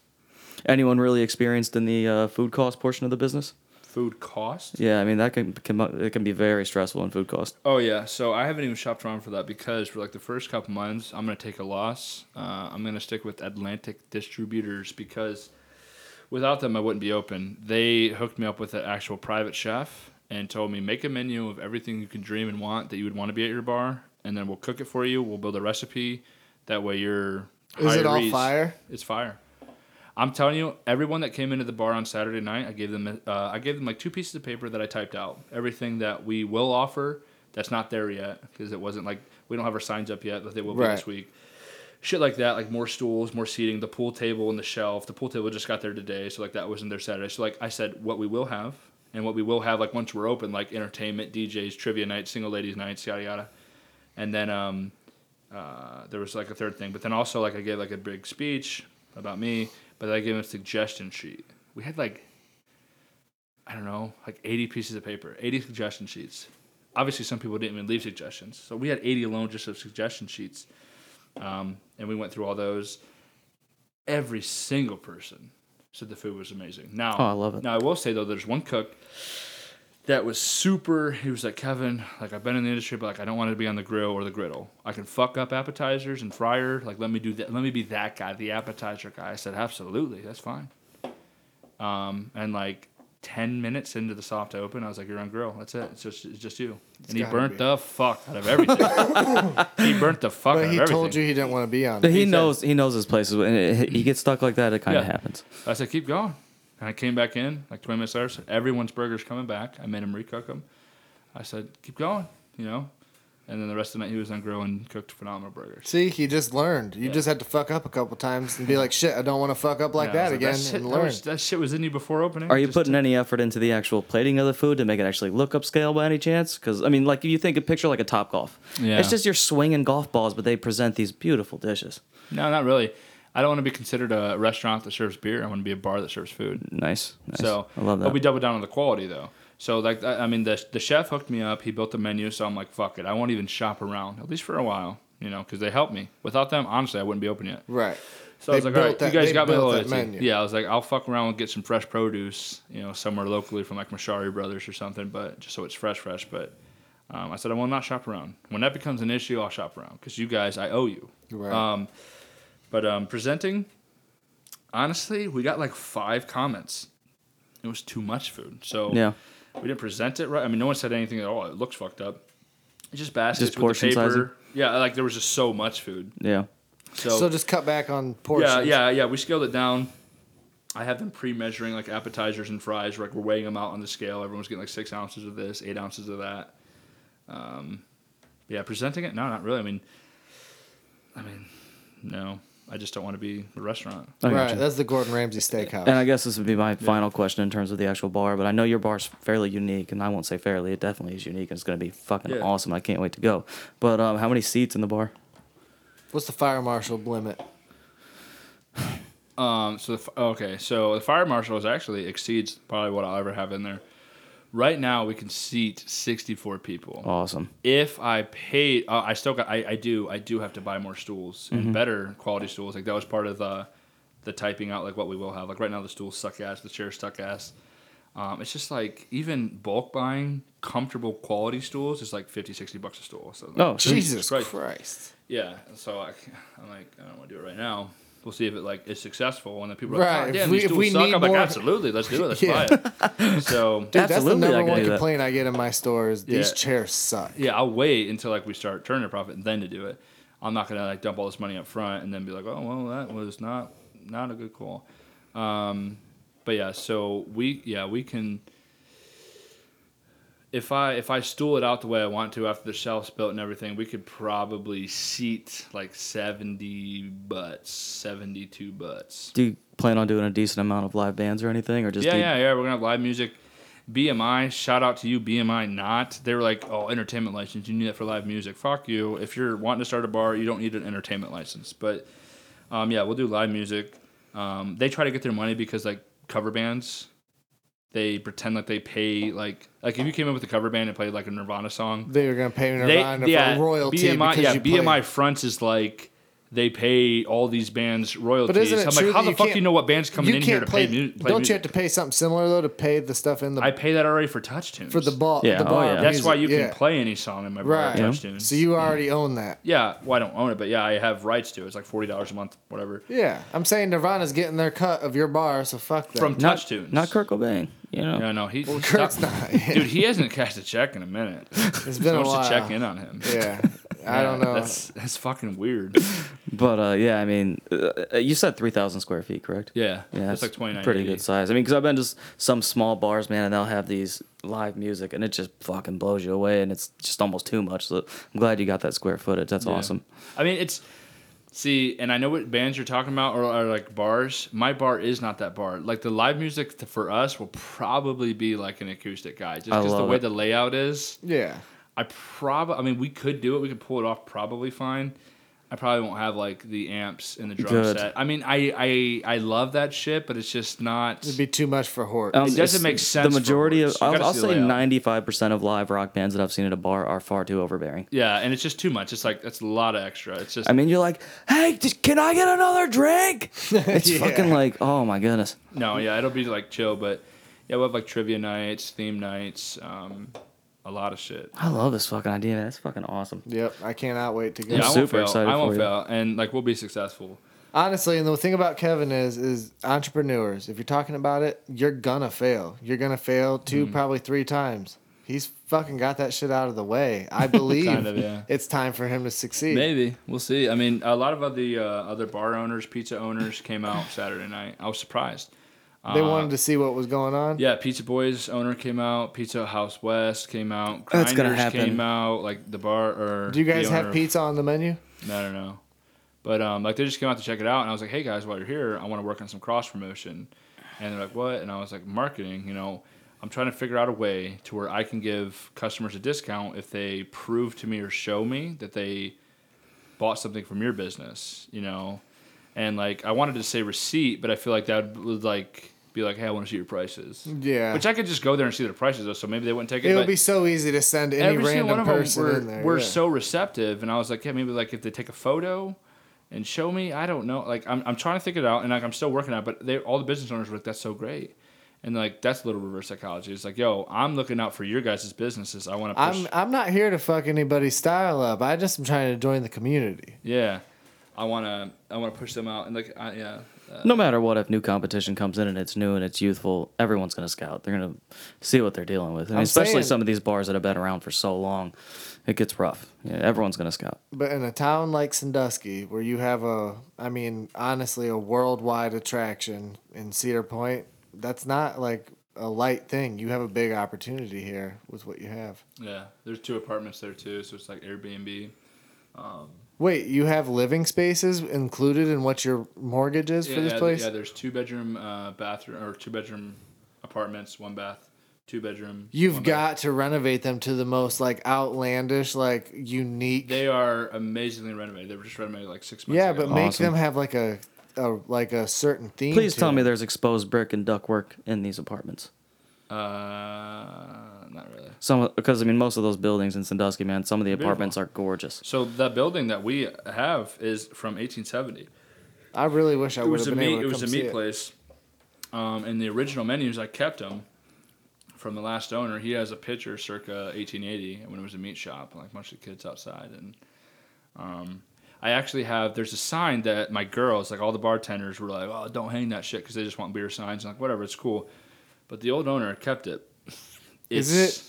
[SPEAKER 1] Anyone really experienced in the uh, food cost portion of the business?
[SPEAKER 3] Food cost.
[SPEAKER 1] Yeah, I mean that can, can it can be very stressful in food cost.
[SPEAKER 3] Oh yeah, so I haven't even shopped around for that because for like the first couple months, I'm gonna take a loss. Uh, I'm gonna stick with Atlantic Distributors because without them, I wouldn't be open. They hooked me up with an actual private chef and told me make a menu of everything you can dream and want that you would want to be at your bar, and then we'll cook it for you. We'll build a recipe. That way, you're
[SPEAKER 2] Is it all fire?
[SPEAKER 3] It's fire. I'm telling you, everyone that came into the bar on Saturday night, I gave them uh, I gave them like two pieces of paper that I typed out. Everything that we will offer that's not there yet because it wasn't like we don't have our signs up yet, but they will be
[SPEAKER 2] Right.
[SPEAKER 3] this week. Shit like that, like more stools, more seating, the pool table and the shelf. The pool table just got there today, so like that wasn't there Saturday. So like I said, what we will have and what we will have like once we're open, like entertainment, DJs, trivia nights, single ladies nights, yada yada. And then um, uh, there was like a third thing, but then also like I gave like a big speech about me, but I gave him a suggestion sheet. We had like I don't know, like 80 pieces of paper, 80 suggestion sheets. Obviously, some people didn't even leave suggestions, so we had 80 alone just of suggestion sheets, um, and we went through all those. Every single person said the food was amazing. Now,
[SPEAKER 1] Oh, I love it.
[SPEAKER 3] Now I will say though, there's one cook that was super. He was like, Kevin, like I've been in the industry, but like I don't want to be on the grill or the griddle. I can fuck up appetizers and fryer. Like let me do that. Let me be that guy, the appetizer guy. I said, absolutely, that's fine. Um, and like ten minutes into the soft open, I was like, you're on grill. That's it. It's just it's just you. and he
[SPEAKER 2] gotta
[SPEAKER 3] burnt
[SPEAKER 2] be.
[SPEAKER 3] the fuck out of everything. he burnt the fuck out
[SPEAKER 2] But
[SPEAKER 3] of
[SPEAKER 2] he
[SPEAKER 3] everything.
[SPEAKER 2] told you he didn't want to be on.
[SPEAKER 1] But
[SPEAKER 2] it.
[SPEAKER 1] he knows he knows his places, and it, he gets stuck like that. It kind of
[SPEAKER 3] Yeah.
[SPEAKER 1] happens.
[SPEAKER 3] I said, keep going. And I came back in like 20 minutes later. Said, Everyone's burgers coming back. I made him recook them. I said, keep going, you know. And then the rest of the night he was on grill and cooked phenomenal burgers.
[SPEAKER 2] See, he just learned. You just had to fuck up a couple times and be like, "Shit, I don't want to fuck up like
[SPEAKER 3] And I
[SPEAKER 2] that
[SPEAKER 3] was
[SPEAKER 2] again,"
[SPEAKER 3] shit,
[SPEAKER 2] and
[SPEAKER 3] that
[SPEAKER 2] learn.
[SPEAKER 3] was- that shit was in you before opening.
[SPEAKER 1] Are you
[SPEAKER 3] Just-
[SPEAKER 1] putting any effort into the actual plating of the food to make it actually look upscale by any chance? Because I mean, like you think a picture like a top golf,
[SPEAKER 3] Yeah.
[SPEAKER 1] it's just you're swinging golf balls, but they present these beautiful dishes.
[SPEAKER 3] No, not really. I don't want to be considered a restaurant that serves beer. I want to be a bar that serves food.
[SPEAKER 1] Nice, nice.
[SPEAKER 3] So
[SPEAKER 1] I love that.
[SPEAKER 3] But we doubled down on the quality though. So like I I mean the the chef hooked me up. He built the menu, so I'm like fuck it. I won't even shop around at least for a while, you know, because they helped me. Without them, honestly, I wouldn't be open yet.
[SPEAKER 2] Right.
[SPEAKER 3] So I
[SPEAKER 2] They
[SPEAKER 3] was like, all
[SPEAKER 2] built
[SPEAKER 3] right,
[SPEAKER 2] that-
[SPEAKER 3] you guys
[SPEAKER 2] they
[SPEAKER 3] got my
[SPEAKER 2] built
[SPEAKER 3] loyalty.
[SPEAKER 2] that menu.
[SPEAKER 3] Yeah, I was like, I'll fuck around and get some fresh produce, you know, somewhere locally from like Mashari Brothers or something, but just so it's fresh, fresh. But um, I said, I will not shop around. When that becomes an issue, I'll shop around because you guys, I owe you.
[SPEAKER 2] Right.
[SPEAKER 3] Um, but um, presenting, honestly, we got like five comments. It was too much food. So
[SPEAKER 1] Yeah.
[SPEAKER 3] we didn't present it right. I mean, no one said anything at all. It looks fucked up. It's just
[SPEAKER 1] Just
[SPEAKER 3] baskets with the
[SPEAKER 1] portion
[SPEAKER 3] paper.
[SPEAKER 1] sizing?
[SPEAKER 3] Yeah, like there was just so much food.
[SPEAKER 1] yeah,
[SPEAKER 2] So just cut back on portions.
[SPEAKER 3] Yeah, yeah, yeah. We scaled it down. I have them pre-measuring like appetizers and fries. Like we're weighing them out on the scale. Everyone's getting like six ounces of this, eight ounces of that. Um, yeah, presenting it? No, not really. I mean, I mean, no. I just don't want to be a restaurant.
[SPEAKER 1] I
[SPEAKER 2] right.
[SPEAKER 1] gotcha.
[SPEAKER 2] That's the Gordon Ramsay Steakhouse.
[SPEAKER 1] And I guess this would be my final question in terms of the actual bar, but I know your bar's fairly unique, and I won't say fairly. It definitely is unique, and it's going to be fucking
[SPEAKER 3] Yeah.
[SPEAKER 1] awesome. I can't wait to go. But um, how many seats in the bar?
[SPEAKER 2] What's the fire marshal limit?
[SPEAKER 3] Um, so the, f- okay, so the fire marshal is actually exceeds probably what I'll ever have in there. Right now, we can seat sixty-four people.
[SPEAKER 1] Awesome.
[SPEAKER 3] if I paid, uh, I still got. I, I do. I do have to buy more stools
[SPEAKER 2] Mm-hmm.
[SPEAKER 3] and better quality stools. Like that was part of the, the typing out like what we will have. Like right now the stools suck ass, the chairs suck ass. Um, it's just like even bulk buying comfortable quality stools is like 50, 60 bucks a stool. So like,
[SPEAKER 1] Oh, sure.
[SPEAKER 2] Jesus
[SPEAKER 3] Christ.
[SPEAKER 2] Christ.
[SPEAKER 3] yeah. So I, can't- I'm like I don't want to do it right now. We'll see if it like is successful. And then people are
[SPEAKER 2] Right,
[SPEAKER 3] like, oh,
[SPEAKER 2] if
[SPEAKER 3] damn,
[SPEAKER 2] we-
[SPEAKER 3] these
[SPEAKER 2] if
[SPEAKER 3] stools
[SPEAKER 2] we
[SPEAKER 3] suck.
[SPEAKER 2] need
[SPEAKER 3] I'm like,
[SPEAKER 2] more-
[SPEAKER 3] absolutely, let's do it. Let's
[SPEAKER 2] Yeah.
[SPEAKER 3] buy it. So
[SPEAKER 2] Dude,
[SPEAKER 1] Absolutely, I
[SPEAKER 2] that's the
[SPEAKER 1] can
[SPEAKER 2] number one
[SPEAKER 1] do that.
[SPEAKER 2] complaint I get in my store is these
[SPEAKER 3] Yeah.
[SPEAKER 2] chairs suck.
[SPEAKER 3] yeah, I'll wait until like we start turning a profit and then to do it. I'm not gonna like dump all this money up front and then be like, oh well, that was not not a good call. Um, but yeah, so we yeah we can. If I if I stool it out the way I want to after the shelves built and everything, we could probably seat like seventy butts, seventy two butts.
[SPEAKER 1] Do you plan on doing a decent amount of live bands or anything, or just
[SPEAKER 3] Yeah,
[SPEAKER 1] do-
[SPEAKER 3] yeah, yeah. We're gonna have live music. BMI, shout out to you, BMI. Not they were like, oh, entertainment license. You need that for live music. Fuck you. If you're wanting to start a bar, you don't need an entertainment license. But um, yeah, we'll do live music. Um, they try to get their money because like cover bands, they pretend like they pay like like if you came in with a cover band and played like a Nirvana song,
[SPEAKER 2] They were gonna pay
[SPEAKER 3] they
[SPEAKER 2] Nirvana
[SPEAKER 3] yeah
[SPEAKER 2] for royalty
[SPEAKER 3] BMI
[SPEAKER 2] because
[SPEAKER 3] yeah
[SPEAKER 2] you
[SPEAKER 3] BMI
[SPEAKER 2] played.
[SPEAKER 3] fronts is like. They pay all these bands royalties.
[SPEAKER 2] But isn't it
[SPEAKER 3] I'm
[SPEAKER 2] true
[SPEAKER 3] like, how
[SPEAKER 2] that
[SPEAKER 3] the
[SPEAKER 2] you
[SPEAKER 3] fuck
[SPEAKER 2] can't-
[SPEAKER 3] do you know what band's coming
[SPEAKER 2] you
[SPEAKER 3] in
[SPEAKER 2] can't
[SPEAKER 3] here to
[SPEAKER 2] play,
[SPEAKER 3] play, mu- play
[SPEAKER 2] Don't
[SPEAKER 3] music?
[SPEAKER 2] you have to pay something similar though to pay the stuff in the
[SPEAKER 3] I pay that already for touch tunes.
[SPEAKER 2] for the ball?
[SPEAKER 1] Yeah,
[SPEAKER 2] the
[SPEAKER 1] oh,
[SPEAKER 2] bar
[SPEAKER 1] yeah.
[SPEAKER 3] That's why you
[SPEAKER 2] music?
[SPEAKER 3] can
[SPEAKER 2] Yeah.
[SPEAKER 3] play any song in my bar
[SPEAKER 2] right.
[SPEAKER 3] touch tunes.
[SPEAKER 2] So you already own that.
[SPEAKER 3] yeah, well, I don't own it, but yeah, I have rights to it. It's like forty dollars a month, whatever.
[SPEAKER 2] Yeah, I'm saying Nirvana's getting their cut of your bar, so fuck that.
[SPEAKER 3] From
[SPEAKER 1] not,
[SPEAKER 3] touch tunes,
[SPEAKER 1] Not Kurt Cobain, you know.
[SPEAKER 3] Yeah, no, he.
[SPEAKER 2] Kurt's not.
[SPEAKER 3] stop- Dude, he hasn't cashed a check in a minute.
[SPEAKER 2] it's been a
[SPEAKER 3] Someone
[SPEAKER 2] while.
[SPEAKER 3] should check in on him.
[SPEAKER 2] Yeah, I don't know.
[SPEAKER 3] That's that's fucking weird.
[SPEAKER 1] But uh, yeah, I mean, uh, you said three thousand square feet, correct?
[SPEAKER 3] Yeah,
[SPEAKER 1] Yeah,
[SPEAKER 3] that's
[SPEAKER 1] it's
[SPEAKER 3] like twenty nine.
[SPEAKER 1] Pretty good size. I mean, because I've been to s- some small bars, man, and they'll have these live music, and it just fucking blows you away, and it's just almost too much. So I'm glad you got that square footage. That's
[SPEAKER 3] Yeah.
[SPEAKER 1] awesome.
[SPEAKER 3] I mean, it's see, and I know what bands you're talking about, or, or like bars. My bar is not that bar. Like the live music t- for us will probably be like an acoustic guy, just
[SPEAKER 1] I
[SPEAKER 3] because the
[SPEAKER 1] love
[SPEAKER 3] way
[SPEAKER 1] it.
[SPEAKER 3] the layout is.
[SPEAKER 2] yeah,
[SPEAKER 3] I probably, I mean, we could do it. We could pull it off probably fine. I probably won't have like the amps and the drum
[SPEAKER 1] Good.
[SPEAKER 3] set. I mean, I, I I love that shit, but it's just not.
[SPEAKER 2] it'd be too much for Hort.
[SPEAKER 1] Um,
[SPEAKER 3] doesn't
[SPEAKER 1] it's-
[SPEAKER 3] make sense
[SPEAKER 1] The
[SPEAKER 3] for
[SPEAKER 1] majority of,
[SPEAKER 3] words. You
[SPEAKER 1] I'll,
[SPEAKER 3] gotta
[SPEAKER 1] I'll
[SPEAKER 3] see the
[SPEAKER 1] say
[SPEAKER 3] layout.
[SPEAKER 1] ninety five percent of live rock bands that I've seen at a bar are far too overbearing.
[SPEAKER 3] Yeah, and it's just too much. It's like that's a lot of extra. It's just
[SPEAKER 1] I mean, you're like, hey, just, can I get another drink? It's
[SPEAKER 2] Yeah.
[SPEAKER 1] fucking like, oh my goodness.
[SPEAKER 3] no, yeah, it'll be like chill, but yeah, we'll have like trivia nights, theme nights, um, a lot of shit.
[SPEAKER 1] I love this fucking idea, man. That's fucking awesome.
[SPEAKER 2] Yep, I cannot wait to go.
[SPEAKER 3] Yeah, I won't
[SPEAKER 1] super
[SPEAKER 3] fail.
[SPEAKER 1] excited
[SPEAKER 3] I won't
[SPEAKER 1] for you.
[SPEAKER 3] fail, and like we'll be successful.
[SPEAKER 2] Honestly, and the thing about Kevin is, is entrepreneurs. If you're talking about it, you're gonna fail. You're gonna fail
[SPEAKER 3] Mm-hmm.
[SPEAKER 2] two, probably three times. He's fucking got that shit out of the way. I believe
[SPEAKER 3] Kind of, yeah.
[SPEAKER 2] it's time for him to succeed.
[SPEAKER 3] Maybe we'll see. I mean, a lot of other uh, other bar owners, pizza owners came out Saturday night. I was surprised.
[SPEAKER 2] They
[SPEAKER 3] Uh,
[SPEAKER 2] wanted to see what was going on.
[SPEAKER 3] Yeah, Pizza Boys owner came out. Pizza House West came out. Grinders
[SPEAKER 1] That's gonna happen.
[SPEAKER 3] Came out like the bar or.
[SPEAKER 2] Do you guys
[SPEAKER 3] the
[SPEAKER 2] have
[SPEAKER 3] owner-
[SPEAKER 2] pizza on the menu?
[SPEAKER 3] No, no, no. But um, like they just came out to check it out, and I was like, "Hey guys, while you're here, I want to work on some cross promotion." And they're like, "What?" And I was like, "Marketing. You know, I'm trying to figure out a way to where I can give customers a discount if they prove to me or show me that they bought something from your business. You know, and like I wanted to say receipt, but I feel like that would like be like, "Hey, I want to see your prices."
[SPEAKER 2] Yeah.
[SPEAKER 3] Which I could just go there and see their prices, though, so maybe they wouldn't take it.
[SPEAKER 2] it
[SPEAKER 3] but-
[SPEAKER 2] would be so easy to send any
[SPEAKER 3] every
[SPEAKER 2] random
[SPEAKER 3] single one of
[SPEAKER 2] person
[SPEAKER 3] them were,
[SPEAKER 2] in there.
[SPEAKER 3] were
[SPEAKER 2] yeah.
[SPEAKER 3] so receptive and i was like yeah maybe like if they take a photo and show me i don't know like i'm, I'm trying to think it out and like i'm still working on it but they all the business owners were like that's so great and like that's a little reverse psychology it's like yo i'm looking out for your guys' businesses i want to push
[SPEAKER 2] I'm I'm not here to fuck anybody's style up. I just am trying to join the community.
[SPEAKER 3] yeah i want to i want to push them out and like I, yeah uh,
[SPEAKER 1] No matter what, if new competition comes in and it's new and it's youthful, everyone's gonna scout. They're gonna see what they're dealing with, and
[SPEAKER 2] I'm
[SPEAKER 1] especially
[SPEAKER 2] saying-
[SPEAKER 1] some of these bars that have been around for so long, it gets rough. Yeah, everyone's gonna scout.
[SPEAKER 2] But in a town like Sandusky, where you have a, I mean, honestly, a worldwide attraction in Cedar Point, that's not like a light thing. You have a big opportunity here with what you have.
[SPEAKER 3] yeah there's two apartments there too so it's like airbnb Um,
[SPEAKER 2] Wait, you have living spaces included in what your mortgage is
[SPEAKER 3] yeah,
[SPEAKER 2] for this
[SPEAKER 3] yeah,
[SPEAKER 2] place?
[SPEAKER 3] yeah there's two bedroom uh, bathroom or two bedroom apartments one bath two bedroom
[SPEAKER 2] You've
[SPEAKER 3] one bath.
[SPEAKER 2] got to renovate them to the most like outlandish, like unique.
[SPEAKER 3] They are amazingly renovated. They were just renovated like six months
[SPEAKER 2] yeah,
[SPEAKER 3] ago.
[SPEAKER 2] but make
[SPEAKER 1] Awesome.
[SPEAKER 2] them have like a, a like a certain theme.
[SPEAKER 1] Please
[SPEAKER 2] to
[SPEAKER 1] tell me
[SPEAKER 2] it.
[SPEAKER 1] there's exposed brick and ductwork in these apartments.
[SPEAKER 3] uh, not really.
[SPEAKER 1] Some because I mean most of those buildings in Sandusky, man, some of the
[SPEAKER 3] Beautiful.
[SPEAKER 1] apartments are gorgeous.
[SPEAKER 3] So that building that we have is from 1870.
[SPEAKER 2] I really wish I
[SPEAKER 3] it
[SPEAKER 2] would
[SPEAKER 3] was
[SPEAKER 2] have
[SPEAKER 3] a
[SPEAKER 2] been
[SPEAKER 3] meat.
[SPEAKER 2] able to
[SPEAKER 3] It was
[SPEAKER 2] come
[SPEAKER 3] a
[SPEAKER 2] see
[SPEAKER 3] meat
[SPEAKER 2] it.
[SPEAKER 3] place. Um, and the original menus I kept them from the last owner. He has a picture circa 1880 when it was a meat shop, like a bunch of kids outside. And um, I actually have there's a sign that my girls, like all the bartenders, were like, "Oh, don't hang that shit," because they just want beer signs. And like whatever, it's cool. But the old owner kept it.
[SPEAKER 2] Is
[SPEAKER 3] It's-
[SPEAKER 2] it-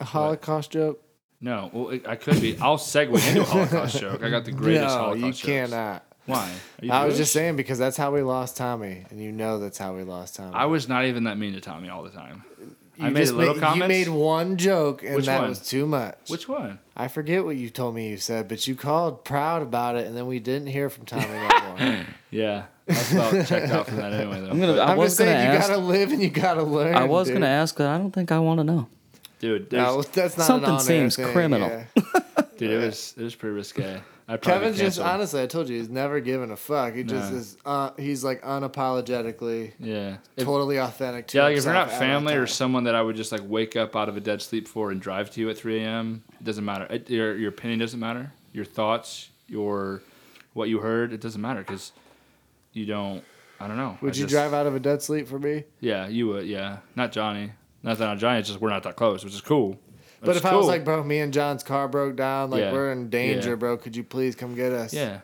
[SPEAKER 2] A Holocaust joke?
[SPEAKER 3] No, well, it, I could be. I'll segue into a Holocaust joke. I got the greatest
[SPEAKER 2] no,
[SPEAKER 3] Holocaust
[SPEAKER 2] you
[SPEAKER 3] jokes.
[SPEAKER 2] cannot.
[SPEAKER 3] Why? Are you
[SPEAKER 2] I was
[SPEAKER 3] Jewish?
[SPEAKER 2] just saying because that's how we lost Tommy, and you know that's how we lost Tommy.
[SPEAKER 3] I was not even that mean to Tommy all the time.
[SPEAKER 2] you
[SPEAKER 3] I made
[SPEAKER 2] just
[SPEAKER 3] little
[SPEAKER 2] You
[SPEAKER 3] comments.
[SPEAKER 2] made one joke, and
[SPEAKER 3] Which
[SPEAKER 2] that
[SPEAKER 3] one?
[SPEAKER 2] was too much.
[SPEAKER 3] Which one?
[SPEAKER 2] I forget what you told me you said, but you called proud about it, and then we didn't hear from Tommy that one.
[SPEAKER 3] Yeah, I was about checked out from that anyway. Though,
[SPEAKER 1] I'm gonna-
[SPEAKER 3] But,
[SPEAKER 1] I
[SPEAKER 2] I'm
[SPEAKER 1] was
[SPEAKER 2] just saying
[SPEAKER 1] gonna
[SPEAKER 2] you
[SPEAKER 1] ask-
[SPEAKER 2] gotta live and you gotta learn.
[SPEAKER 1] I was
[SPEAKER 2] dude.
[SPEAKER 1] gonna ask, but I don't think I want to know.
[SPEAKER 3] dude. there's-
[SPEAKER 2] No, that's not
[SPEAKER 1] Something
[SPEAKER 2] an on-air
[SPEAKER 1] seems
[SPEAKER 2] thing,
[SPEAKER 1] criminal.
[SPEAKER 2] yeah.
[SPEAKER 3] Dude, it was it was pretty risque. I probably
[SPEAKER 2] Kevin's just
[SPEAKER 3] canceled.
[SPEAKER 2] honestly, I told you, he's never given a fuck. He just
[SPEAKER 3] No.
[SPEAKER 2] is. Uh, he's like unapologetically,
[SPEAKER 3] Yeah. If-
[SPEAKER 2] totally authentic. To
[SPEAKER 3] yeah, like if you're
[SPEAKER 2] himself at
[SPEAKER 3] not
[SPEAKER 2] all
[SPEAKER 3] family or
[SPEAKER 2] times.
[SPEAKER 3] someone that I would just like wake up out of a dead sleep for and drive to you at 3 a.m., it doesn't matter. It, your your opinion doesn't matter. Your thoughts, your what you heard, it doesn't matter because you don't. I don't know.
[SPEAKER 2] Would
[SPEAKER 3] I
[SPEAKER 2] you
[SPEAKER 3] just-
[SPEAKER 2] drive out of a dead sleep for me?
[SPEAKER 3] Yeah, you would. Yeah, not Johnny. Not that on Johnny. It's just we're not that close, which is cool.
[SPEAKER 2] But
[SPEAKER 3] It's
[SPEAKER 2] if I was
[SPEAKER 3] cool.
[SPEAKER 2] like, bro, me and John's car broke down, like
[SPEAKER 3] Yeah.
[SPEAKER 2] we're in danger,
[SPEAKER 3] Yeah.
[SPEAKER 2] bro. Could you please come get us?
[SPEAKER 3] yeah.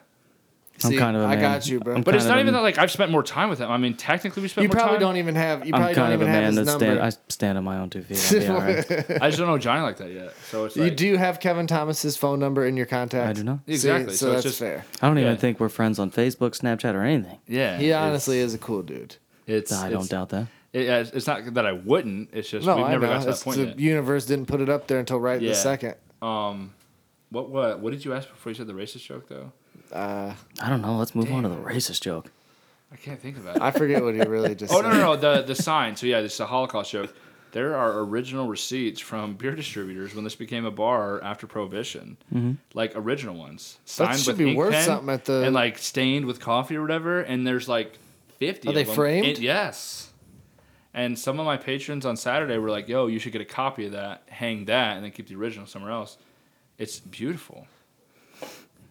[SPEAKER 1] I'm
[SPEAKER 2] See,
[SPEAKER 1] kind of a
[SPEAKER 2] I
[SPEAKER 1] man.
[SPEAKER 2] got you, bro.
[SPEAKER 1] I'm
[SPEAKER 3] But it's
[SPEAKER 1] kind of
[SPEAKER 3] not
[SPEAKER 1] a-
[SPEAKER 3] even that like I've spent more time with him. I mean, technically we spent
[SPEAKER 2] You
[SPEAKER 3] more
[SPEAKER 2] probably
[SPEAKER 3] time.
[SPEAKER 2] don't even have. You
[SPEAKER 1] I'm
[SPEAKER 2] probably don't
[SPEAKER 1] kind of a
[SPEAKER 2] even have
[SPEAKER 1] man
[SPEAKER 2] his
[SPEAKER 1] that stand.
[SPEAKER 2] number.
[SPEAKER 1] I stand on my own two feet. I'll be all right.
[SPEAKER 3] I just don't know Johnny like that yet. So it's
[SPEAKER 2] you
[SPEAKER 3] like,
[SPEAKER 2] do have Kevin Thomas's phone number in your contacts.
[SPEAKER 1] I do not.
[SPEAKER 2] See,
[SPEAKER 3] Exactly,
[SPEAKER 2] so,
[SPEAKER 3] so it's
[SPEAKER 2] that's
[SPEAKER 3] just-
[SPEAKER 2] fair.
[SPEAKER 1] I don't even
[SPEAKER 3] Yeah.
[SPEAKER 1] think we're friends on Facebook, Snapchat, or anything.
[SPEAKER 3] yeah.
[SPEAKER 2] He
[SPEAKER 3] it's-
[SPEAKER 2] honestly is a cool dude.
[SPEAKER 3] It's,
[SPEAKER 1] I
[SPEAKER 3] it's-
[SPEAKER 1] don't doubt that.
[SPEAKER 3] It, yeah, it's- it's not that I wouldn't. It's just
[SPEAKER 2] No,
[SPEAKER 3] we've
[SPEAKER 2] I
[SPEAKER 3] never
[SPEAKER 2] know.
[SPEAKER 3] got to
[SPEAKER 2] It's
[SPEAKER 3] that point
[SPEAKER 2] the
[SPEAKER 3] yet.
[SPEAKER 2] universe didn't put it up there until right
[SPEAKER 3] Yeah.
[SPEAKER 2] this second.
[SPEAKER 3] Um, what what what did you ask before you said the racist joke though?
[SPEAKER 2] Uh,
[SPEAKER 1] I don't know. Let's move on to the racist joke.
[SPEAKER 3] I can't think of it.
[SPEAKER 2] I forget what he really just.
[SPEAKER 3] oh
[SPEAKER 2] said.
[SPEAKER 3] no no no the the sign. So yeah, this is a Holocaust joke. There are original receipts from beer distributors when this became a bar after Prohibition, like original ones signed
[SPEAKER 2] Mm-hmm. should
[SPEAKER 3] with
[SPEAKER 2] be
[SPEAKER 3] ink
[SPEAKER 2] worth
[SPEAKER 3] pen
[SPEAKER 2] something at the-
[SPEAKER 3] and like stained with coffee or whatever. And there's like fifty.
[SPEAKER 2] Are
[SPEAKER 3] of
[SPEAKER 2] they
[SPEAKER 3] them.
[SPEAKER 2] framed?
[SPEAKER 3] And- yes. And some of my patrons on Saturday were like, "Yo, you should get a copy of that, hang that, and then keep the original somewhere else." It's beautiful.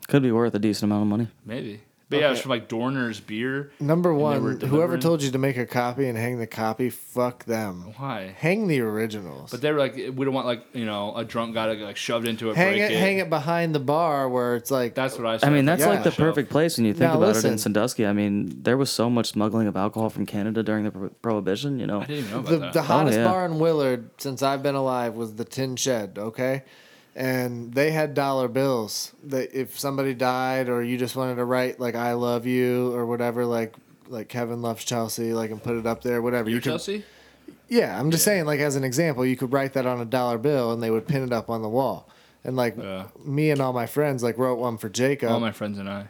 [SPEAKER 1] Could be worth a decent amount of money.
[SPEAKER 3] Maybe. But yeah, it was from like Dorner's beer.
[SPEAKER 2] Number
[SPEAKER 3] and they were
[SPEAKER 2] one, whoever
[SPEAKER 3] delivering-
[SPEAKER 2] told you to make a copy and hang the copy, fuck them.
[SPEAKER 3] why,
[SPEAKER 2] Hang the originals.
[SPEAKER 3] but they were like, we don't want like you know a drunk guy to get, like shoved into it.
[SPEAKER 2] hang
[SPEAKER 3] break
[SPEAKER 2] it, hang it behind the bar where it's like
[SPEAKER 3] That's what I. said.
[SPEAKER 1] I mean, that's
[SPEAKER 2] Yeah.
[SPEAKER 1] like the
[SPEAKER 3] Shelf.
[SPEAKER 1] perfect place when you think
[SPEAKER 2] Now,
[SPEAKER 1] about it in
[SPEAKER 2] listen.
[SPEAKER 1] Sandusky. I mean, there was so much smuggling of alcohol from Canada during the pro- prohibition. You know,
[SPEAKER 3] I didn't even know about
[SPEAKER 2] the,
[SPEAKER 3] that.
[SPEAKER 2] the hottest
[SPEAKER 1] yeah.
[SPEAKER 2] bar in Willard since I've been alive was the Tin Shed. Okay, and they had dollar bills. That if somebody died or you just wanted to write like "I love you" or whatever, like like Kevin loves Chelsea, like and put it up there, whatever.
[SPEAKER 3] you
[SPEAKER 2] you could,
[SPEAKER 3] Chelsea.
[SPEAKER 2] yeah. I'm just saying, like as an example, you could write that on a dollar bill and they would pin it up on the wall. And like
[SPEAKER 3] Yeah.
[SPEAKER 2] me and all my friends, like wrote one for Jacob.
[SPEAKER 3] All Oh my friends and I.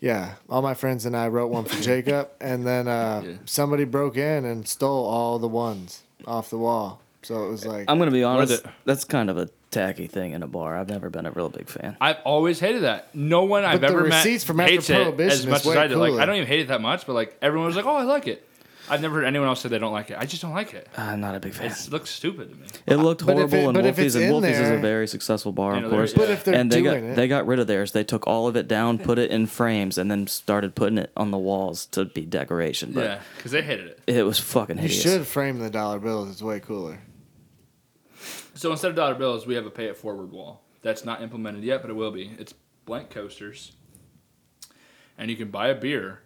[SPEAKER 2] Yeah, all my friends and I wrote one for Jacob, and then uh,
[SPEAKER 3] Yeah.
[SPEAKER 2] somebody broke in and stole all the ones off the wall. So it was like,
[SPEAKER 1] I'm gonna be honest.
[SPEAKER 3] the-
[SPEAKER 1] That's kind of a tacky thing in a bar. I've never been a real big fan.
[SPEAKER 3] I've always hated that. No one I've
[SPEAKER 2] the
[SPEAKER 3] ever met
[SPEAKER 2] receipts from after
[SPEAKER 3] hates it
[SPEAKER 2] Prohibition
[SPEAKER 3] as
[SPEAKER 2] is
[SPEAKER 3] much as
[SPEAKER 2] way
[SPEAKER 3] I did. Like
[SPEAKER 2] cooler.
[SPEAKER 3] I don't even hate it that much, but like everyone was like, "Oh, I like it." I've never heard anyone else say they don't like it. I just don't like it.
[SPEAKER 1] I'm not a big fan.
[SPEAKER 3] It looks stupid to me.
[SPEAKER 1] It looked
[SPEAKER 2] But if
[SPEAKER 1] horrible,
[SPEAKER 2] it-
[SPEAKER 1] and
[SPEAKER 2] but if
[SPEAKER 1] Wolfie's
[SPEAKER 2] it's
[SPEAKER 1] and
[SPEAKER 2] in
[SPEAKER 1] Wolfie's is a
[SPEAKER 2] there-
[SPEAKER 1] very successful bar,
[SPEAKER 3] You know,
[SPEAKER 1] of
[SPEAKER 3] there-
[SPEAKER 1] course.
[SPEAKER 3] But
[SPEAKER 2] if they're
[SPEAKER 1] and they
[SPEAKER 2] doing
[SPEAKER 1] got
[SPEAKER 2] it-
[SPEAKER 1] they got rid of theirs. They took all of it down, put it in frames, and then started putting it on the walls to be decoration. But
[SPEAKER 3] yeah, because they hated it.
[SPEAKER 1] it was fucking
[SPEAKER 2] you
[SPEAKER 1] hideous.
[SPEAKER 2] should frame the dollar bills. It's way cooler.
[SPEAKER 3] So instead of dollar bills, we have a pay it forward wall. That's not implemented yet, but it will be. It's blank coasters, and you can buy a beer,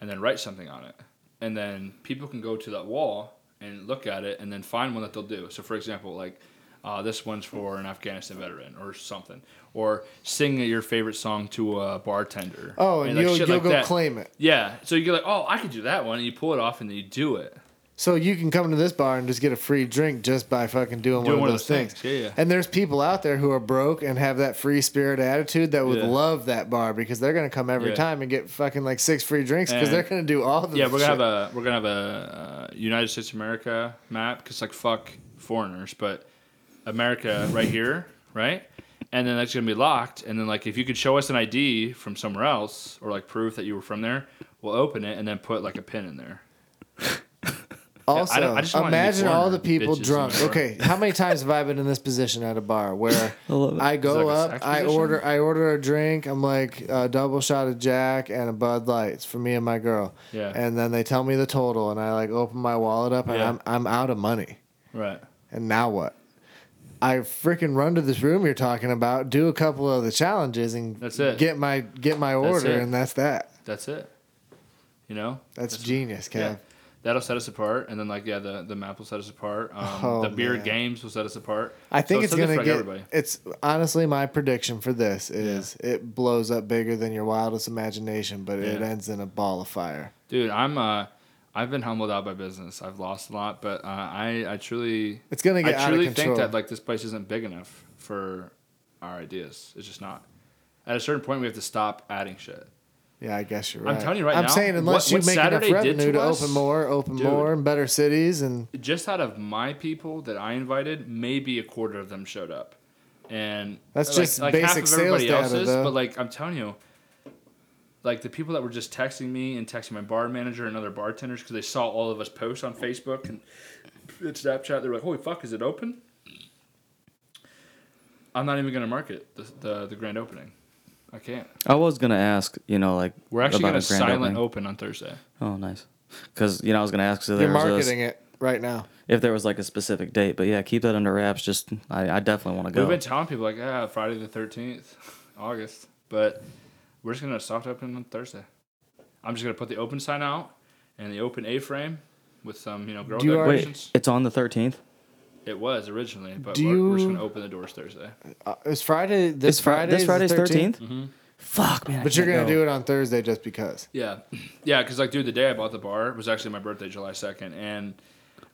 [SPEAKER 3] and then write something on it, and then people can go to that wall and look at it, and then find one that they'll do. So for example, like. Uh, this one's for an Afghanistan veteran or something, or sing your favorite song to a bartender.
[SPEAKER 2] Oh, and,
[SPEAKER 3] like,
[SPEAKER 2] you'll,
[SPEAKER 3] shit
[SPEAKER 2] you'll
[SPEAKER 3] like
[SPEAKER 2] go
[SPEAKER 3] that.
[SPEAKER 2] claim it.
[SPEAKER 3] Yeah. So you're like, oh, I could do that one, and you pull it off, and then you do it.
[SPEAKER 2] So you can come to this bar and just get a free drink just by fucking doing, one, of those things.
[SPEAKER 3] Yeah, yeah.
[SPEAKER 2] And there's people out there who are broke and have that free spirit attitude that would
[SPEAKER 3] Yeah.
[SPEAKER 2] love that bar because they're gonna come every
[SPEAKER 3] Yeah.
[SPEAKER 2] time and get fucking like six free drinks because
[SPEAKER 3] And-
[SPEAKER 2] they're gonna do all the
[SPEAKER 3] Yeah, we're
[SPEAKER 2] shit.
[SPEAKER 3] gonna have a we're gonna have a uh, United States of America map because like fuck foreigners, but America right here, right? And then that's gonna be locked. And then like if you could show us an ID from somewhere else or like proof that you were from there, we'll open it and then put like a pin in there.
[SPEAKER 2] Also,
[SPEAKER 3] I don't- I just don't want any
[SPEAKER 2] imagine all the
[SPEAKER 3] foreigner
[SPEAKER 2] people
[SPEAKER 3] bitches in
[SPEAKER 2] drunk.
[SPEAKER 3] the bar.
[SPEAKER 2] Okay, how many times have I been in this position at a bar where
[SPEAKER 1] I love it.
[SPEAKER 2] I go
[SPEAKER 3] like a
[SPEAKER 2] up,
[SPEAKER 3] sack
[SPEAKER 2] I
[SPEAKER 3] position?
[SPEAKER 2] order, I order a drink. I'm like a double shot of Jack and a Bud Lights for me and my girl.
[SPEAKER 3] Yeah.
[SPEAKER 2] And then they tell me the total, and I like open my wallet up, and
[SPEAKER 3] Yeah.
[SPEAKER 2] I'm I'm out of money.
[SPEAKER 3] Right.
[SPEAKER 2] And now what? I freaking run to this room you're talking about, do a couple of the challenges, and
[SPEAKER 3] That's it.
[SPEAKER 2] get my get my order,
[SPEAKER 3] it.
[SPEAKER 2] and that's that.
[SPEAKER 3] That's it. You know?
[SPEAKER 2] That's, genius, Kev.
[SPEAKER 3] Yeah. That'll set us apart, and then like yeah, the, the map will set us apart. Um,
[SPEAKER 2] Oh,
[SPEAKER 3] the beer
[SPEAKER 2] man.
[SPEAKER 3] games will set us apart.
[SPEAKER 2] I think
[SPEAKER 3] So
[SPEAKER 2] it's
[SPEAKER 3] something
[SPEAKER 2] gonna
[SPEAKER 3] for,
[SPEAKER 2] get.
[SPEAKER 3] like, everybody.
[SPEAKER 2] It's honestly my prediction for this is it blows up bigger than your wildest imagination, but it
[SPEAKER 3] Yeah.
[SPEAKER 2] ends in a ball of fire.
[SPEAKER 3] Dude, I'm uh, I've been humbled out by business. I've lost a lot, but uh, I I truly
[SPEAKER 2] It's gonna get
[SPEAKER 3] I
[SPEAKER 2] out of
[SPEAKER 3] truly
[SPEAKER 2] control.
[SPEAKER 3] think that like this place isn't big enough for our ideas. It's just not. At a certain point, we have to stop adding shit.
[SPEAKER 2] Yeah, I guess you're
[SPEAKER 3] I'm
[SPEAKER 2] right.
[SPEAKER 3] telling you right
[SPEAKER 2] I'm
[SPEAKER 3] now,
[SPEAKER 2] saying unless
[SPEAKER 3] what-
[SPEAKER 2] you
[SPEAKER 3] what
[SPEAKER 2] make
[SPEAKER 3] Saturday
[SPEAKER 2] enough
[SPEAKER 3] did
[SPEAKER 2] revenue
[SPEAKER 3] to
[SPEAKER 2] to
[SPEAKER 3] us-
[SPEAKER 2] open more, open
[SPEAKER 3] Dude.
[SPEAKER 2] more, and better cities, and
[SPEAKER 3] Just out of my people that I invited, maybe a quarter of them showed up, and
[SPEAKER 2] That's
[SPEAKER 3] like-
[SPEAKER 2] just
[SPEAKER 3] like half
[SPEAKER 2] basic
[SPEAKER 3] of
[SPEAKER 2] sales
[SPEAKER 3] everybody
[SPEAKER 2] data,
[SPEAKER 3] else's.
[SPEAKER 2] though.
[SPEAKER 3] But like I'm telling you, like the people that were just texting me and texting my bar manager and other bartenders because they saw all of us post on Facebook and Snapchat, they were like, "Holy fuck, is it open?" I'm not even gonna market the the, the grand opening. I can't.
[SPEAKER 1] I was gonna ask, you know, like
[SPEAKER 3] We're actually
[SPEAKER 1] about
[SPEAKER 3] gonna
[SPEAKER 1] a grand
[SPEAKER 3] silent
[SPEAKER 1] opening.
[SPEAKER 3] open on Thursday.
[SPEAKER 1] Oh, nice. Because you know, I was gonna ask if there
[SPEAKER 2] you're
[SPEAKER 1] was
[SPEAKER 2] marketing
[SPEAKER 1] a,
[SPEAKER 2] it right now.
[SPEAKER 1] if there was like a specific date, but yeah, keep that under wraps. Just I, I definitely want to
[SPEAKER 3] We've
[SPEAKER 1] go.
[SPEAKER 3] been telling people like, ah, Friday the thirteenth, August, but we're just gonna soft open on Thursday. I'm just gonna put the open sign out and the open A frame with some, you know, girl
[SPEAKER 2] Do you already-
[SPEAKER 1] Wait,
[SPEAKER 3] decorations.
[SPEAKER 1] it's on the thirteenth.
[SPEAKER 3] It was originally, but
[SPEAKER 2] Do
[SPEAKER 3] we're, we're just
[SPEAKER 2] you-
[SPEAKER 3] gonna open the doors Thursday.
[SPEAKER 2] Uh, it's Friday. This
[SPEAKER 1] It's Friday. This
[SPEAKER 2] Friday
[SPEAKER 1] Friday's
[SPEAKER 2] is the
[SPEAKER 1] thirteenth.
[SPEAKER 3] Mm-hmm.
[SPEAKER 1] Fuck man. I
[SPEAKER 2] But you're
[SPEAKER 1] can't
[SPEAKER 2] gonna
[SPEAKER 1] go.
[SPEAKER 2] do it on Thursday just because.
[SPEAKER 3] Yeah, yeah, because like, dude, the day I bought the bar was actually my birthday, July second, and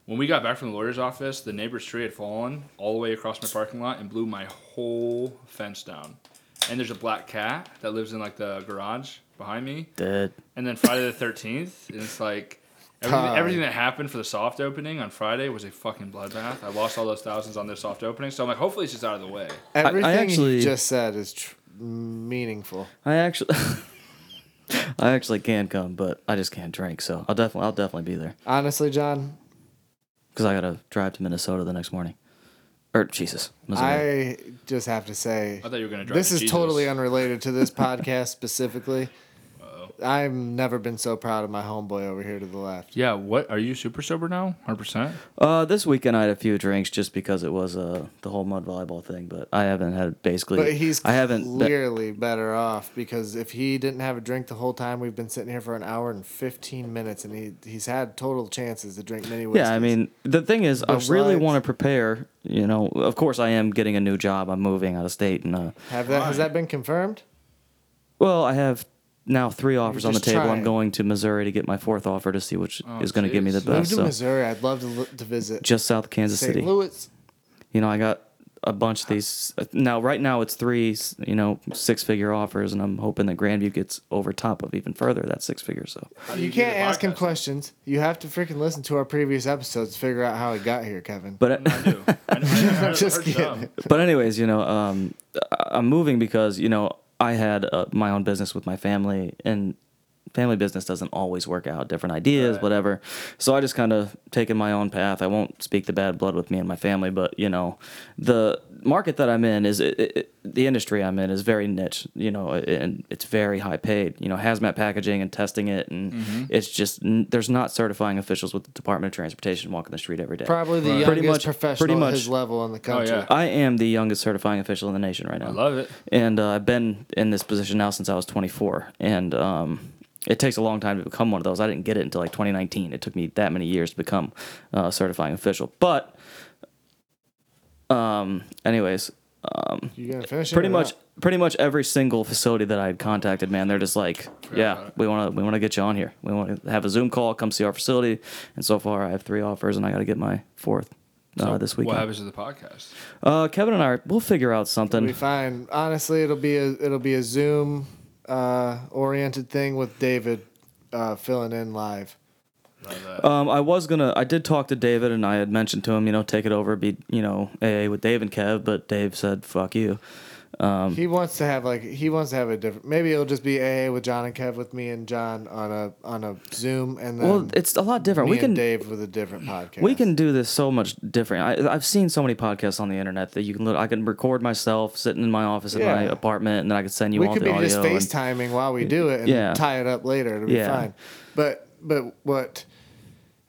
[SPEAKER 3] when we got back from the lawyer's office, the neighbor's tree had fallen all the way across my parking lot and blew my whole fence down. And there's a black cat that lives in like the garage behind me.
[SPEAKER 1] Dead.
[SPEAKER 3] And then Friday the thirteenth, it's like everything,
[SPEAKER 2] Pie.
[SPEAKER 3] everything that happened for the soft opening on Friday was a fucking bloodbath. I lost all those thousands on their soft opening, so I'm like, hopefully it's just out of the way.
[SPEAKER 1] I
[SPEAKER 2] Everything
[SPEAKER 1] actually-
[SPEAKER 2] you just said is tr- meaningful.
[SPEAKER 1] I actually. I actually can come, but I just can't drink, so I'll definitely I'll definitely be there
[SPEAKER 2] Honestly, John,
[SPEAKER 1] because I gotta drive to Minnesota the next morning. Or Jesus, Missouri.
[SPEAKER 2] I just have to say,
[SPEAKER 3] I thought you were gonna drive.
[SPEAKER 2] this
[SPEAKER 3] to
[SPEAKER 2] is
[SPEAKER 3] Jesus.
[SPEAKER 2] totally unrelated to this podcast specifically. I've never been so proud of my homeboy over here to the left.
[SPEAKER 3] Yeah, what are you super sober now? 100%?
[SPEAKER 1] Uh, this weekend I had a few drinks just because it was uh the whole mud volleyball thing, but I haven't had basically.
[SPEAKER 2] But he's
[SPEAKER 1] I haven't. been-
[SPEAKER 2] clearly better off because if he didn't have a drink the whole time, we've been sitting here for an hour and fifteen minutes, and he he's had total chances to drink many. Whiskeys.
[SPEAKER 1] yeah, I mean the thing is, I
[SPEAKER 2] Bush
[SPEAKER 1] really
[SPEAKER 2] Lights.
[SPEAKER 1] want to prepare. You know, of course I am getting a new job. I'm moving out of state, and uh,
[SPEAKER 2] have that has that been confirmed?
[SPEAKER 1] well, I have now three offers on the
[SPEAKER 2] just
[SPEAKER 1] table.
[SPEAKER 2] trying.
[SPEAKER 1] I'm going to Missouri to get my fourth offer to see which is going to give me the
[SPEAKER 3] jeez.
[SPEAKER 2] Move
[SPEAKER 1] best.
[SPEAKER 2] to
[SPEAKER 1] So
[SPEAKER 2] Missouri. I'd love to lo- to visit
[SPEAKER 1] just south of Kansas
[SPEAKER 2] St.
[SPEAKER 1] City.
[SPEAKER 2] Louis.
[SPEAKER 1] you know, I got a bunch of these. Now, right now, it's three, you know, six figure offers, and I'm hoping that Grandview gets over top of even further that six figure. So,
[SPEAKER 2] You, can't ask him questions. You have to freaking listen to our previous episodes to figure out how he got here, Kevin.
[SPEAKER 1] but
[SPEAKER 3] I do. I know, I know,
[SPEAKER 2] Just
[SPEAKER 3] I heard some.
[SPEAKER 2] kidding.
[SPEAKER 1] but anyways, you know, um, I- I'm moving because you know I had uh, my own business with my family, and family business doesn't always work out. Different ideas,
[SPEAKER 3] Right.
[SPEAKER 1] whatever. So I just kind of taken my own path. I won't speak the bad blood with me and my family, but you know, the market that I'm in is it, it, the industry I'm in is very niche. You know, and it's very high paid. You know, hazmat packaging and testing it, and
[SPEAKER 2] Mm-hmm.
[SPEAKER 1] it's just n- there's not certifying officials with the Department of Transportation walking the street every day.
[SPEAKER 2] Probably the
[SPEAKER 3] Right.
[SPEAKER 2] youngest
[SPEAKER 1] Pretty much-
[SPEAKER 2] professional
[SPEAKER 1] pretty
[SPEAKER 2] at
[SPEAKER 1] much-
[SPEAKER 2] his level in the
[SPEAKER 3] Oh,
[SPEAKER 2] country.
[SPEAKER 3] yeah.
[SPEAKER 1] I am the youngest certifying official in the nation right now. I
[SPEAKER 3] love it.
[SPEAKER 1] And uh, I've been in this position now since I was 24. And um, it takes a long time to become one of those. I didn't get it until like 2019. It took me that many years to become uh, a certifying official. But, um, anyways, um,
[SPEAKER 2] You gonna finish it?
[SPEAKER 1] pretty
[SPEAKER 2] or
[SPEAKER 1] much.
[SPEAKER 2] not?
[SPEAKER 1] Pretty much every single facility that I had contacted, man, they're just like,
[SPEAKER 3] about
[SPEAKER 1] yeah,
[SPEAKER 3] it.
[SPEAKER 1] we want to we want to get you on here. We want to have a Zoom call, come see our facility. And so far, I have three offers, and I got to get my fourth uh, this weekend.
[SPEAKER 3] What happens to the podcast?
[SPEAKER 1] Uh, Kevin and I, we'll figure out something.
[SPEAKER 2] It'll be fine. Honestly, it'll be a it'll be a Zoom uh, oriented thing with David uh, filling in live.
[SPEAKER 3] Love that.
[SPEAKER 1] Um, I was gonna. I did talk to David, and I had mentioned to him, you know, take it over, be you know, AA with Dave and Kev, but Dave said, "Fuck you." Um,
[SPEAKER 2] He wants to have like he wants to have a different. Maybe it'll just be AA with John and Kev with me and John on a on a Zoom and then
[SPEAKER 1] Well, it's a lot different.
[SPEAKER 2] Um, me
[SPEAKER 1] We can
[SPEAKER 2] and Dave with a different podcast.
[SPEAKER 1] we can do this so much different. I, I've seen so many podcasts on the internet that you can. lit- I can record myself sitting in my office in my
[SPEAKER 2] Yeah.
[SPEAKER 1] apartment, and then I could send you
[SPEAKER 2] we
[SPEAKER 1] all
[SPEAKER 2] could
[SPEAKER 1] the
[SPEAKER 2] be
[SPEAKER 1] audio.
[SPEAKER 2] just
[SPEAKER 1] and-
[SPEAKER 2] FaceTiming while we do it and
[SPEAKER 1] Yeah.
[SPEAKER 2] tie it up later. It'll be
[SPEAKER 1] Yeah.
[SPEAKER 2] fine. But but what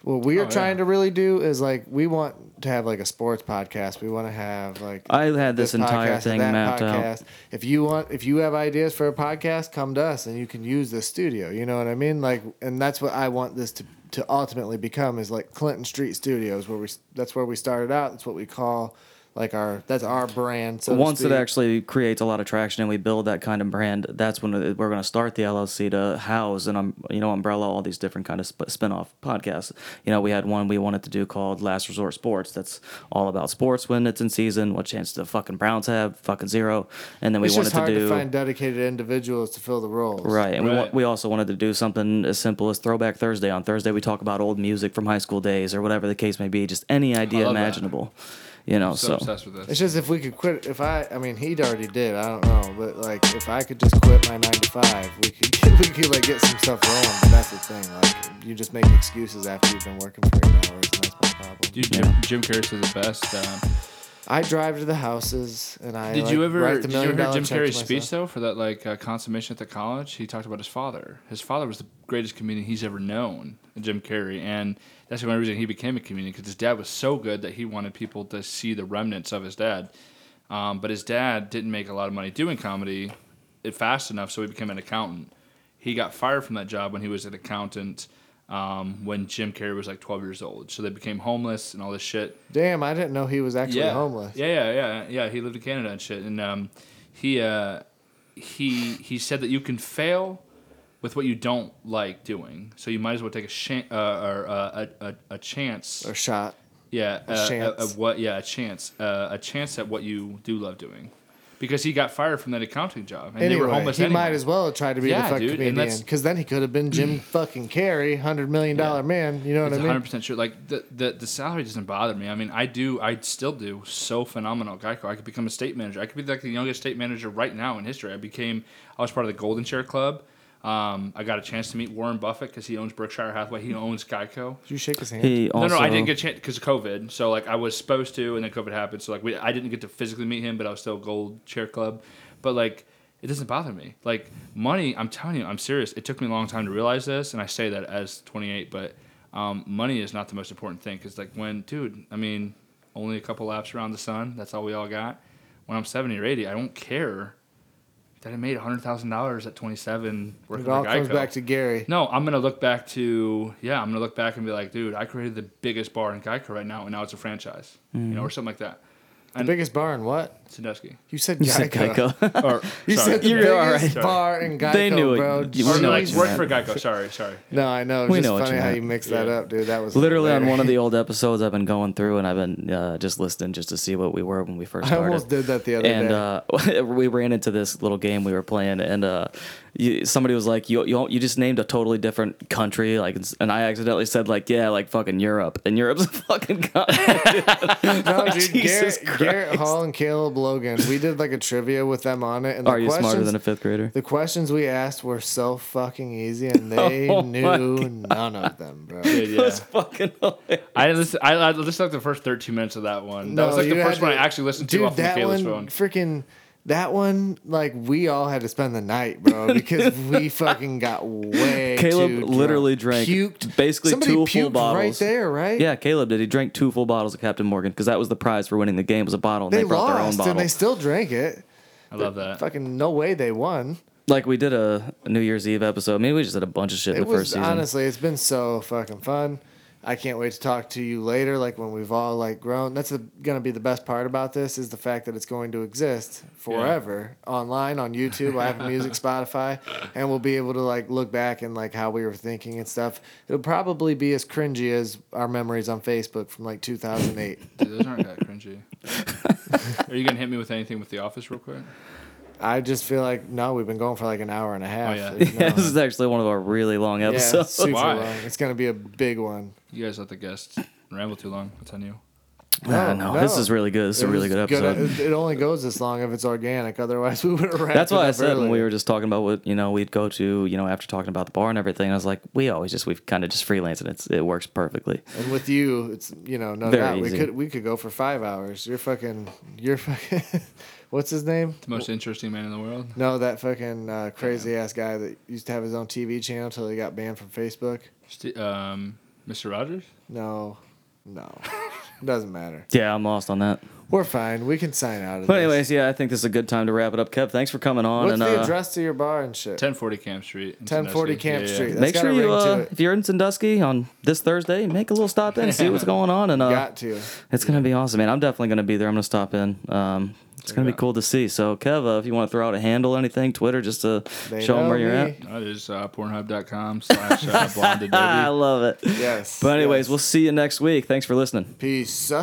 [SPEAKER 2] what we are
[SPEAKER 3] Oh,
[SPEAKER 2] trying to
[SPEAKER 3] yeah.
[SPEAKER 2] really do is like we want to have like a sports podcast. We want to have like
[SPEAKER 1] I had this, entire
[SPEAKER 2] podcast,
[SPEAKER 1] thing
[SPEAKER 2] that
[SPEAKER 1] mapped out.
[SPEAKER 2] podcast. If you want, if you have ideas for a podcast, come to us, and you can use the studio. You know what I mean? Like, and that's what I want this to to ultimately become is like Clinton Street Studios, where we that's where we started out. That's what we call like our that's our brand. So to
[SPEAKER 1] Once it
[SPEAKER 2] speak.
[SPEAKER 1] actually creates a lot of traction and we build that kind of brand, that's when we're going to start the LLC to house and um, you know umbrella all these different kind of sp- spin-off podcasts. You know, we had one we wanted to do called Last Resort Sports. That's all about sports when it's in season, what chance the fucking Browns have, fucking zero. And then we
[SPEAKER 2] it's
[SPEAKER 1] wanted
[SPEAKER 2] just hard
[SPEAKER 1] to
[SPEAKER 2] to,
[SPEAKER 1] do
[SPEAKER 2] find dedicated individuals to fill the roles.
[SPEAKER 1] Right, and we wa-
[SPEAKER 3] Right.
[SPEAKER 1] we also wanted to do something as simple as Throwback Thursday. On Thursday, we talk about old music from high school days or whatever the case may be. Just any idea
[SPEAKER 3] love that.
[SPEAKER 1] imaginable, you know.
[SPEAKER 3] Oh, so,
[SPEAKER 1] so
[SPEAKER 3] obsessed with
[SPEAKER 2] It's
[SPEAKER 3] this.
[SPEAKER 2] just if we could quit. If I, I mean, he already did. I don't know, but like, if I could just quit my nine to five, we could, we could like get some stuff rolling. But that's the thing. Like, you just make excuses after you've been working for eight hours, and that's my problem.
[SPEAKER 3] Dude, Jim, Jim Carrey says it best. Um,
[SPEAKER 2] I drive to the houses, and I.
[SPEAKER 3] Did
[SPEAKER 2] like,
[SPEAKER 3] you ever
[SPEAKER 2] write the
[SPEAKER 3] did you
[SPEAKER 2] million
[SPEAKER 3] ever hear
[SPEAKER 2] dollar
[SPEAKER 3] Jim
[SPEAKER 2] check to
[SPEAKER 3] Carrey's speech
[SPEAKER 2] myself.
[SPEAKER 3] though for that like uh, consummation at the college? He talked about his father. His father was the greatest comedian he's ever known, Jim Carrey, and that's the only reason he became a comedian because his dad was so good that he wanted people to see the remnants of his dad. Um, but his dad didn't make a lot of money doing comedy it fast enough, so he became an accountant. He got fired from that job when he was an accountant. Um, when Jim Carrey was like 12 years old, so they became homeless and all this shit
[SPEAKER 2] Damn, I didn't know he was actually
[SPEAKER 3] yeah.
[SPEAKER 2] homeless.
[SPEAKER 3] Yeah, yeah, yeah, yeah. He lived in Canada and shit, and um, he uh, he he said that you can fail with what you don't like doing, so you might as well take a shan- uh, or uh, a, a a chance.
[SPEAKER 2] Or shot.
[SPEAKER 3] yeah,
[SPEAKER 2] a
[SPEAKER 3] uh,
[SPEAKER 2] chance.
[SPEAKER 3] uh, what? Yeah, a chance. Uh, a chance at what you do love doing, because he got fired from that accounting job, and they were
[SPEAKER 2] Anyway,
[SPEAKER 3] homeless.
[SPEAKER 2] he
[SPEAKER 3] anyway.
[SPEAKER 2] might as well have tried to be
[SPEAKER 3] Yeah,
[SPEAKER 2] the fuck
[SPEAKER 3] dude, and
[SPEAKER 2] comedian,
[SPEAKER 3] that's-
[SPEAKER 2] because then he could have been Jim fucking Carrey, hundred million dollar man. You know what
[SPEAKER 3] It's
[SPEAKER 2] I mean?
[SPEAKER 3] 100% sure. Like the, the the salary doesn't bother me. I mean, I do. I still do so phenomenal at Geico. I could become a state manager. I could be like the youngest state manager right now in history. I became. I was part of the Golden Chair Club. Um, I got a chance to meet Warren Buffett because he owns Berkshire Hathaway. He owns Geico.
[SPEAKER 2] Did you shake his hand?
[SPEAKER 1] he also
[SPEAKER 3] no, no, I didn't get a chance because of COVID. So like I was supposed to, and then COVID happened. So like we, I didn't get to physically meet him, but I was still Gold Chair Club. But like it doesn't bother me. Like money, I'm telling you, I'm serious. It took me a long time to realize this, and I say that as 28, but um, money is not the most important thing. Cause like when, dude, I mean, only a couple laps around the sun. That's all we all got. When I'm 70 or 80, I don't care that I made $100,000 at 27
[SPEAKER 2] It
[SPEAKER 3] working for
[SPEAKER 2] all comes
[SPEAKER 3] Geico.
[SPEAKER 2] back to Gary.
[SPEAKER 3] No, I'm gonna look back to yeah, I'm gonna look back and be like, dude, I created the biggest bar in Geico right now, and now it's a franchise, you know, or something like that.
[SPEAKER 2] The
[SPEAKER 3] And-
[SPEAKER 2] biggest bar in what?
[SPEAKER 3] Sandusky.
[SPEAKER 2] You said Geico.
[SPEAKER 1] You said Geico.
[SPEAKER 3] Or
[SPEAKER 2] You
[SPEAKER 3] sorry.
[SPEAKER 2] said the
[SPEAKER 1] You're
[SPEAKER 2] biggest
[SPEAKER 3] alright.
[SPEAKER 2] bar in Geico,
[SPEAKER 1] They knew it.
[SPEAKER 2] bro.
[SPEAKER 1] You
[SPEAKER 3] or
[SPEAKER 1] know what
[SPEAKER 3] like
[SPEAKER 2] Jeez.
[SPEAKER 1] you
[SPEAKER 3] work for Geico. Sorry, sorry.
[SPEAKER 2] No, I know. It's
[SPEAKER 1] We
[SPEAKER 2] just
[SPEAKER 1] know what
[SPEAKER 2] funny
[SPEAKER 1] you
[SPEAKER 2] how
[SPEAKER 1] meant.
[SPEAKER 2] you mix that
[SPEAKER 3] Yeah.
[SPEAKER 2] up, dude. That was
[SPEAKER 1] Literally on
[SPEAKER 2] hilarious.
[SPEAKER 1] one of the old episodes, I've been going through and I've been uh, just listening just to see what we were when we first
[SPEAKER 2] I
[SPEAKER 1] started.
[SPEAKER 2] almost did that the other
[SPEAKER 1] and
[SPEAKER 2] day.
[SPEAKER 1] uh, we ran into this little game we were playing, and uh, you, somebody was like, you, "You you just named a totally different country," like, and I accidentally said like, "Yeah, like fucking Europe," and Europe's a fucking country.
[SPEAKER 2] No, dude,
[SPEAKER 1] Oh, Jesus
[SPEAKER 2] Garrett, Garrett Hall and Caleb Logan. We did like a trivia with them on it, and the
[SPEAKER 1] Are you smarter
[SPEAKER 2] questions-
[SPEAKER 1] than a fifth grader?
[SPEAKER 2] The questions we asked were so fucking easy, and they
[SPEAKER 1] Oh my
[SPEAKER 2] knew none of them, bro.
[SPEAKER 3] Yeah,
[SPEAKER 1] It
[SPEAKER 3] yeah.
[SPEAKER 1] was fucking hilarious.
[SPEAKER 3] I listened. I, I listened to the first 13 minutes of that one. That was like
[SPEAKER 2] you
[SPEAKER 3] the
[SPEAKER 2] had
[SPEAKER 3] first one I
[SPEAKER 2] to-
[SPEAKER 3] actually listened to
[SPEAKER 2] dude,
[SPEAKER 3] off of
[SPEAKER 2] that
[SPEAKER 3] Kayla's
[SPEAKER 2] one,
[SPEAKER 3] phone.
[SPEAKER 2] Freaking that one, like we all had to spend the night, bro, because we fucking got way.
[SPEAKER 1] Caleb
[SPEAKER 2] too drunk.
[SPEAKER 1] literally drank
[SPEAKER 2] puked.
[SPEAKER 1] basically
[SPEAKER 2] Somebody
[SPEAKER 1] two full
[SPEAKER 2] puked right
[SPEAKER 1] bottles.
[SPEAKER 2] there, right?
[SPEAKER 1] Yeah, Caleb did. He drank two full bottles of Captain Morgan because that was the prize for winning the game was a bottle, and they,
[SPEAKER 2] they,
[SPEAKER 1] brought their own
[SPEAKER 2] lost
[SPEAKER 1] bottle.
[SPEAKER 2] and they still drank it.
[SPEAKER 3] I love that.
[SPEAKER 2] Fucking no way they won.
[SPEAKER 1] Like we did a New Year's Eve episode. Maybe we just did a bunch of shit
[SPEAKER 2] It
[SPEAKER 1] the first
[SPEAKER 2] was
[SPEAKER 1] season.
[SPEAKER 2] honestly, it's been so fucking fun. I can't wait to talk to you later, like when we've all like grown. That's the gonna be the best part about this is the fact that it's going to exist forever online on YouTube, Apple Music, Spotify, and we'll be able to like look back and like how we were thinking and stuff. It'll probably be as cringy as our memories on Facebook from like 2008.
[SPEAKER 3] Dude, those aren't that cringy. Are you gonna hit me with anything with The Office real quick?
[SPEAKER 2] I just feel like no, we've been going for like an hour and a half.
[SPEAKER 3] yeah.
[SPEAKER 2] There's no-
[SPEAKER 1] Oh, Yeah, this is actually one of our really long
[SPEAKER 2] Uh, yeah,
[SPEAKER 1] episodes.
[SPEAKER 2] super
[SPEAKER 3] Why?
[SPEAKER 2] long. It's gonna be a big one.
[SPEAKER 3] You guys let the guests ramble too long. That's on you.
[SPEAKER 1] Nah, no, this is really good. This is a
[SPEAKER 2] It
[SPEAKER 1] really
[SPEAKER 2] was
[SPEAKER 1] good episode.
[SPEAKER 2] It, it only goes this long if it's organic. Otherwise, we would have wrapped.
[SPEAKER 1] That's
[SPEAKER 2] it
[SPEAKER 1] why I
[SPEAKER 2] up
[SPEAKER 1] said when we
[SPEAKER 2] earlier.
[SPEAKER 1] were just talking about what you know we'd go to you know after talking about the bar and everything. I was like, we always just we've kind of just freelance and it's it works perfectly.
[SPEAKER 2] And with you, it's you know no
[SPEAKER 1] Very
[SPEAKER 2] doubt we
[SPEAKER 1] easy.
[SPEAKER 2] could we could go for five hours. You're fucking. You're fucking. what's his name?
[SPEAKER 3] The most interesting man in the world.
[SPEAKER 2] No, that fucking uh, crazy ass guy that used to have his own TV channel till he got banned from Facebook.
[SPEAKER 3] St- um, Mr. Rogers.
[SPEAKER 2] No, no, doesn't matter.
[SPEAKER 1] Yeah, I'm lost on that.
[SPEAKER 2] We're fine. We can sign out of
[SPEAKER 1] But
[SPEAKER 2] this.
[SPEAKER 1] anyways, yeah, I think this is a good time to wrap it up. Kev, thanks for coming on.
[SPEAKER 2] what's
[SPEAKER 1] and
[SPEAKER 2] the
[SPEAKER 1] uh,
[SPEAKER 2] address to your bar and shit?
[SPEAKER 3] 1040 Camp Street. in
[SPEAKER 2] 1040
[SPEAKER 3] Sandusky.
[SPEAKER 2] Camp Street. That's
[SPEAKER 1] make
[SPEAKER 2] got
[SPEAKER 1] sure
[SPEAKER 2] a
[SPEAKER 1] you,
[SPEAKER 2] ring to
[SPEAKER 1] uh,
[SPEAKER 2] it.
[SPEAKER 1] if you're in Sandusky on this Thursday, make a little stop in, see what's going on, and uh,
[SPEAKER 2] Got to.
[SPEAKER 1] it's gonna be awesome, man. I'm definitely gonna be there. I'm gonna stop in. Um, it's gonna
[SPEAKER 3] it
[SPEAKER 1] be
[SPEAKER 3] out.
[SPEAKER 1] cool to see. So, Kev, uh, if you want to throw out a handle, anything, Twitter, just to
[SPEAKER 2] They
[SPEAKER 1] show them
[SPEAKER 2] know
[SPEAKER 1] where you're
[SPEAKER 2] me.
[SPEAKER 1] at.
[SPEAKER 3] That is uh, pornhub.com slash uh, blonde
[SPEAKER 1] Ah, I
[SPEAKER 3] adobe.
[SPEAKER 1] love it.
[SPEAKER 2] Yes.
[SPEAKER 1] But anyways,
[SPEAKER 2] yes.
[SPEAKER 1] we'll see you next week. Thanks for listening.
[SPEAKER 2] peace.